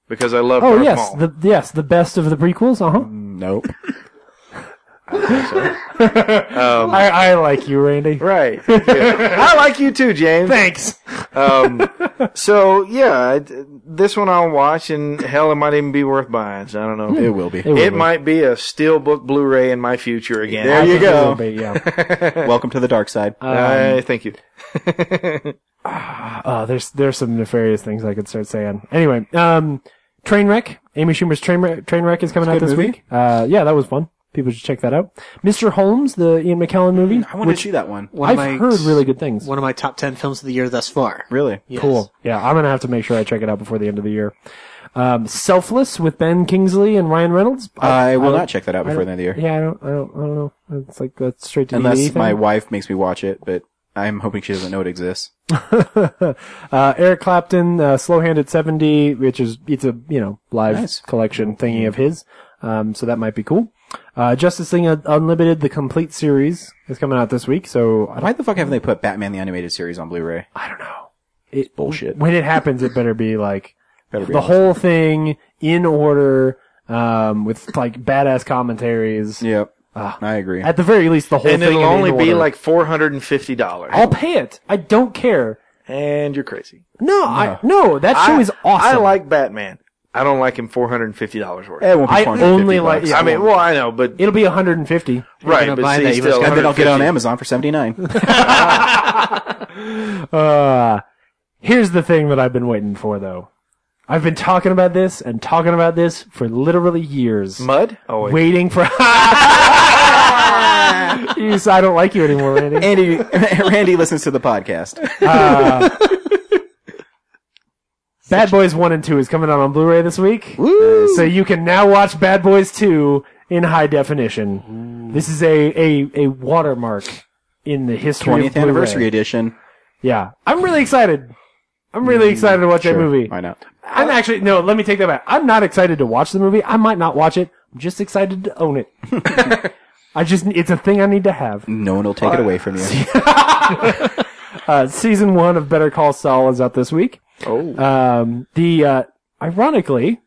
S4: because I love.
S2: Oh
S4: Darth
S2: yes,
S4: Maul.
S2: the yes, the best of the prequels. Uh huh.
S1: Nope.
S4: Um,
S2: I, I like you, Randy.
S4: Right. I like you too, James.
S2: Thanks.
S4: Um, so yeah, it- this one I'll watch, and hell, it might even be worth buying. So I don't know.
S1: Hmm. It will be.
S4: It, might be a steelbook Blu-ray in my future again.
S1: There you
S2: It
S1: go.
S2: will
S1: (laughs)
S2: be,
S1: (laughs)
S2: yeah.
S1: Welcome to the dark side.
S4: I thank you.
S2: Uh, there's there's some nefarious things I could start saying. Anyway, um, Trainwreck. Amy Schumer's Trainwreck, Trainwreck is coming out
S1: It's a
S2: this
S1: good movie.
S2: week. Uh, yeah, that was fun. People should check that out. Mr. Holmes, the Ian McKellen movie.
S1: I want
S2: which
S1: to see that one.
S3: One of
S2: I've
S3: my-
S2: heard really good things.
S3: One of my top ten films of the year thus far.
S1: Really?
S3: Yes.
S2: Cool. Yeah, I'm gonna have to make sure I check it out before the end of the year. Um, Selfless with Ben Kingsley and Ryan Reynolds.
S1: Uh,
S3: Oh.
S1: I will
S2: don't-
S1: not check that out
S2: I
S1: before
S2: don't-
S1: the end of the year.
S2: Yeah, I don't, I don't, I don't know. It's like that's straight to DVD
S1: Unless
S2: thing.
S1: my wife makes me watch it, but I'm hoping she doesn't know it exists.
S2: (laughs) uh, Eric Clapton, uh, Slow Hand at 70, which is, it's a, you know, live collection thingy of his. Um, so that might be cool. Uh, Justice League Unlimited, the complete series is coming out this week. So I don't,
S1: Why the fuck haven't they put Batman the Animated Series on Blu-ray?
S2: I don't know. It,
S1: Bullshit.
S2: When it happens, it better be
S4: (laughs)
S2: like
S1: Better be
S2: the
S1: awesome.
S2: whole thing in order, um, with like badass commentaries.
S1: Yep. I agree.
S2: At the very least, the whole
S4: and
S2: thing.
S4: it'll
S2: in
S4: only be
S2: order.
S4: like four hundred and fifty dollars.
S2: I'll pay it. I don't care.
S4: And you're crazy.
S2: No, I, no, that show
S4: I-
S2: is awesome.
S4: I like Batman. I don't like him four hundred and fifty dollars worth.
S1: it won't be
S2: I
S1: 450
S2: only like-
S1: bucks.
S2: yeah.
S4: I mean, well, I know, but
S2: It'll be 150.
S4: right,
S3: gonna
S4: but
S3: buy
S4: see,
S3: that, you must
S4: still,
S1: and then I'll get it on
S4: 150.
S1: Amazon for 79.
S2: Uh, here's the thing that I've been waiting for, though. I've been talking about this and talking about this for literally years.
S4: Mud? Oh, wait.
S2: waiting
S4: (laughs)
S2: for. (laughs) you, so I don't like you anymore, Randy.
S1: Andy, (laughs) Randy (laughs) listens to the podcast.
S2: Bad Boys 1 and 2 is coming out on Blu ray this week. So you can now watch Bad Boys 2 in high definition. This is a, a, a watermark in the history
S1: 20th
S2: of Blu-ray.
S1: anniversary edition.
S2: Yeah. I'm really excited. I'm really excited to watch
S1: Mm, Sure,
S2: that movie.
S1: Why not?
S2: I'm actually no. Let me take that back. I'm not excited to watch the movie. I might not watch it. I'm just excited to own it.
S1: (laughs)
S2: I just it's a thing I need to have.
S1: No one will take it away from
S2: (laughs)
S1: you.
S2: Uh, season one of Better Call Saul is out this week.
S4: Oh.
S2: Um, the uh, ironically,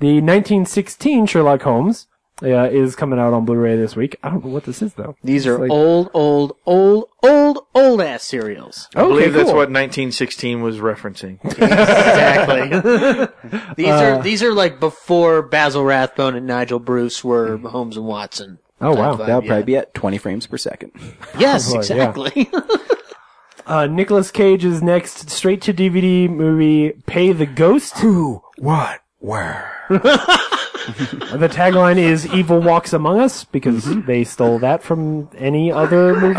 S2: the 1916 Sherlock Holmes uh, is coming out on Blu-ray this week. I don't know what this is though.
S3: These are
S2: like-
S3: old, old, old, old, old ass serials.
S4: I believe that's
S2: cool.
S4: what 1916 was referencing.
S3: (laughs) (laughs) Exactly. these are these are like before Basil Rathbone and Nigel Bruce were Holmes and Watson.
S2: Oh wow.
S1: That'll probably be at 20 frames per second.
S3: Yes,
S2: yeah.
S3: exactly.
S2: Uh, Nicholas Cage's next straight to DVD movie, Pay the Ghost.
S1: Who? What? Where?
S2: The tagline is "Evil walks among us" because they stole that from any other movie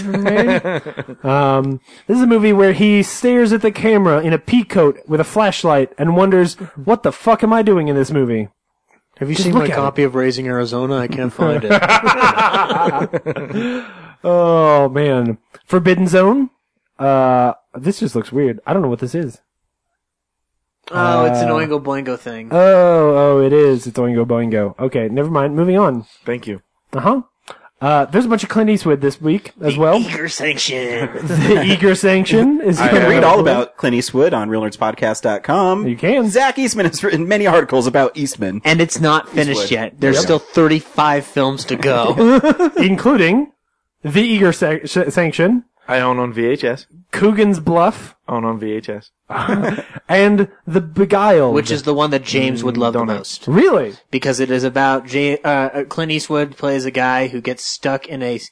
S2: that they've made. Um, this is a movie where he stares at the camera in a peacoat with a flashlight and wonders, "What the fuck am I doing in this movie?"
S3: (laughs) Have you
S2: Just
S3: seen
S2: look
S3: my
S2: at
S3: copy of Raising Arizona? I can't find it.
S2: Oh man, Forbidden Zone. Uh, this just looks weird. I don't know what this is.
S3: (laughs) Oh, it's an Oingo Boingo thing.
S2: Oh, oh, it is. It's Oingo Boingo. Okay, never mind. Moving on.
S4: Thank you.
S2: Uh-huh. Uh, there's a bunch of Clint Eastwood this week
S1: (laughs)
S2: as well. (laughs)
S3: Eager sanction. (laughs)
S2: the eager sanction is
S1: You can read all about Clint Eastwood on RealNerdsPodcast.com.
S2: You can.
S1: Zach Eastman has written many articles about Eastman.
S3: and it's not finished
S1: Eastwood.
S3: yet. There's still 35 films to (laughs) go.
S2: including the eager sa- sh- sanction,
S4: I own on VHS.
S2: Coogan's Bluff,
S4: Own on VHS.
S2: and the Beguiled.
S3: which is the one that James would love the
S4: Don't know.
S3: most.
S2: really
S3: Because it is about J- uh, uh, Clint Eastwood plays a guy who gets stuck in a s-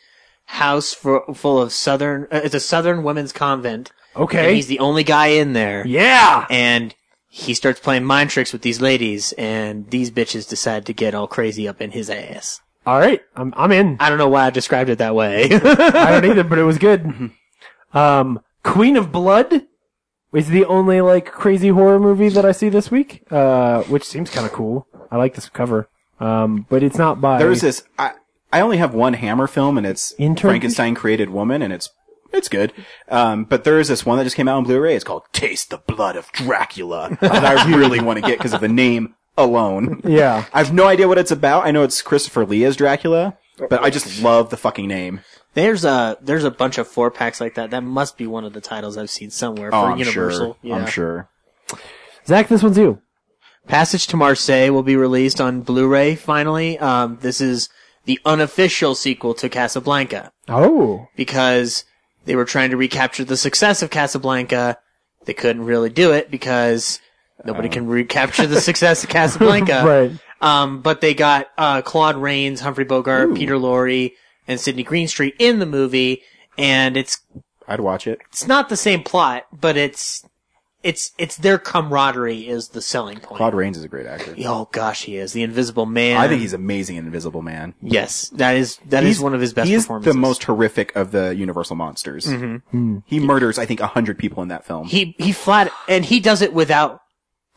S3: house for, full of southern, uh, it's a southern women's convent. And
S2: okay.
S3: he's the only guy in there.
S2: yeah,
S3: And he starts playing mind tricks with these ladies and these bitches decide to get all crazy up in his ass.
S2: all right. I'm I'm
S3: (laughs)
S2: in.
S3: I don't know why I described it that way. (laughs)
S2: I don't either, but it was good.
S3: Mm-hmm.
S2: Um, Queen of Blood is the only like crazy horror movie that I see this week, uh, which seems kind of cool. I like this cover, um, but it's not by
S1: There's this, I, I only have one Hammer film and it's
S2: Intern?
S1: Frankenstein Created Woman and it's It's good. Um, but there is this one that just came out on Blu-ray. It's called Taste the Blood of Dracula that
S2: (laughs)
S1: I really want to get because of the name alone.
S2: Yeah.
S1: I have no idea what it's about. I know it's Christopher Lee as Dracula, but I just love the fucking name.
S3: There's a there's a bunch of four packs like that. That must be one of the titles I've seen somewhere
S1: Oh,
S3: for
S1: I'm
S3: Universal.
S1: sure. I'm sure.
S2: Zach, this one's you.
S3: Passage to Marseille will be released on Blu-ray finally. Um, this is the unofficial sequel to Casablanca
S2: Oh.
S3: because they were trying to recapture the success of Casablanca. They couldn't really do it because nobody can recapture the success of Casablanca.
S2: (laughs) Right.
S3: Um, but they got uh, Claude Rains, Humphrey Bogart, Peter Lorre, and Sidney Greenstreet in the movie, and it's
S1: I'd watch it.
S3: it's not the same plot, but it's it's it's their camaraderie is the selling point.
S1: Claude Rains is a great actor.
S3: Oh gosh, he is the Invisible Man.
S1: I think he's amazing in Invisible Man.
S3: yes, that is that is
S1: He's-
S3: one of his best
S1: he is
S3: performances.
S1: the most horrific of the Universal monsters.
S3: Mhm.
S1: He murders, I think, a hundred people in that film.
S3: he he flat and he does it without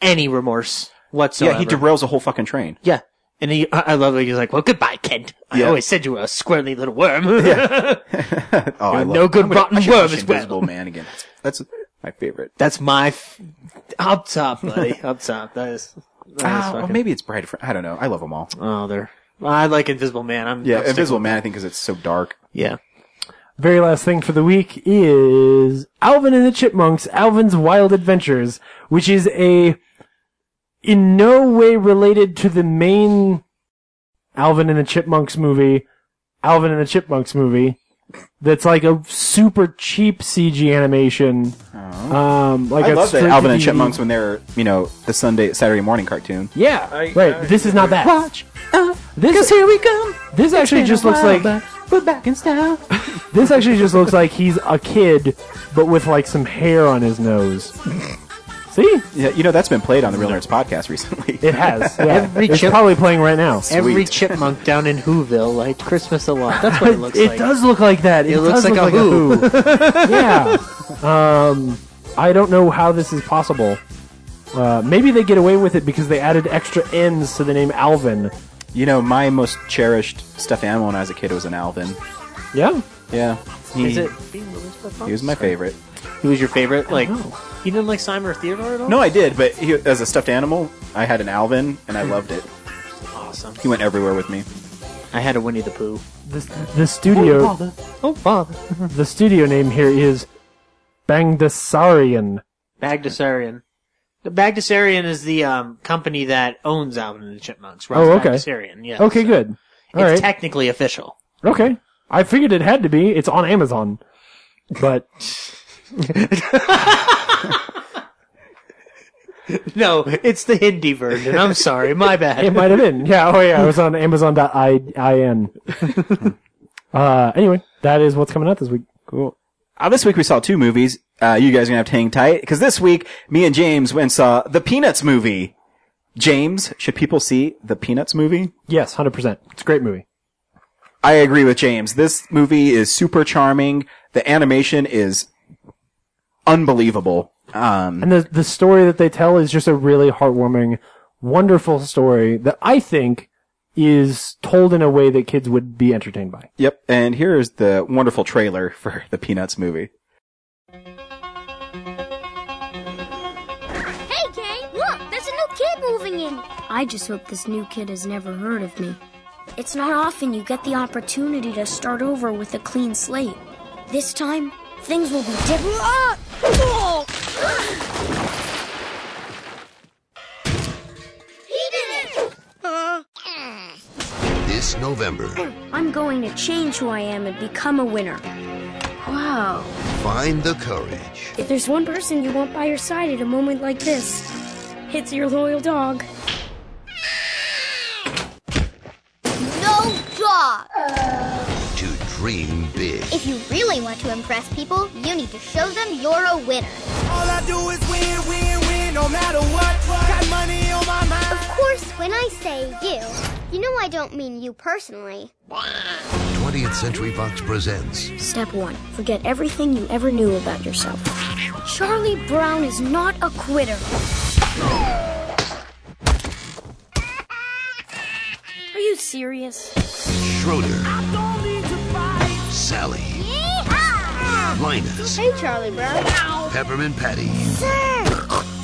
S3: any remorse whatsoever.
S1: yeah, he derails a whole fucking train.
S3: Yeah. And he, I I love it. He's like, well, goodbye, Kent. I
S1: Yeah.
S3: always said you were a squirrely little worm.
S1: Oh, I
S3: You're
S1: love
S3: no good
S1: I'm gonna-
S3: rotten
S1: I should watch
S3: worm as well.
S1: Invisible Man again. That's, that's my favorite.
S3: (laughs) That's my f- up top, buddy. up top. That is. That is
S1: Ah, or
S3: fucking-
S1: maybe it's Bride. Fr- I don't know. I love them all.
S3: Oh, they're. I like Invisible Man. I'm
S1: Yeah,
S3: I'm sticking
S1: Invisible
S3: with
S1: Man. I think because it's so dark.
S3: Yeah.
S2: Very last thing for the week is Alvin and the Chipmunks, Alvin's Wild Adventures, which is a in no way related to the main Alvin and the Chipmunks movie, Alvin and the Chipmunks movie. That's like a super cheap CG animation. Um, like
S1: Oh. I love
S2: a
S1: that
S2: straight
S1: Alvin
S2: to
S1: and
S2: DVD.
S1: Chipmunks when they're you know the Sunday Saturday morning cartoon.
S2: Yeah, right. this is not that. Watch, this here we come. This actually just looks like
S7: we're back in style.
S2: (laughs) This actually just looks like he's a kid, but with like some hair on his nose. See,
S1: Yeah, you know that's been played on the Real Nerds podcast recently.
S2: it
S3: (laughs)
S2: has. Yeah.
S3: Every
S2: it's
S3: chip-
S2: probably playing right now.
S3: Every chipmunk down in Whoville liked Christmas a lot. That's
S1: (laughs)
S3: what it looks
S2: it
S3: like.
S2: does look like that. It,
S3: It looks
S2: does look
S3: like a
S2: who. (laughs) yeah. Um, I don't know how this is possible. Uh, maybe they get away with it because they added extra N's to the name Alvin.
S1: (laughs) You know, my most cherished stuffed animal when I was a kid was an Alvin.
S2: Yeah.
S1: Yeah, he,
S3: Is it?
S1: he was my favorite.
S3: He was your favorite? Like, you didn't like Simon or Theodore at all?
S1: No, I did, but he, as a stuffed animal, I had an Alvin and I loved it.
S3: Awesome.
S1: He went everywhere with me.
S3: I had a Winnie the Pooh.
S2: The, the studio.
S3: Oh, bother. Oh, bother.
S2: the studio name here is Bangdasarian.
S3: Bagdasarian. The Bagdasarian is the um, company that owns Alvin and the Chipmunks. Ross
S2: Oh, okay.
S3: Bagdasarian. Yeah.
S2: okay,
S3: so
S2: good. All
S3: it's
S2: right.
S3: technically official. (laughs)
S2: Okay. I figured it had to be. It's on Amazon.
S1: (laughs)
S2: But
S3: No, it's the Hindi version. I'm sorry, my
S2: it
S3: bad.
S2: might have been. Yeah, oh yeah, it was on Amazon.in. (laughs) uh, anyway, that is what's coming out this week.
S1: Cool. Uh, this week we saw two movies. Uh, you guys are gonna have to hang tight because this week me and James went and saw the Peanuts movie. James, should people see the Peanuts movie?
S2: Yes, 100%. It's a great movie.
S1: I agree with James. This movie is super charming. The animation is unbelievable. Um,
S2: And the, the story that they tell is just a really heartwarming, wonderful story that I think is told in a way that kids would be entertained by.
S1: yep. And here is the wonderful trailer for the Peanuts movie.
S15: Hey, Kate, look, there's a new kid moving in. I just hope this new kid has never heard of me. It's not often you get the opportunity to start over with a clean slate. This time, things will be different.
S9: He did it!
S16: This November,
S15: I'm going to change who I am and become a winner. Wow.
S16: find the courage.
S15: If there's one person you want by your side at a moment like this, it's your loyal dog.
S17: No dog!
S16: to dream big.
S17: If you really want to impress people, you need to show them you're a winner.
S7: All I do is win, win, win, no matter what. Got money on my mind.
S17: Of course, when I say you, you know I don't mean you personally.
S16: 20th Century Fox presents
S15: Step one forget everything you ever knew about yourself. Charlie Brown is not a quitter. Are you serious?
S16: Schroeder, Sally, Linus,
S17: Hey, Charlie Brown.
S16: Peppermint Patty,
S17: Sir!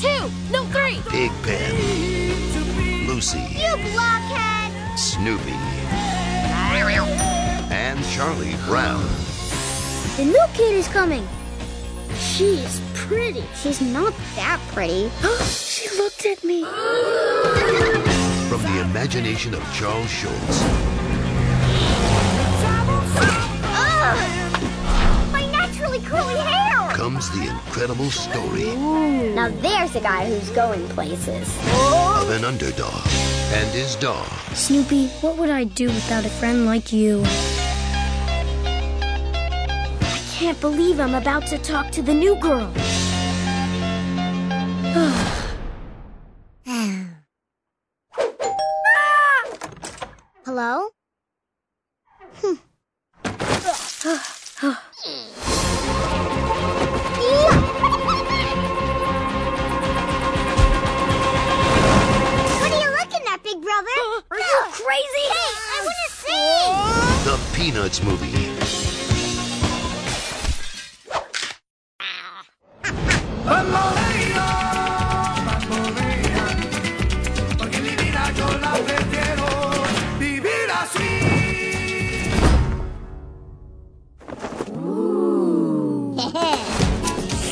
S17: Two! No, three!
S16: Pigpen, Lucy,
S17: You blockhead!
S16: Snoopy, and Charlie Brown.
S17: The new kid is coming. She is pretty. She's not that pretty. (gasps) she looked at me.
S16: From the imagination of Charles Schultz,
S17: Ugh! My naturally curly hair!
S16: comes the incredible story
S17: Now there's a guy who's going places.
S16: of an underdog and his dog.
S15: Snoopy, what would I do without a friend like you? I can't believe I'm about to talk to the new girl.
S17: (laughs) Hello? What are you looking at, big brother? (gasps) Are you crazy? Hey, I want to see!
S16: The Peanuts movie.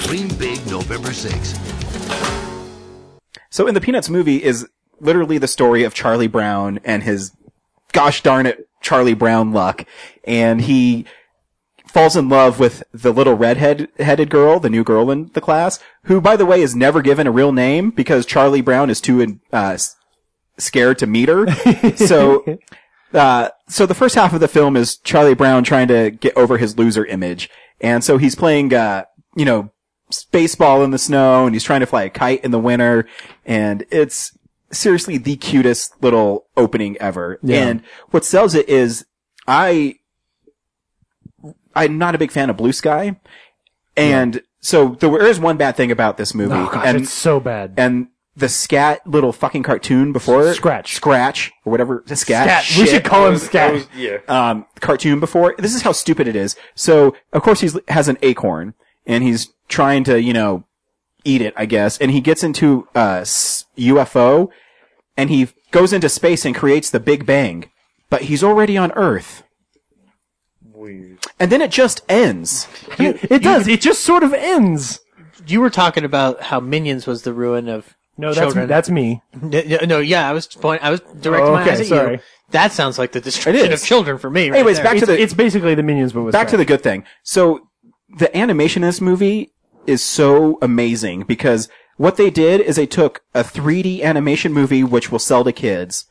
S16: Dream Big November 6th.
S1: So in the Peanuts movie is literally the story of Charlie Brown and his gosh darn it Charlie Brown luck. And he falls in love with the little redhead headed girl, the new girl in the class, who by the way is never given a real name because Charlie Brown is too uh, s- scared to meet
S2: (laughs)
S1: her. so uh, so the first half of the film is Charlie Brown trying to get over his loser image, and so he's playing, uh, you know, spaceball in the snow, and he's trying to fly a kite in the winter, and it's seriously the cutest little opening ever.
S5: Yeah.
S1: And what sells it is I, I'm not a big fan of Blue Sky, and so there is one bad thing about this movie,
S2: Oh gosh,
S1: and
S2: it's so bad.
S1: and the scat little fucking cartoon before it. Scratch. Scratch, or whatever. Scat.
S2: Scat. We
S1: Shit.
S2: should call him Scat.
S4: yeah.
S1: Um, cartoon before. This is how stupid it is. So, of course, he has an acorn, and he's trying to, you know, eat it, I guess, and he gets into, uh, s- UFO, and he goes into space and creates the Big Bang, but he's already on Earth. And then it just ends.
S2: it does. it just sort of ends.
S3: You were talking about how Minions was the ruin of
S2: No, that's
S3: children.
S2: that's me.
S3: that's no, yeah. I was point. I was directing
S2: Oh,
S3: my
S2: okay,
S3: eyes at
S2: sorry.
S3: you. That sounds like the destruction of children for me. Right
S1: Anyways,
S3: there.
S1: back to
S3: It's-
S1: the
S2: It's basically the Minions, but with
S1: back to the good thing. So the animation in this movie is so amazing because what they did is they took a 3D animation movie which will sell to kids,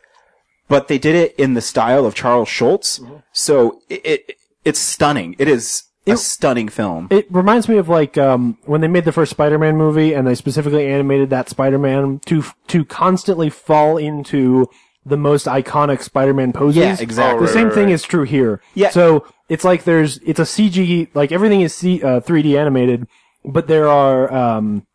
S1: but they did it in the style of Charles Schultz.
S2: Mm-hmm.
S1: So it, it it's stunning. It is a stunning film.
S2: It reminds me of like um, when they made the first Spider-Man movie, and they specifically animated that Spider-Man to to constantly fall into the most iconic Spider-Man poses.
S1: Yeah, exactly.
S2: The
S1: Oh,
S2: same
S1: right,
S2: thing
S1: right.
S2: is true here.
S1: Yeah.
S2: So it's like there's it's a CG like everything is C, uh, 3D animated, but there are um,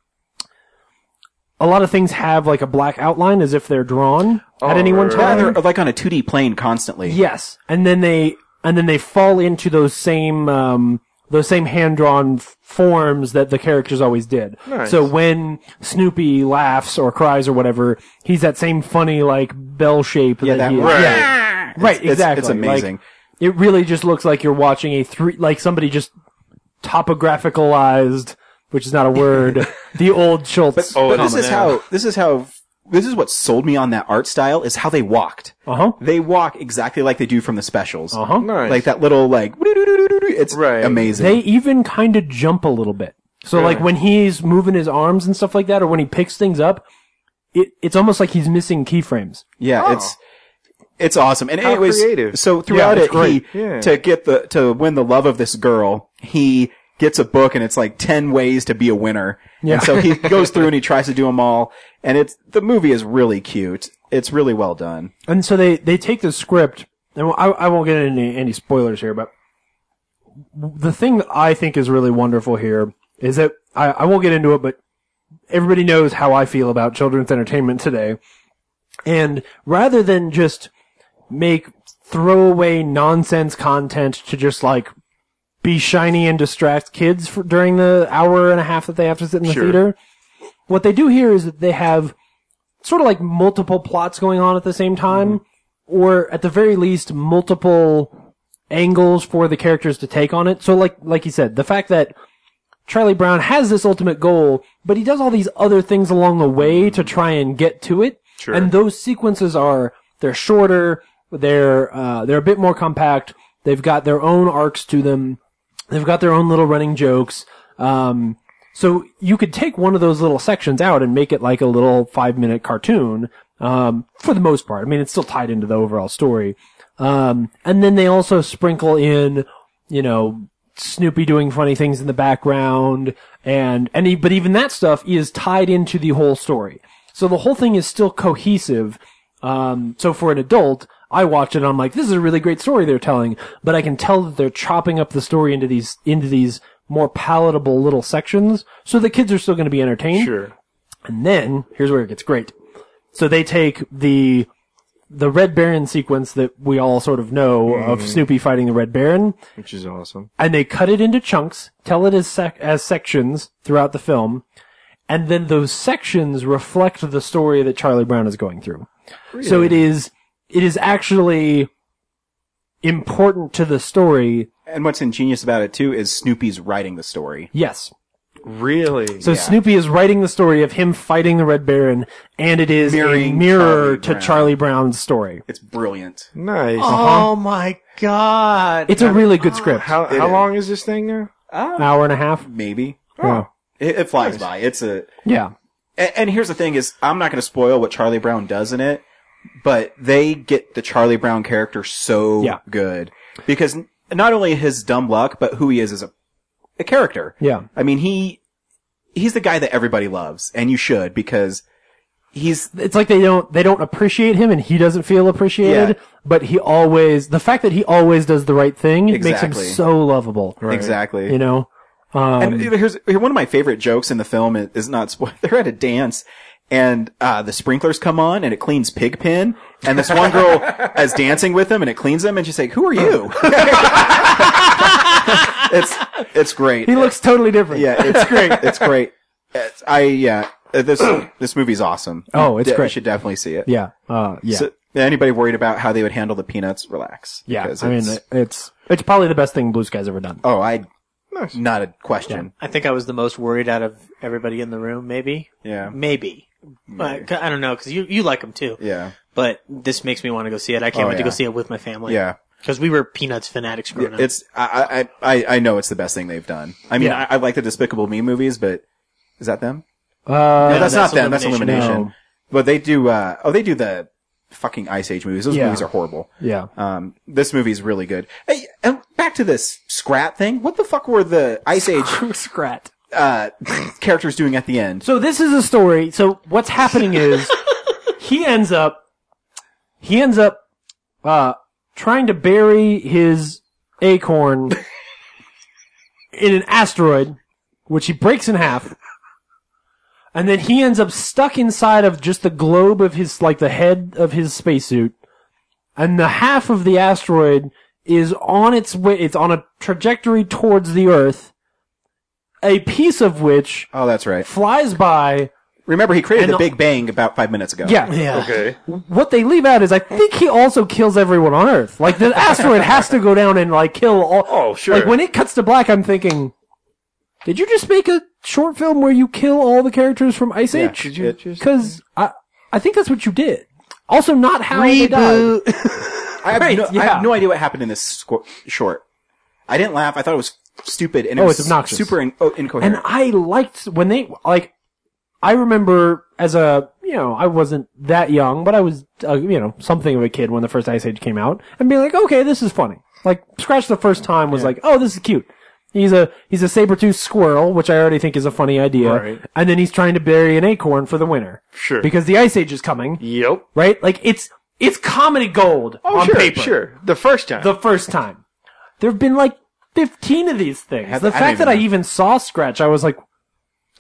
S2: a lot of things have like a black outline as if they're drawn at any one
S1: Yeah,
S2: time.
S1: they're like on a 2D plane constantly.
S2: Yes, and then they and then they fall into those same um, those same hand drawn forms that the characters always did.
S1: Nice.
S2: So when Snoopy laughs or cries or whatever, he's that same funny like bell shape.
S1: Yeah, that
S2: he,
S1: right.
S2: yeah.
S1: It's-
S2: right,
S1: it's-
S2: exactly.
S1: it's
S2: Like,
S1: amazing.
S2: it really just looks like you're watching a three like somebody just topographicalized, which is not
S1: (laughs)
S2: a word. the old Schultz.
S1: but this is
S2: comic.
S1: how this is how this is what sold me on that art style is how they walked.
S2: Uh huh.
S1: They walk exactly like they do from the specials.
S2: Uh-huh. Nice.
S1: Like that little like it's amazing.
S2: They even kind of jump a little bit. So
S1: Really?
S2: like when he's moving his arms and stuff like that, or when he picks things up, it, it's almost like he's missing keyframes.
S1: Yeah, it's it's awesome. And
S2: How
S1: anyways,
S2: creative.
S1: so throughout
S2: Yeah, it's
S1: it,
S2: great.
S1: he
S2: Yeah.
S1: to get the to win the love of this girl, he gets a book and it's like ten ways to be a winner.
S2: Yeah.
S1: And so
S2: (laughs)
S1: he goes through and he tries to do them all. And it's the movie is really cute. It's really well done.
S2: And so they they take the script, and I I won't get into any spoilers here, but the thing that I think is really wonderful here is that I, I won't get into it, but everybody knows how I feel about children's entertainment today. And rather than just make throwaway nonsense content to just like be shiny and distract kids for, during the hour and a half that they have to sit in the
S4: Sure.
S2: theater. What they do here is that they have sort of like multiple plots going on at the same time, or at the very least, multiple angles for the characters to take on it. So like, like you said, the fact that Charlie Brown has this ultimate goal, but he does all these other things along the way to try and get to it.
S4: Sure.
S2: And those sequences are they're shorter, they're uh, they're a bit more compact. They've got their own arcs to them. They've got their own little running jokes. Um, so you could take one of those little sections out and make it like a little five minute cartoon. Um, for the most part, I mean, it's still tied into the overall story. Um, and then they also sprinkle in, you know, Snoopy doing funny things in the background, and any, but even that stuff is tied into the whole story. So the whole thing is still cohesive. Um, so for an adult, I watch it and I'm like, this is a really great story they're telling, but I can tell that they're chopping up the story into these, into these more palatable little sections, so the kids are still going to be entertained. Sure. And then, here's where it gets great. So they take the, the Red Baron sequence that we all sort of know of
S4: Mhm.
S2: Snoopy fighting the Red Baron,
S4: which is awesome.
S2: and they cut it into chunks, tell it as sec- as sections throughout the film, and then those sections reflect the story that Charlie Brown is going through. So
S1: Really?
S2: it is it is actually important to the story.
S1: And what's ingenious about it too is Snoopy's writing the story.
S2: Yes.
S4: Really?
S2: So Snoopy is writing the story of him fighting the Red Baron, and it is a
S1: Mirroring
S2: mirror
S1: Charlie
S2: to
S1: Brown.
S2: Charlie Brown's story.
S1: It's brilliant.
S4: Nice.
S3: Oh my god!
S2: It's a really good script.
S4: How,
S1: It
S4: how
S1: is.
S4: long is this thing now?
S2: Hour and a half,
S1: maybe.
S2: Oh.
S1: It, it flies by. It's a
S2: Yeah.
S1: And, and here's the thing: is I'm not going to spoil what Charlie Brown does in it, but they get the Charlie Brown character so
S2: Yeah.
S1: good because n- not only his dumb luck, but who he is as a, a character.
S2: Yeah.
S1: I mean he he's the guy that everybody loves, and you should because he's
S2: it's like they don't they don't appreciate him and he doesn't feel appreciated
S1: Yeah.
S2: but he always the fact that he always does the right thing makes
S1: Exactly.
S2: him so lovable
S1: Exactly.
S2: you know um,
S1: and here's here, one of my favorite jokes in the film is, is not spoiled. (laughs) They're at a dance. And uh, the sprinklers come on, and it cleans Pigpen. And this one
S2: (laughs)
S1: girl is dancing with him, and it cleans him. And she's like, "Who are you?" (laughs) it's it's great.
S2: he looks totally different
S1: Yeah,
S2: (laughs)
S1: it's great. It's great. It's- I yeah, uh, this this movie's awesome.
S2: Oh, it's
S1: De- You
S2: great.
S1: should definitely see it.
S2: yeah uh, yeah
S1: So, anybody worried about how they would handle the peanuts? Relax.
S2: yeah
S1: Because
S2: i mean
S1: it's-
S2: it's it's probably the best thing blue sky's ever done
S1: oh, I not a question.
S3: I think I was the most worried out of everybody in the room. Maybe.
S1: Yeah.
S3: Maybe. But I don't know because you you like them too.
S1: Yeah.
S3: But this makes me want to go see it. I can't
S1: Oh,
S3: wait to go
S1: yeah.
S3: see it with my family.
S1: Yeah.
S3: Because we were Peanuts fanatics growing up.
S1: It's I, I I I know it's the best thing they've done. I mean,
S3: Yeah.
S1: I, I like the Despicable Me movies, but is that them?
S2: uh,
S1: No, that's, not them. That's
S2: Illumination.
S1: Illumination.
S2: No.
S1: But they do. uh Oh, they do the fucking Ice Age movies. Those
S2: Yeah.
S1: movies are horrible.
S2: yeah
S1: Um, this movie's really good. Hey, and back to this Scrat thing. What the fuck were the Ice Age
S2: Scrat
S1: uh, (laughs) characters doing at the end?
S2: So this is a story. So what's happening is he ends up he ends up uh trying to bury his acorn in an asteroid which he breaks in half. And then he ends up stuck inside of just the globe of his like the head of his spacesuit. And the half of the asteroid is on its way it's on a trajectory towards the earth. A piece of which
S1: Oh, that's right.
S2: flies by.
S1: Remember, he created
S2: And
S1: the
S2: the-
S1: Big Bang about five minutes ago.
S2: Yeah.
S4: Okay.
S2: What they leave out is I think he also kills everyone on Earth. Like the asteroid has to go down and like kill all.
S4: Oh, sure.
S2: Like when it cuts to black, I'm thinking, did you just make a short film where you kill all the characters from Ice
S1: Yeah,
S2: Age?
S1: did you just-
S2: Because I, I think that's what you did. Also, not how they died.
S3: Reboot.
S1: I have,
S2: Right,
S1: no, I
S2: yeah.
S1: have no idea what happened in this squ- short. I didn't laugh. I thought it was stupid and it
S2: Oh,
S1: was
S2: it's obnoxious.
S1: super in- oh,
S2: And
S1: incoherent.
S2: I liked when they like. I remember as a you know I wasn't that young, but I was uh, you know something of a kid when the first Ice Age came out, and being like, okay, this is funny. Like Scratch the first time was like, oh, this is cute. He's a he's a saber toothed squirrel, which I already think is a funny idea,
S4: Right.
S2: and then he's trying to bury an acorn for the winter
S4: Sure.
S2: because the Ice Age is coming,
S4: Yep.
S2: right? Like it's it's comedy gold
S4: Oh,
S2: on
S4: sure,
S2: paper
S4: sure. The first time.
S2: the first time. There have been like 15 of these things.
S1: Have-
S2: the
S1: I don't
S2: fact
S1: even
S2: that I
S1: know.
S2: even saw Scratch, I was like,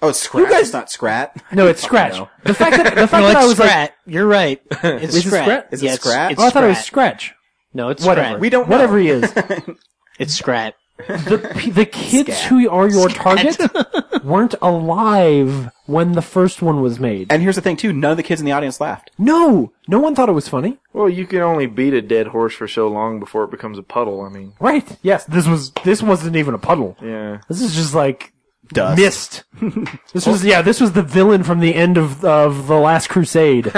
S1: oh, it's Scrat.
S2: you guys-
S1: it's not Scrat.
S2: no, it's Scratch.
S1: know.
S2: The fact that, the fact
S3: You're
S2: that
S3: like,
S2: I was
S3: Scrat.
S2: like,
S1: (laughs)
S3: You're right. It's
S2: Is it
S3: Scrat.
S2: Scrat?
S1: Is it
S3: Yeah,
S1: Scrat?
S3: It's,
S2: oh, I thought it was
S3: Scrat.
S2: Scratch.
S3: No, it's
S2: Whatever.
S3: Scrat.
S1: We don't know.
S2: Whatever he is.
S3: It's Scrat.
S2: the p- the kids who are your target weren't alive when the first one was made.
S1: (laughs) And here's the thing, too: none of the kids in the audience laughed.
S2: No, no one thought it was funny.
S4: Well, you can only beat a dead horse for so long before it becomes a puddle. I mean,
S2: Right? Yes. This was this wasn't even a puddle.
S4: yeah.
S2: This is just like
S1: Dust.
S2: mist. This was yeah. This was the villain from the end of of the Last Crusade.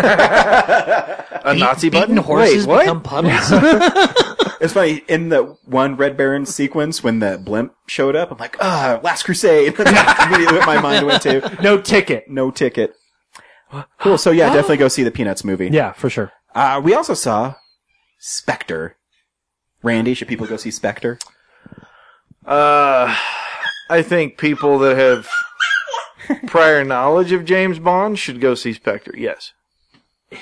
S4: A Nazi
S3: beaten
S4: button?
S3: horses
S4: Wait, what?
S3: become puddles.
S2: (laughs)
S1: It's funny in the one Red Baron sequence when the blimp showed up. I'm like, ah, Last Crusade. (laughs) That's immediately what my mind went to.
S2: No ticket.
S1: No ticket. Cool. So yeah, definitely go see the Peanuts movie.
S2: Yeah, for sure.
S1: Uh, we also saw Spectre. Randy, should people go see Spectre?
S4: Uh, I think people that have prior knowledge of James Bond should go see Spectre. Yes.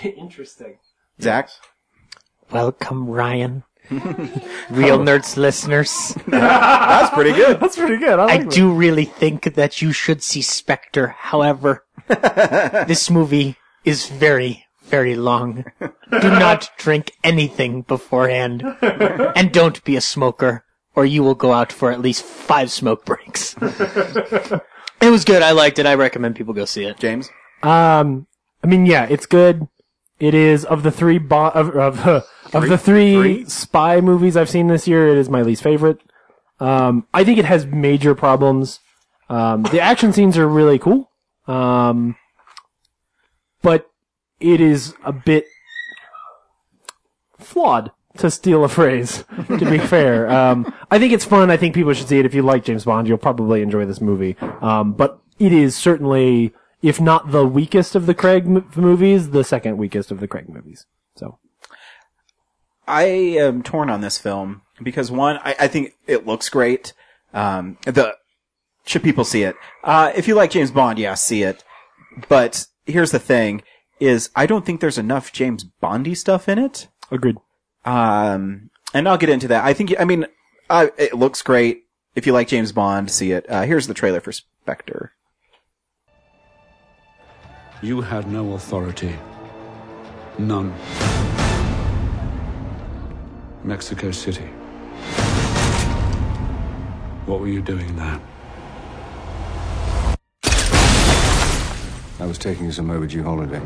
S2: Interesting.
S1: Zach?
S3: Welcome, Ryan.
S1: (laughs)
S3: Real Nerds listeners.
S1: That's pretty good.
S2: That's pretty good. I,
S3: I
S2: like that.
S3: do really think that you should see Spectre. However, this movie is very, very long. Do not drink anything beforehand. And don't be a smoker, or you will go out for at least five smoke breaks. it was good. I liked it. I recommend people go see it.
S1: James?
S2: Um, I mean, yeah, it's good. It is of the three bo- of of, of the three, spy movies I've seen this year. It is my least favorite. Um, I think it has major problems. Um, the action scenes are really cool. Um, but it is a bit flawed to steal a phrase. To be (laughs) fair, um, I think it's fun. I think people should see it. If you like James Bond, you'll probably enjoy this movie. Um, but it is certainly, if not the weakest of the Craig m- movies, the second weakest of the Craig movies. So
S1: I am torn on this film because one, I, I think it looks great. Um, the should people see it? Uh, if you like James Bond, yeah, see it. But here's the thing: is I don't think there's enough James Bondy stuff in it.
S2: agreed.
S1: Um, and I'll get into that. I think I mean uh, it looks great. If you like James Bond, see it. Uh, here's the trailer for Spectre.
S16: You had no authority. None. Mexico City. What were you doing there?
S18: I was taking some overdue holiday.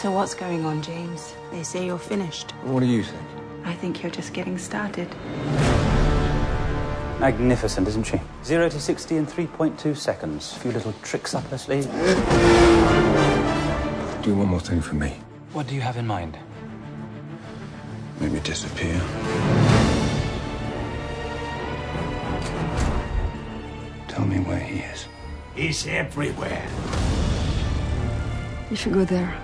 S13: So what's going on, James? They say you're finished.
S18: What do you think?
S13: I think you're just getting started.
S19: Magnificent, isn't she? Zero to 60 in 3.2 seconds. A few little tricks up her sleeve.
S18: Do one more thing for me.
S19: What do you have in mind?
S18: Make me disappear. Tell me where he is.
S16: He's everywhere.
S13: You should go there.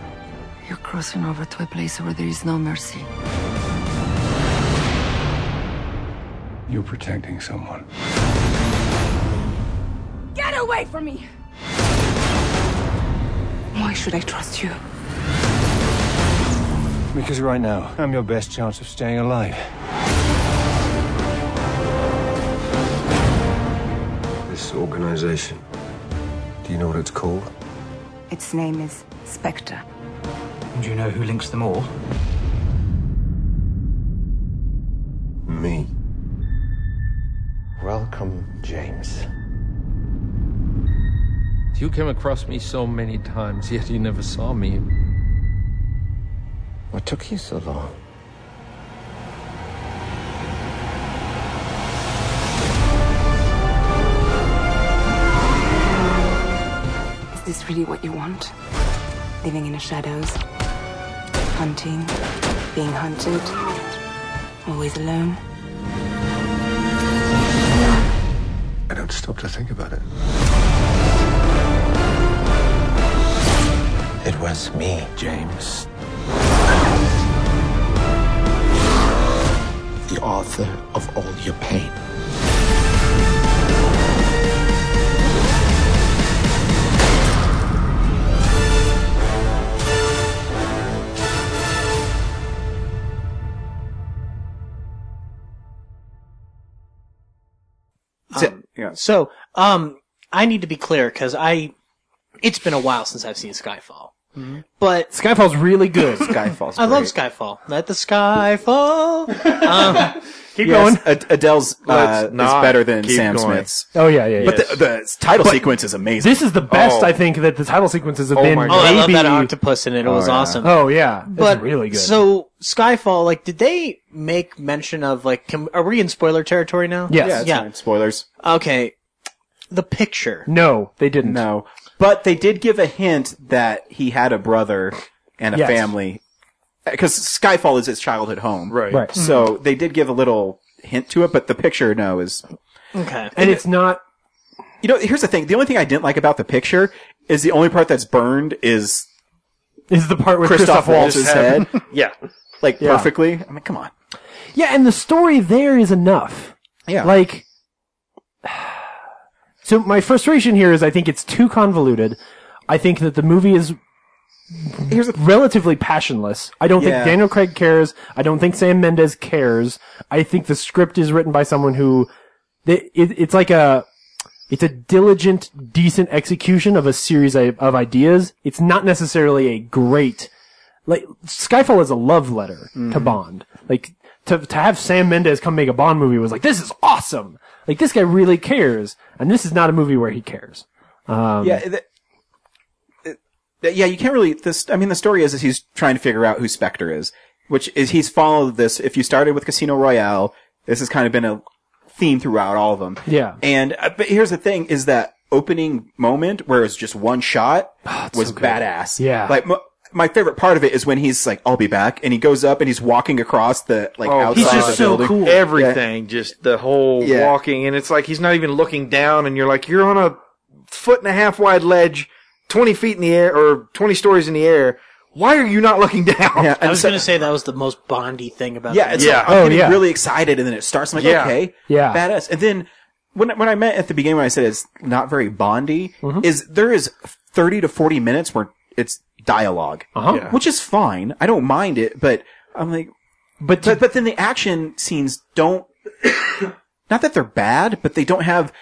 S13: You're crossing over to a place where there is no mercy.
S18: You're protecting someone.
S13: Get away from me! Why should I trust you?
S18: Because right now, I'm your best chance of staying alive. This organization. Do you know what it's called?
S13: Its name is Spectre.
S19: Do you know who links them all?
S18: Me. Welcome, James.
S5: You came across me so many times, yet you never saw me.
S18: What took you so long?
S13: Is this really what you want? Living in the shadows? Hunting? Being hunted? Always alone?
S18: I don't stop to think about it. It was me, James. The author of all your pain.
S3: Um, So, um, I need to be clear because I, it's been a while since I've seen Skyfall. But
S2: Skyfall's really good.
S1: Skyfall's
S3: I love Skyfall. Let the sky fall. Um,
S2: Keep
S1: Ad- (laughs) Adele's uh, is
S4: not.
S1: better than
S4: Keep
S1: Sam
S4: going.
S1: Smith's.
S2: Oh yeah, yeah, yeah.
S1: But the, the title sequence is amazing.
S2: This is the best
S1: Oh.
S2: I think that the title sequences have
S1: Oh
S2: been.
S1: my
S3: Oh, I love
S2: maybe-
S3: that octopus in it. It was awesome.
S2: Oh yeah, it's
S3: but
S2: really good.
S3: So Skyfall, like, did they make mention of like? Can, are we in spoiler territory now?
S1: Yeah, it's fine. Spoilers.
S3: Okay. The picture.
S2: No, they didn't.
S1: No. But they did give a hint that he had a brother and a
S3: Yes.
S1: family. Because Skyfall is his childhood home. Right.
S2: Right.
S1: So they did give a little hint to it, but the picture, no, is.
S3: Okay.
S2: and it's not.
S1: You know, here's the thing. The only thing I didn't like about the picture is the only part that's burned is
S2: Is the part with
S1: Christoph,
S2: Christoph
S1: Waltz's
S2: Waltz
S1: head.
S4: yeah.
S1: Like,
S2: Yeah.
S1: perfectly. I mean, come on.
S2: Yeah, and the story there is enough.
S1: Yeah.
S2: Like, (sighs) so my frustration here is I think it's too convoluted. I think that the movie is
S1: Here's a-
S2: relatively passionless. I don't
S1: Yeah.
S2: think Daniel Craig cares. I don't think Sam Mendes cares. I think the script is written by someone who, it, it, it's like a, it's a diligent, decent execution of a series i- of ideas. It's not necessarily a great, like Skyfall is a love letter to Bond. Like to to have Sam Mendes come make a Bond movie was like this is awesome. Like this guy really cares, and this is not a movie where he cares. Um,
S1: yeah. The, the- yeah, you can't really. This. I mean, the story is, is he's trying to figure out who Spectre is, which is he's followed this. If you started with Casino Royale, this has kind of been a theme throughout all of them.
S2: Yeah.
S1: And uh, but here's the thing: is that opening moment where it's just one shot was badass.
S2: Yeah.
S1: Like m- my favorite part of it is when he's like, "I'll be back," and he goes up and he's walking across the like outside
S4: Oh, he's
S1: of
S4: just
S1: the
S4: so
S1: building.
S4: cool. Everything, just the whole
S1: Yeah.
S4: walking, and it's like he's not even looking down, and you're like you're on a foot and a half wide ledge, twenty feet in the air or twenty stories in the air. Why are you not looking down?
S1: Yeah,
S3: I
S1: and
S3: was
S1: so-
S3: gonna say that was the most Bondy thing about.
S1: Yeah,
S3: the
S1: it's
S3: movie.
S1: like, I'm
S2: Oh,
S1: getting
S2: yeah.
S1: really excited, and then it starts. I'm like,
S4: Yeah.
S1: okay,
S2: Yeah.
S1: badass. And then when when I meant at the beginning when I said it's not very Bondy,
S2: Mm-hmm.
S1: is there is thirty to forty minutes where it's dialogue,
S2: Uh-huh. Yeah.
S1: which is fine. I don't mind it, but I'm like,
S2: But-
S1: but, but then the action scenes don't. (coughs) not that they're bad, but they don't have.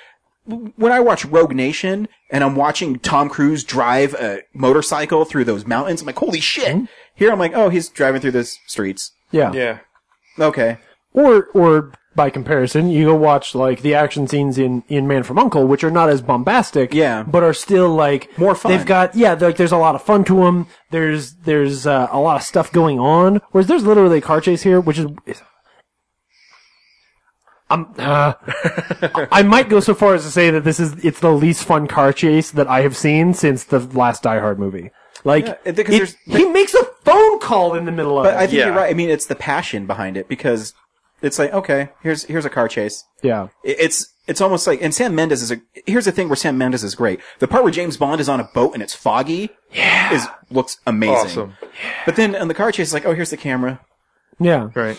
S1: When I watch Rogue Nation and I'm watching Tom Cruise drive a motorcycle through those mountains, I'm like, holy shit! Here I'm like, oh, he's driving through those streets.
S2: Mm-hmm. yeah,
S4: yeah.
S1: Okay.
S2: Or or by comparison, you go watch like the action scenes in in Man from Uncle, which are not as bombastic,
S1: Yeah.
S2: but are still like
S1: More fun.
S2: They've got yeah, like there's a lot of fun to them. There's there's uh, a lot of stuff going on. Whereas there's literally a car chase here, which is. is- I'm, uh, (laughs) I- I might go so far as to say that this is it's the least fun car chase that I have seen since the last Die Hard movie. Like,
S1: Yeah, it- 'cause
S2: it-
S1: there's-
S2: he makes a phone call in the middle of
S1: But
S2: it.
S1: I think
S4: Yeah.
S1: you're right. I mean, it's the passion behind it because it's like, okay, here's here's a car chase.
S2: yeah,
S1: It- It's it's almost like, and Sam Mendes is a. Here's the thing where Sam Mendes is great. The part where James Bond is on a boat and it's foggy, yeah, is looks amazing.
S4: Awesome.
S1: But then on the car chase, it's like, oh, here's the camera.
S2: yeah.
S4: Right.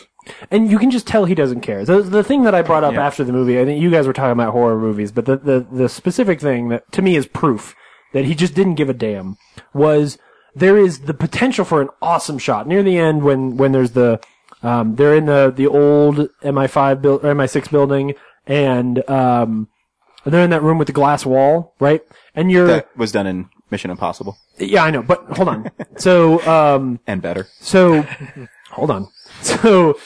S2: and you can just tell he doesn't care. The the thing that I brought up after the movie, I think you guys were talking about horror movies, but the, the the specific thing that to me is proof that he just didn't give a damn was there is the potential for an awesome shot near the end when when there's the um they're in the the old MI5 build or MI6 building and um they're in that room with the glass wall, right? And you're
S1: That was done in Mission Impossible
S2: yeah, I know, but hold on. so um
S1: and better.
S2: so, (laughs) hold on. So,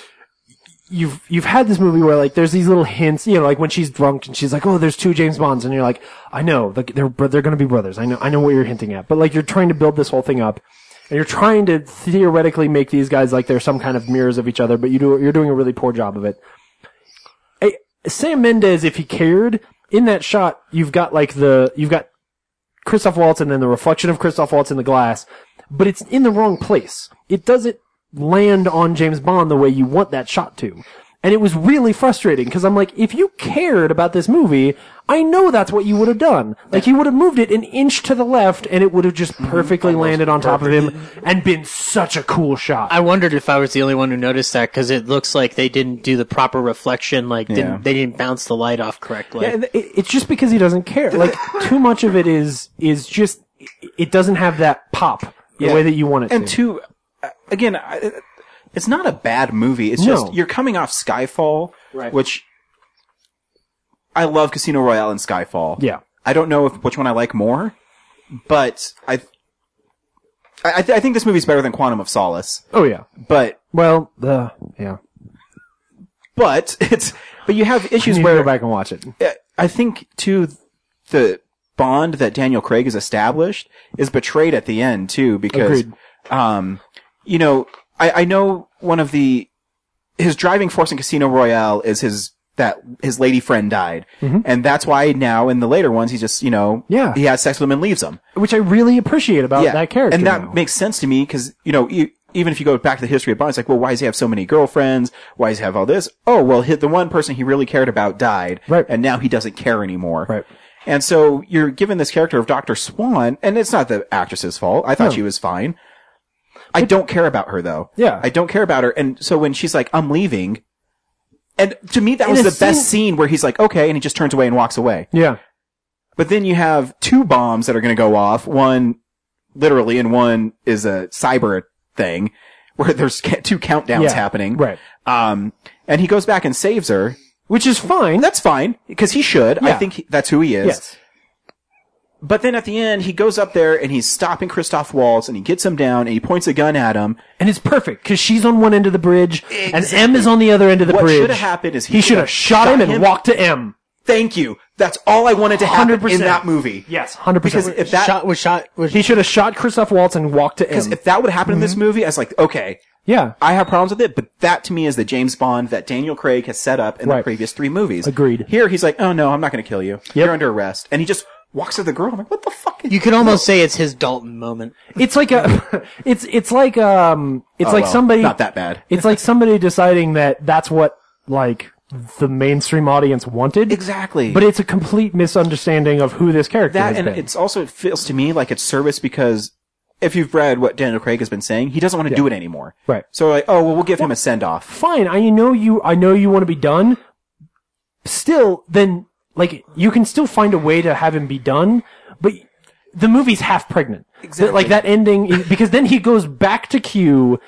S2: you've you've had this movie where like there's these little hints, you know, like when she's drunk and she's like, "Oh, there's two James Bonds," and you're like, "I know, like they're bro- they're gonna be brothers. I know, I know what you're hinting at." But like you're trying to build this whole thing up, and you're trying to theoretically make these guys like they're some kind of mirrors of each other, but you do you're doing a really poor job of it. I- Sam Mendes, if he cared, in that shot, you've got like the you've got Christoph Waltz and then the reflection of Christoph Waltz in the glass, but it's in the wrong place. It doesn't land on James Bond the way you want that shot to. And it was really frustrating because I'm like, if you cared about this movie, I know that's what you would have done. Like you would have moved it an inch to the left and it would have just perfectly landed on top of him and been such a cool shot.
S3: I wondered if I was the only one who noticed that because it looks like they didn't do the proper reflection. Like,
S1: Yeah.
S3: didn't they didn't bounce the light off correctly?
S2: Yeah, and it, it's just because he doesn't care. Like too much of it is is just it doesn't have that pop the
S1: Yeah.
S2: way that you want it
S1: And
S2: to.
S1: two, uh, again, I- it's not a bad movie. It's
S2: No.
S1: just you're coming off Skyfall,
S3: Right.
S1: which I love Casino Royale and Skyfall.
S2: Yeah.
S1: I don't know if which one I like more, but I I, I, th- I think this movie's better than Quantum of Solace.
S2: Oh yeah.
S1: But
S2: well, the yeah.
S1: But (laughs) it's but you have issues
S2: You need to
S1: where
S2: go back and watch it.
S1: Uh, I think too the bond that Daniel Craig has established is betrayed at the end too because
S2: Agreed.
S1: um you know I, I know one of the his driving force in Casino Royale is his that his lady friend died
S2: Mhm.
S1: and that's why now in the later ones he just you know
S2: Yeah.
S1: he has sex with him and leaves him
S2: Which I really appreciate about that character.
S1: and that
S2: now.
S1: makes sense to me because, you know, e even if you go back to the history of Bond, it's like, well, why does he have so many girlfriends? Why does he have all this? Oh, well, hit the one person he really cared about died. Right. And now he doesn't care anymore. Right. And so you're given this character of Dr. Swan, and it's not the actress's fault. I thought
S2: No.
S1: she was fine. I don't care about her though.
S2: Yeah.
S1: I don't care about her. And so when she's like, I'm leaving, and to me, that
S2: In
S1: was
S2: a
S1: the
S2: scene-
S1: best scene where he's like, okay, and he just turns away and walks away.
S2: Yeah.
S1: But then you have two bombs that are going to go off. One literally, and one is a cyber thing (laughs) where there's ca- two countdowns
S2: Yeah,
S1: happening.
S2: right.
S1: Um, and he goes back and saves her,
S2: which is fine.
S1: That's fine because he should. I
S2: Yeah.
S1: think he- that's who he is.
S2: Yes.
S1: But then at the end, he goes up there and he's stopping Christoph Waltz and he gets him down and he points a gun at him.
S2: And it's perfect because she's on one end of the bridge and M is on the other end of the
S1: what
S2: bridge.
S1: should have happened is he,
S2: he should have shot, him and walked to M.
S1: Thank you. That's all I wanted to happen in
S2: 100%.
S1: that movie.
S2: Yes, hundred
S1: Because
S2: percent.
S1: if that
S3: shot was shot was
S2: He should have shot Christoph Waltz and walked to
S1: Because
S2: M.
S1: if that would happen in
S2: Mm-hmm.
S1: this movie, I was like, okay.
S2: Yeah.
S1: I have problems with it, but that to me is the James Bond that Daniel Craig has set up in the
S2: Right.
S1: previous three movies.
S2: Agreed.
S1: Here he's like, oh no, I'm not going to kill you. You're under arrest. And he just walks to the girl. I'm like, what the fuck?
S3: You could almost say it's his Dalton moment.
S2: It's like a, (laughs) it's it's like um, it's
S1: Oh,
S2: like
S1: well,
S2: somebody
S1: not that bad.
S2: It's like somebody deciding that that's what like the mainstream audience wanted.
S1: Exactly.
S2: But it's a complete misunderstanding of who this character
S1: That
S2: has
S1: and
S2: been.
S1: it's also, it feels to me like it's service because if you've read what Daniel Craig has been saying, he doesn't want to do it anymore.
S2: Right.
S1: So like, oh, well, we'll give him a send off.
S2: Fine, I know you. I know you want to be done. Still, then like you can still find a way to have him be done, but the movie's half pregnant.
S1: Exactly.
S2: Like that ending is- because then he goes back to Q.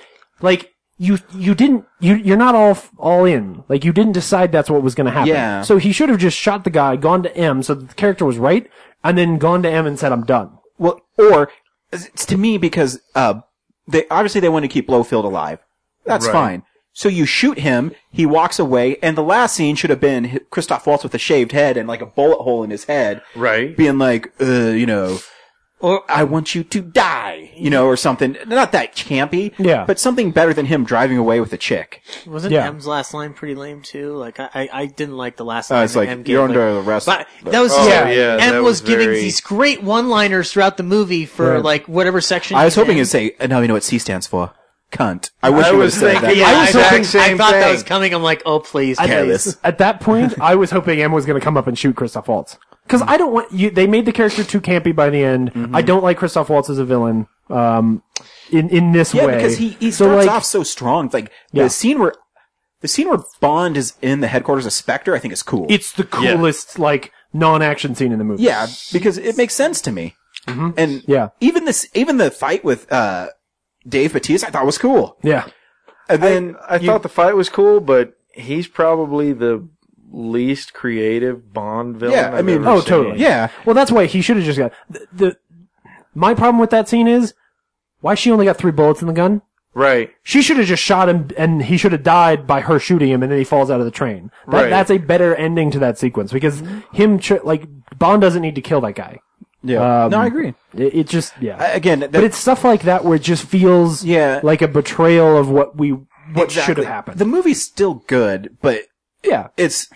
S2: Like you, you didn't. You you're not all f- all in. Like you didn't decide that's what was going to happen.
S1: Yeah.
S2: So he should have just shot the guy, gone to M, so that the character was right, and then gone to M and said, "I'm done."
S1: Well, or it's to me because, uh, they, obviously they want to keep Blowfield alive. That's
S2: Right.
S1: fine. So you shoot him, he walks away, and the last scene should have been hi- Christoph Waltz with a shaved head and like a bullet hole in his head.
S4: Right.
S1: Being like, uh, you know, or I want you to die, you know, or something. Not that campy.
S2: Yeah.
S1: But something better than him driving away with a chick.
S3: Wasn't
S1: Yeah.
S3: M's last line pretty lame too? Like I, I, I didn't like the last
S1: Uh,
S3: line.
S1: it's
S3: that
S1: like,
S3: M
S1: "You're
S3: gave,
S1: under
S3: like-
S1: arrest."
S3: But
S1: But-
S3: that was
S1: Oh,
S3: yeah.
S1: yeah,
S3: M
S1: that was
S3: was, giving
S1: very-
S3: these great one-liners throughout the movie for
S1: Right.
S3: like whatever section.
S1: I was
S3: he's
S1: hoping
S3: in.
S1: it'd say, uh, now you know what C stands for. Cunt. I wish
S3: I
S1: you would have
S3: was
S1: said that.
S3: thinking Yeah, the I was exact hoping-
S2: same
S3: I thought that
S2: thing.
S3: was coming. I'm like, oh please,
S2: At-
S3: please.
S2: At that point, I was hoping M was going to come up and shoot Christoph Waltz because I don't want you. They made the character too campy by the end.
S1: Mm-hmm.
S2: I don't like Christoph Waltz as a villain. Um, in in this
S1: Yeah,
S2: way,
S1: because he, he
S2: So,
S1: starts
S2: like,
S1: off so strong. Like
S2: Yeah.
S1: the scene where the scene where Bond is in the headquarters of Spectre, I think is cool.
S2: It's the coolest like non-action scene in the movie.
S1: Yeah, because it makes sense to me. And
S2: Mm-hmm. yeah,
S1: even this, even the fight with uh, Dave Batista, I thought was cool.
S2: Yeah.
S1: And then
S4: I
S1: you-
S4: thought the fight was cool, but he's probably the least creative Bond villain.
S1: Yeah, I
S4: I've
S1: mean-
S4: ever
S2: Oh,
S4: seen.
S2: totally. Well, that's why he should have just got the, the. My problem with that scene is why she only got three bullets in the gun.
S4: Right.
S2: She should have just shot him, and he should have died by her shooting him, and then he falls out of the train. That,
S1: Right.
S2: That's a better ending to that sequence because him, ch- like Bond, doesn't need to kill that guy.
S1: Yeah.
S2: Um,
S1: no, I agree.
S2: It, it just yeah.
S1: again,
S2: but it's stuff like that where it just feels
S1: Yeah.
S2: like a betrayal of what we what should
S1: Exactly.
S2: have happened.
S1: The movie's still good, but
S2: yeah,
S1: it's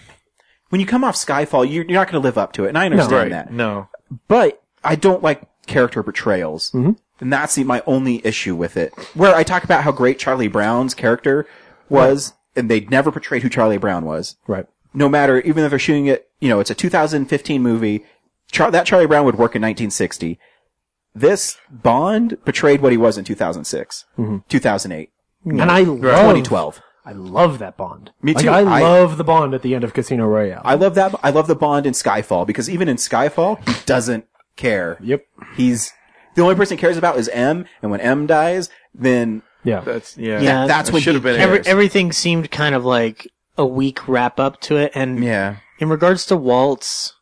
S1: when you come off Skyfall, you're, you're not going to live up to it, and I understand
S4: Right.
S1: that.
S4: No.
S1: But I don't like character betrayals, and that's the, my only issue with it. Where I talk about how great Charlie Brown's character was, and they never portrayed who Charlie Brown was.
S2: Right.
S1: No matter, even if they're shooting it, you know, it's a 2015 movie. Char- that Charlie Brown would work in 1960. This Bond portrayed what he was in 2006, 2008,
S2: And I love
S1: 2012.
S2: I love that Bond.
S1: Me
S2: Like,
S1: too.
S2: I,
S1: I-
S2: love the Bond at the end of Casino Royale.
S1: I love that. I love the Bond in Skyfall because even in Skyfall, he doesn't care.
S2: Yep.
S1: He's the only person he cares about is M, and when M dies, then
S2: yeah,
S4: that's yeah,
S1: yeah, that's when he
S3: every-
S1: cares.
S3: everything seemed kind of like a weak wrap up to it. And
S1: yeah,
S3: in regards to Waltz,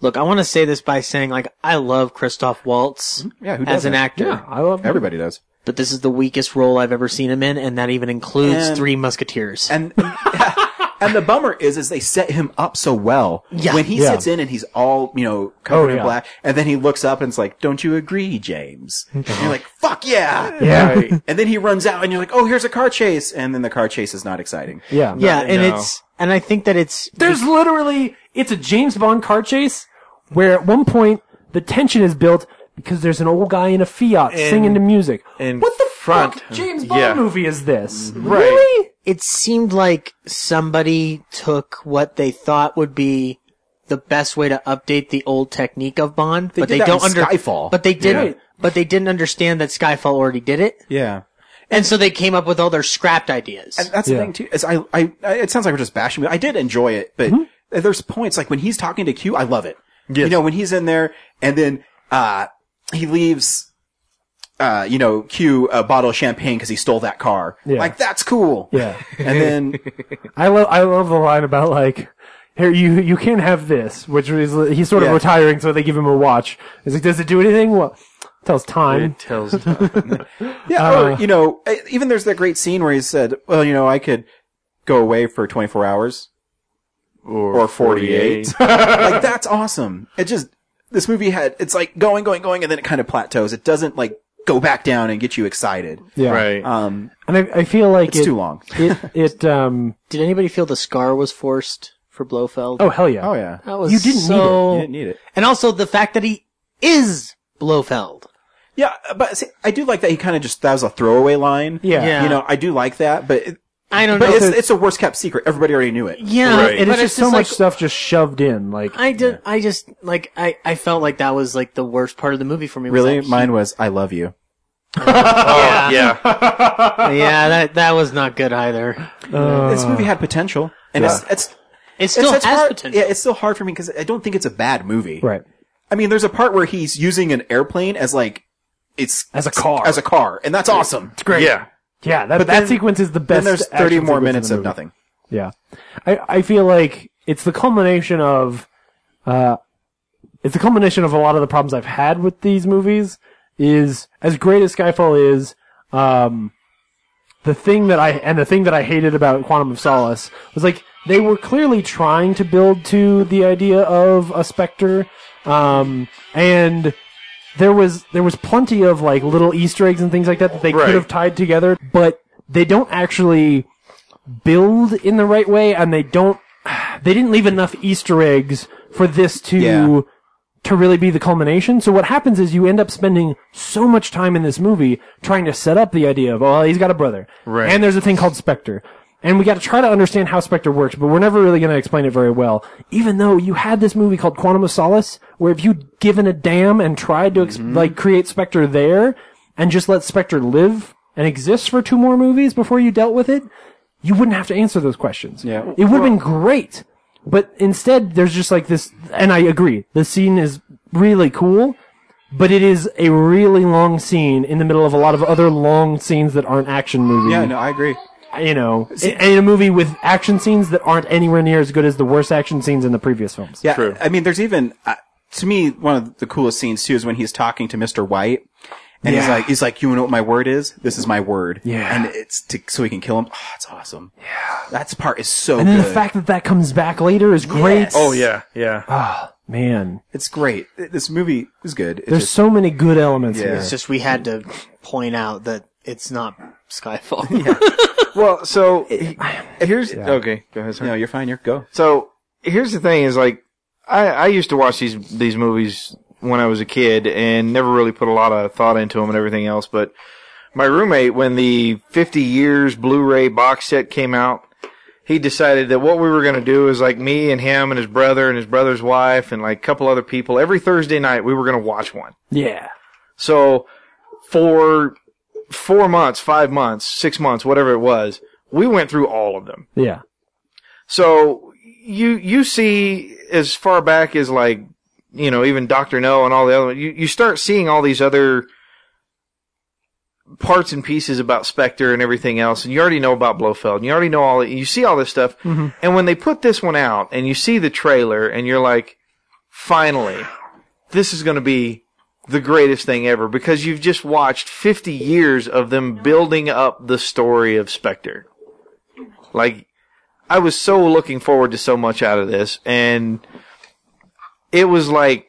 S3: Look, I want to say this by saying, like, I love Christoph Waltz
S1: Mm-hmm. Yeah, who
S3: as an
S1: doesn't?
S3: actor.
S1: Yeah, I love him. Everybody does.
S3: But this is the weakest role I've ever seen him in, and that even includes
S1: And-
S3: Three Musketeers.
S1: And (laughs) And the bummer is, is they set him up so well.
S3: Yeah.
S1: When he
S3: Yeah.
S1: sits in and he's all, you know, covered
S3: Oh, yeah.
S1: in black, and then he looks up and it's like, don't you agree, James? And you're like, fuck yeah!
S3: Yeah.
S1: Right. (laughs) And then he runs out and you're like, oh, here's a car chase, and then the car chase is not exciting.
S3: yeah,
S1: No,
S3: and
S1: no.
S3: it's and I think that it's
S2: There's literally it's a James Bond car chase where at one point the tension is built because there's an old guy in a Fiat singing to music.
S4: And
S2: what the
S4: front.
S2: fuck James Bond
S4: Yeah.
S2: movie is this?
S3: It seemed like somebody took what they thought would be the best way to update the old technique of Bond,
S1: They
S3: but
S1: did
S3: they
S1: that
S3: don't
S1: in
S3: under
S1: Skyfall.
S3: But they didn't.
S1: Yeah.
S3: But they didn't understand that Skyfall already did it,
S1: Yeah.
S3: and so they came up with all their scrapped ideas.
S1: And that's the thing too. Is I, I, I, it sounds like we're just bashing. but I did enjoy it, but
S2: Mm-hmm.
S1: there's points like when he's talking to Q, I love it. You know, when he's in there and then, uh, he leaves, uh, you know, Q a bottle of champagne because he stole that car.
S2: Yeah.
S1: Like that's cool.
S2: Yeah.
S1: And then
S2: (laughs) I love I love the line about like here you you can't have this, which is he's sort of
S1: Yeah.
S2: retiring, so they give him a watch. He's like, does it do anything? Well, it tells time.
S4: It tells
S1: Yeah, (laughs)
S2: Uh,
S1: or you know, e- even there's that great scene where he said, "Well, you know, I could go away for 24 hours or, 48." (laughs) like that's awesome. It just this movie had it's like going, going, going, and then it kind of plateaus. It doesn't like go back down and get you excited.
S2: Yeah.
S4: Right.
S1: Um,
S2: and I, I feel like
S1: It's
S2: it-
S1: too long.
S2: it it um
S3: Did anybody feel the scar was forced for Blofeld?
S2: oh hell yeah
S1: Oh yeah.
S3: That was
S2: You didn't need
S1: it.
S3: so-
S1: You didn't e- need it.
S3: And also the fact that he is Blofeld.
S1: Yeah, but see, I do like that he kind of just that was a throwaway line.
S3: Yeah. Yeah.
S1: You know, I do like that, but it,
S3: I don't
S1: but
S3: know.
S1: It's, it's a worst kept secret. Everybody already knew it.
S3: Yeah, Right.
S2: and it's
S3: but it's
S2: just so
S3: just
S2: much
S3: like-
S2: stuff just shoved in like
S3: I did. I just like I. I felt like that was like the worst part of the movie for me. was
S1: Really,
S3: that he-
S1: mine was I love you.
S4: yeah.
S3: (laughs) yeah, that that was not good either.
S1: this movie had potential, and it's, it's
S3: It still
S1: it's- it's
S3: has
S1: hard-
S3: potential.
S1: Yeah, it's still hard for me because I don't think it's a bad movie.
S2: Right.
S1: I mean, there's a part where he's using an airplane as like it's
S2: As a car.
S1: as a car, and that's awesome. It's
S2: great.
S4: Yeah.
S2: yeah that,
S1: But
S2: that
S1: then-
S2: sequence is the best
S1: Then there's 30
S2: action
S1: more
S2: sequence in
S1: minutes
S2: the
S1: of
S2: movie.
S1: nothing.
S2: Yeah. I, I feel like it's the culmination of, uh, it's the culmination of a lot of the problems I've had with these movies is, as great as Skyfall is, um, the thing that I, and the thing that I hated about Quantum of Solace was like, they were clearly trying to build to the idea of a Spectre, um, and there was there was plenty of like little Easter eggs and things like that that they
S4: Right.
S2: could have tied together, but they don't actually build in the right way, and they don't they didn't leave enough Easter eggs for this to
S1: Yeah.
S2: to really be the culmination. So what happens is you end up spending so much time in this movie trying to set up the idea of oh he's got a brother,
S4: Right.
S2: and there's a thing called Spectre. And we got to try to understand how Spectre works, but we're never really going to explain it very well. Even though you had this movie called Quantum of Solace, where if you'd given a damn and tried to ex- like create Spectre there, and just let Spectre live and exist for two more movies before you dealt with it, you wouldn't have to answer those questions. Yeah. It would have been great. But instead, there's just like this, and I agree, the scene is really cool, but it is a really long scene in the middle of a lot of other long scenes that aren't action movies.
S1: Yeah, no, I agree.
S2: You know, and in a movie with action scenes that aren't anywhere near as good as the worst action scenes in the previous films.
S1: Yeah, I mean, there's even uh, to me one of the coolest scenes too is when he's talking to Mister White, and he's
S2: Yeah.
S1: like, he's like, you know what my word is? This is my word.
S2: Yeah.
S1: and it's to, so he can kill him. Oh, it's awesome. Yeah, that part is so.
S2: And then
S1: good.
S2: the fact that that comes back later is great.
S1: Yes.
S4: Oh yeah. Yeah.
S2: Man,
S1: it's great. This movie is good. It's
S2: there's
S1: just-
S2: so many good elements
S1: Yeah.
S2: here.
S3: It's just we had to point out that it's not Skyfall. (laughs)
S4: Well, so here's okay. Go ahead.
S1: no, you're fine. You're go.
S4: So here's the thing: is like I, I used to watch these these movies when I was a kid, and never really put a lot of thought into them and everything else. But my roommate, when the 50 years Blu-ray box set came out, he decided that what we were going to do is like me and him and his brother and his brother's wife and like a couple other people. Every Thursday night, we were going to watch one.
S2: yeah.
S4: So for four months, five months, six months, whatever it was, we went through all of them.
S2: Yeah.
S4: So you you see as far back as like you know even Doctor No and all the other you you start seeing all these other parts and pieces about Spectre and everything else, and you already know about Blofeld, and you already know all you see all this stuff, and when they put this one out and you see the trailer and you're like, finally, this is going to be the greatest thing ever because you've just watched 50 years of them building up the story of Spectre. Like, I was so looking forward to so much out of this, and it was like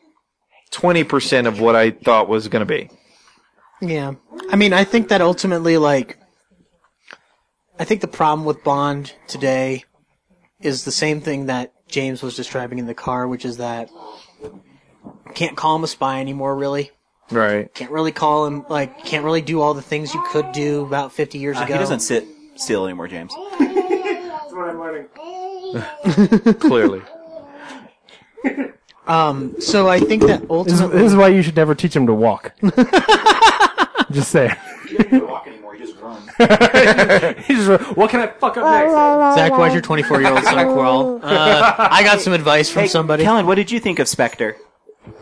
S4: 20% of what I thought was going to be.
S3: Yeah. I mean, I think that ultimately, like, I think the problem with Bond today is the same thing that James was describing in the car, which is that can't call him a spy anymore, really.
S4: Right.
S3: Can't really call him, like, can't really do all the things you could do about 50 years
S1: Uh,
S3: ago.
S1: he doesn't sit still anymore, James.
S2: That's what I'm learning.
S4: (laughs) Clearly.
S3: Um, so I think
S2: This
S3: that
S2: is,
S3: ultimately.
S2: this is why you should never teach him to walk. (laughs) just say. He's just, what can I fuck up next?
S3: Zach, why's your
S2: (laughs)
S3: 24 year old son quarrel? Uh, I got some advice from somebody.
S1: Kellen, what did you think of Spectre?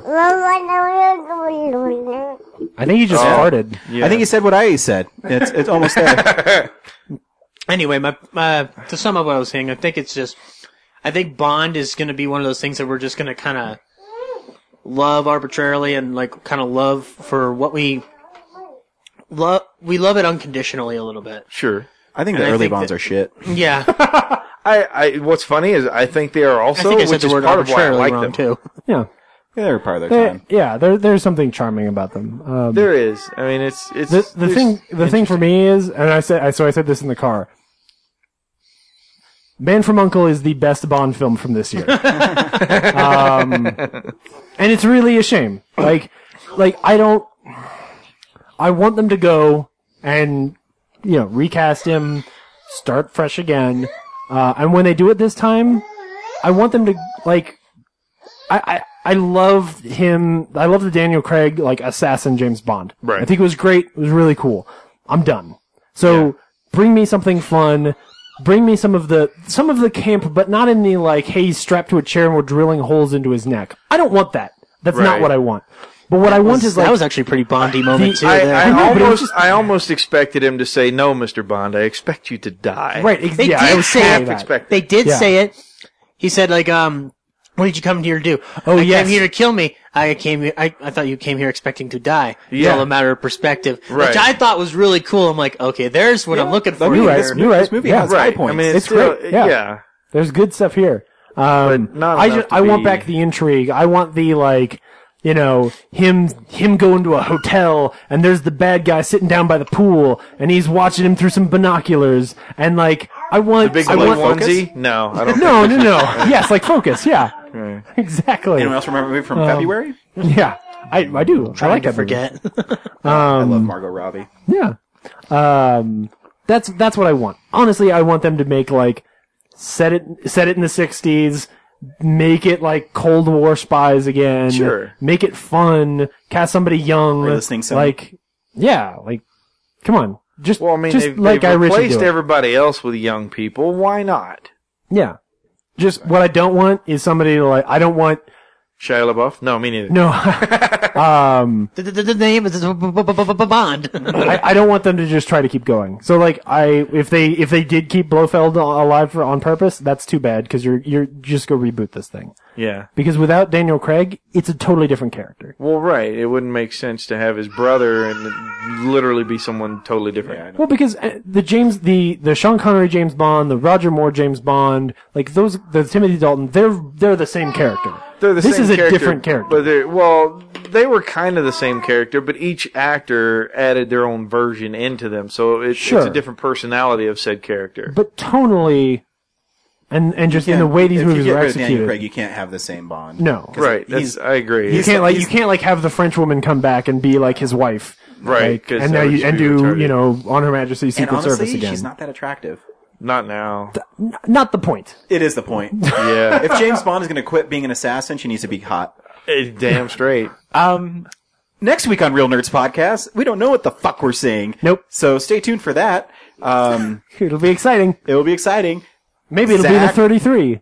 S2: I think he just farted.
S1: I think he said what I said. It's it's almost (laughs) there.
S3: anyway, my, my to sum up what I was saying, I think it's just, I think Bond is going to be one of those things that we're just going to kind of love arbitrarily and like kind of love for what we love. We love it unconditionally a little bit.
S4: Sure.
S1: I think
S3: And
S1: the
S3: I
S1: early
S3: think
S1: Bonds
S3: that-
S1: are shit.
S4: (laughs)
S3: Yeah,
S4: I, I, what's funny is I think they are also,
S3: I think I said
S4: which
S3: the
S4: is
S3: word
S4: part of why I
S3: arbitrarily
S4: like
S3: wrong
S4: them.
S3: too.
S2: Yeah.
S1: Yeah, they were part of their
S2: There,
S1: time.
S2: yeah, there, there's something charming about them. Um,
S4: There is. I mean, it's, it's,
S2: the, the
S4: there's-
S2: thing the thing for me is and i said I, so i said this in the car man from uncle is the best bond film from this year um, and it's really a shame like like i don't i want them to go and you know recast him start fresh again uh, and when they do it this time i want them to like I, I I love him. I love the Daniel Craig like assassin James Bond.
S4: Right.
S2: I think it was great. It was really cool. I'm done. So bring me something fun. Bring me some of the some of the camp, but not in the like, hey, he's strapped to a chair and we're drilling holes into his neck. I don't want that. That's not
S4: Right.
S2: what I want. But what I want is like
S3: that was actually a pretty Bondy moment
S2: The-
S3: too.
S4: I,
S3: there.
S4: I,
S2: know, but it was
S4: almost, I almost expected him to say, "No, Mister Bond, I expect you to die."
S2: Right, ex-
S3: They
S2: yeah, I
S3: did
S2: was
S3: say
S2: totally
S3: it.
S2: that.
S4: expect-
S3: They did
S2: Yeah.
S3: say it. He said, like, um, what did you come here to do?
S2: Oh,
S3: I
S2: yes.
S3: came here to kill me. I came here, I, I thought you came here expecting to die. It's
S4: Yeah.
S3: all a matter of perspective.
S4: Right.
S3: Which I thought was really cool. I'm like, okay, there's what I'm looking for.
S2: You're right.
S3: here.
S2: You're right.
S1: This movie
S2: yeah.
S1: has high
S4: Right. I
S1: points.
S4: mean, it's,
S2: It's great,
S4: still-
S2: yeah.
S4: yeah.
S2: There's good stuff here. Um,
S4: not
S2: I
S4: enough
S2: just
S4: to
S2: I want
S4: be-
S2: back the intrigue. I want the like, you know, him him going to a hotel and there's the bad guy sitting down by the pool and he's watching him through some binoculars and like I want
S4: The big
S2: I
S4: blue
S2: want
S4: onesie? No, I
S2: (laughs)
S4: don't.
S2: No, no,
S4: (laughs)
S2: no. yes, like focus. Yeah, exactly.
S1: Anyone else remember the movie from
S2: Um,
S1: February?
S2: Yeah, I I do. I like
S3: to
S2: that movie.
S3: forget. (laughs)
S1: I love Margot Robbie.
S2: Yeah. Um, that's that's what I want. Honestly, I want them to make like set it set it in the '60s, make it like Cold War spies again.
S4: Sure.
S2: Make it fun. Cast somebody young.
S1: Are you listening, Sam?
S2: Like, yeah, like, come on, just
S4: Well, I mean,
S2: just
S4: they've,
S2: like
S4: they've
S2: I
S4: replaced
S2: Ritchie do it.
S4: everybody else with young people. Why not?
S2: yeah. Just what I don't want is somebody to like. I don't want
S4: Shia LaBeouf? No, me neither.
S2: no. (laughs) um.
S3: The- the- the name is
S2: (laughs)
S3: Bond.
S2: I, I don't want them to just try to keep going. So like I, if they if they did keep Blofeld al- alive for, on purpose, that's too bad because you're you're just go reboot this thing
S4: Yeah.
S2: because without Daniel Craig, it's a totally different character.
S4: Well, right. It wouldn't make sense to have his brother and literally be someone totally different.
S2: Well, because uh, the James the the Sean Connery James Bond, the Roger Moore James Bond, like those the Timothy Dalton, they're they're the same character.
S4: They're the
S2: this
S4: same
S2: is a
S4: character,
S2: different character.
S4: But they're, well, they were kind of the same character, but each actor added their own version into them. So it, it's
S2: Sure.
S4: a different personality of said character.
S2: but tonally, and and just in the way these
S1: if
S2: movies
S1: you
S2: are
S1: get rid of Daniel
S2: executed,
S1: Craig, you can't have the same Bond.
S2: no,
S4: right. That's,
S1: he's-
S4: I agree.
S2: You
S4: It's-
S2: can't like you
S1: he's-
S2: can't like have the French woman come back and be like his wife,
S4: Right,
S2: Like,
S4: 'cause
S2: and
S4: that
S2: now
S4: would
S2: you
S4: just
S2: and
S4: be
S2: do
S4: retarded.
S2: you know honorary majesty's
S1: And
S2: secret service
S1: honestly,
S2: again.
S1: she's not that attractive.
S4: not now.
S2: N- not the
S4: (laughs)
S2: point.
S1: It is the
S2: (laughs)
S1: point.
S4: yeah.
S1: if James Bond is going to quit being an assassin, she needs to be hot.
S4: Eh, Damn straight.
S1: Um, next week on Real Nerds Podcast, we don't know what the fuck we're seeing.
S2: Nope.
S1: So stay tuned for that. Um,
S2: It'll be exciting.
S1: it will be exciting.
S2: Maybe it'll be the
S1: Zach?
S2: thirty-three.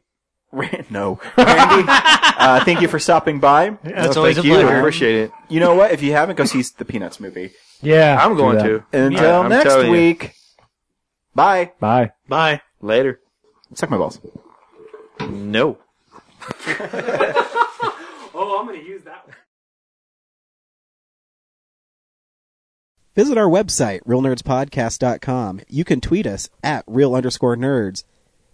S1: Ran- no. Randy, uh, thank you for stopping by.
S3: That's
S4: No,
S3: always a
S4: thank you. I
S3: pleasure.
S4: appreciate it.
S1: You know what? If you haven't, go see the Peanuts movie.
S2: Yeah,
S4: I'm
S2: do
S4: going
S2: that.
S4: to.
S1: Until
S4: I'm
S1: next
S4: telling you.
S1: week. Bye.
S2: Bye.
S3: Bye.
S4: Later.
S1: Suck my balls.
S4: No.
S2: Oh, I'm going to use that one.
S20: Visit our website, realnerdspodcast.com. You can tweet us at real underscore nerds.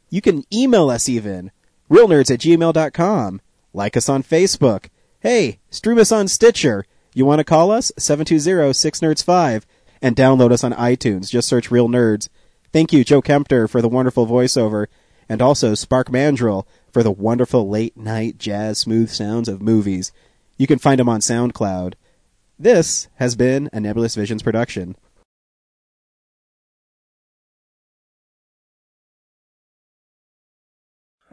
S20: You can email us even, realnerds at gmail.com. Like us on Facebook. Hey, stream us on Stitcher. You want to call us? 720-6nerds5. And download us on iTunes. Just search Real Nerds. Thank you, Joe Kempter, for the wonderful voiceover. And also Spark Mandrill for the wonderful late night jazz smooth sounds of movies. You can find him on SoundCloud. This has been a Nebulous Visions production.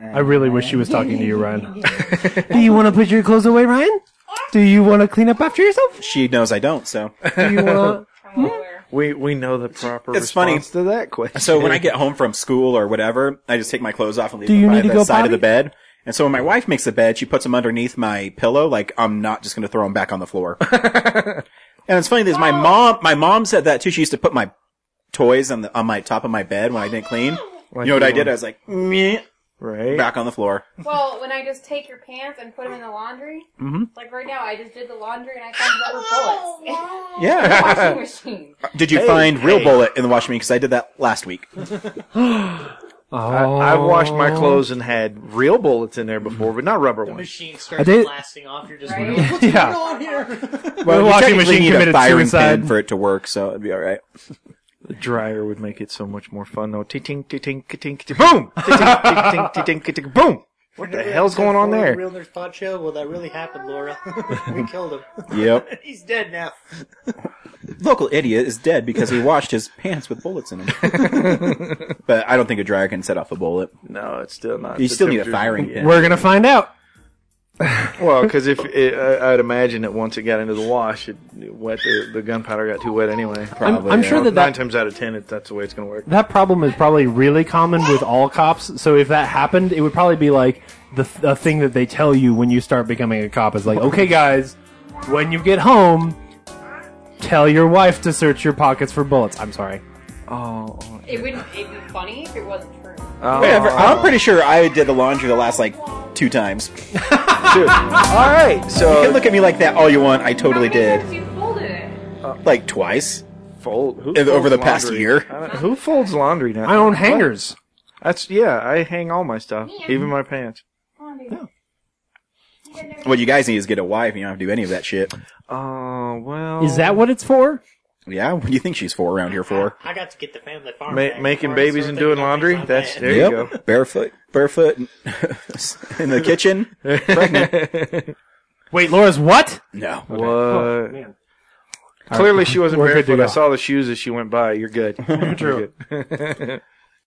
S2: I really wish she was talking to you, Ryan. (laughs) Do you want to put your clothes away, Ryan? Do you want to clean up after yourself?
S1: She knows I don't,
S4: (laughs)
S1: so.
S2: Do you want
S4: We we know the proper
S1: It's funny.
S4: response to that question.
S1: So when I get home from school or whatever, I just take my clothes off and leave
S4: Do
S1: them
S4: you
S1: by
S4: need to
S1: the
S4: go
S1: side of the
S4: potty?
S1: bed. And so when my wife makes the bed, she puts them underneath my pillow, like I'm not just going to throw them back on the floor.
S4: (laughs)
S1: and it's funny because my mom, my mom said that too. She used to put my toys on the on my top of my bed when I didn't clean. you know what I
S4: you
S1: did?
S4: were-
S1: I was like, meh,
S4: (laughs) right,
S1: back on the floor.
S21: Well, when I just take your pants and put them in the laundry,
S1: Mhm.
S21: like right now, I just did the laundry and I found rubber bullets.
S1: Yeah.
S21: in the washing machine.
S1: (laughs) Did you
S4: Hey,
S1: find real
S4: hey.
S1: bullet in the washing machine? Because I did that last week.
S4: I,
S2: Oh.
S4: I've washed my clothes and had real bullets in there before, but not rubber ones.
S3: Machine
S4: I
S3: starts
S4: did-
S3: blasting off. You're just
S4: Right?
S3: like, what's
S4: Yeah.
S3: going on here?
S4: Well,
S1: you
S4: the washing
S1: technically
S4: machine
S1: need a
S4: committed
S1: firing
S4: suicide.
S1: pin for it to work, so it'd be all right.
S4: The dryer would make it so much more fun though. Ting ting ting ting (laughs) boom. Ting ting ting ting boom. What the hell's going on there?
S3: Real Nerds Pod Show? Well, that really happened, Laura. (laughs) we killed him. (laughs)
S1: Yep.
S3: He's dead now.
S1: (laughs) Local idiot is dead because he washed his pants with bullets
S4: (laughs)
S1: in them. but I don't think a dryer can set off a bullet.
S4: No, it's still not.
S1: You
S4: The
S1: still need a
S4: temperature's-
S1: firing pin.
S2: We're going to find out.
S4: Well, because if it, I, I'd imagine that once it got into the wash, it wet the, the gunpowder got too wet anyway.
S2: Probably, I'm sure
S4: You know,
S2: that that-
S4: nine times out of ten, it, that's the way it's going to work.
S2: That problem is probably really common with all cops. So if that happened, it would probably be like the, th- the thing that they tell you when you start becoming a cop is like, okay, guys, when you get home, tell your wife to search your pockets for bullets. I'm sorry.
S4: Oh.
S21: It wouldn't. It'd be funny if it wasn't true.
S1: Whatever. I'm pretty sure I did the laundry the last like two times. Dude. All right. So you can look at me like that all you want. I totally did.
S21: You folded it.
S1: Like twice.
S4: Fold who
S1: Over
S4: folds
S1: the past
S4: laundry?
S1: year.
S4: I don't- Who folds laundry now?
S2: I own
S4: What?
S2: hangers.
S4: That's yeah. I hang all my stuff, even my pants.
S1: What you guys need is get a wife. and You don't have to do any of that shit.
S4: Oh well.
S2: Is that what it's for?
S1: Yeah. What do you think she's for around here for?
S3: I got to get the family farm.
S4: Ma- making babies and doing laundry? That's there
S1: Yep.
S4: you go.
S1: Barefoot, barefoot (laughs) in the kitchen. Pregnant.
S2: Wait, Laura's what?
S1: No.
S4: What?
S2: Oh, man.
S4: Clearly, she wasn't
S2: We're good to
S4: barefoot. I
S2: go. (laughs)
S4: saw the shoes as she went by. You're good. You're
S2: True.
S4: good.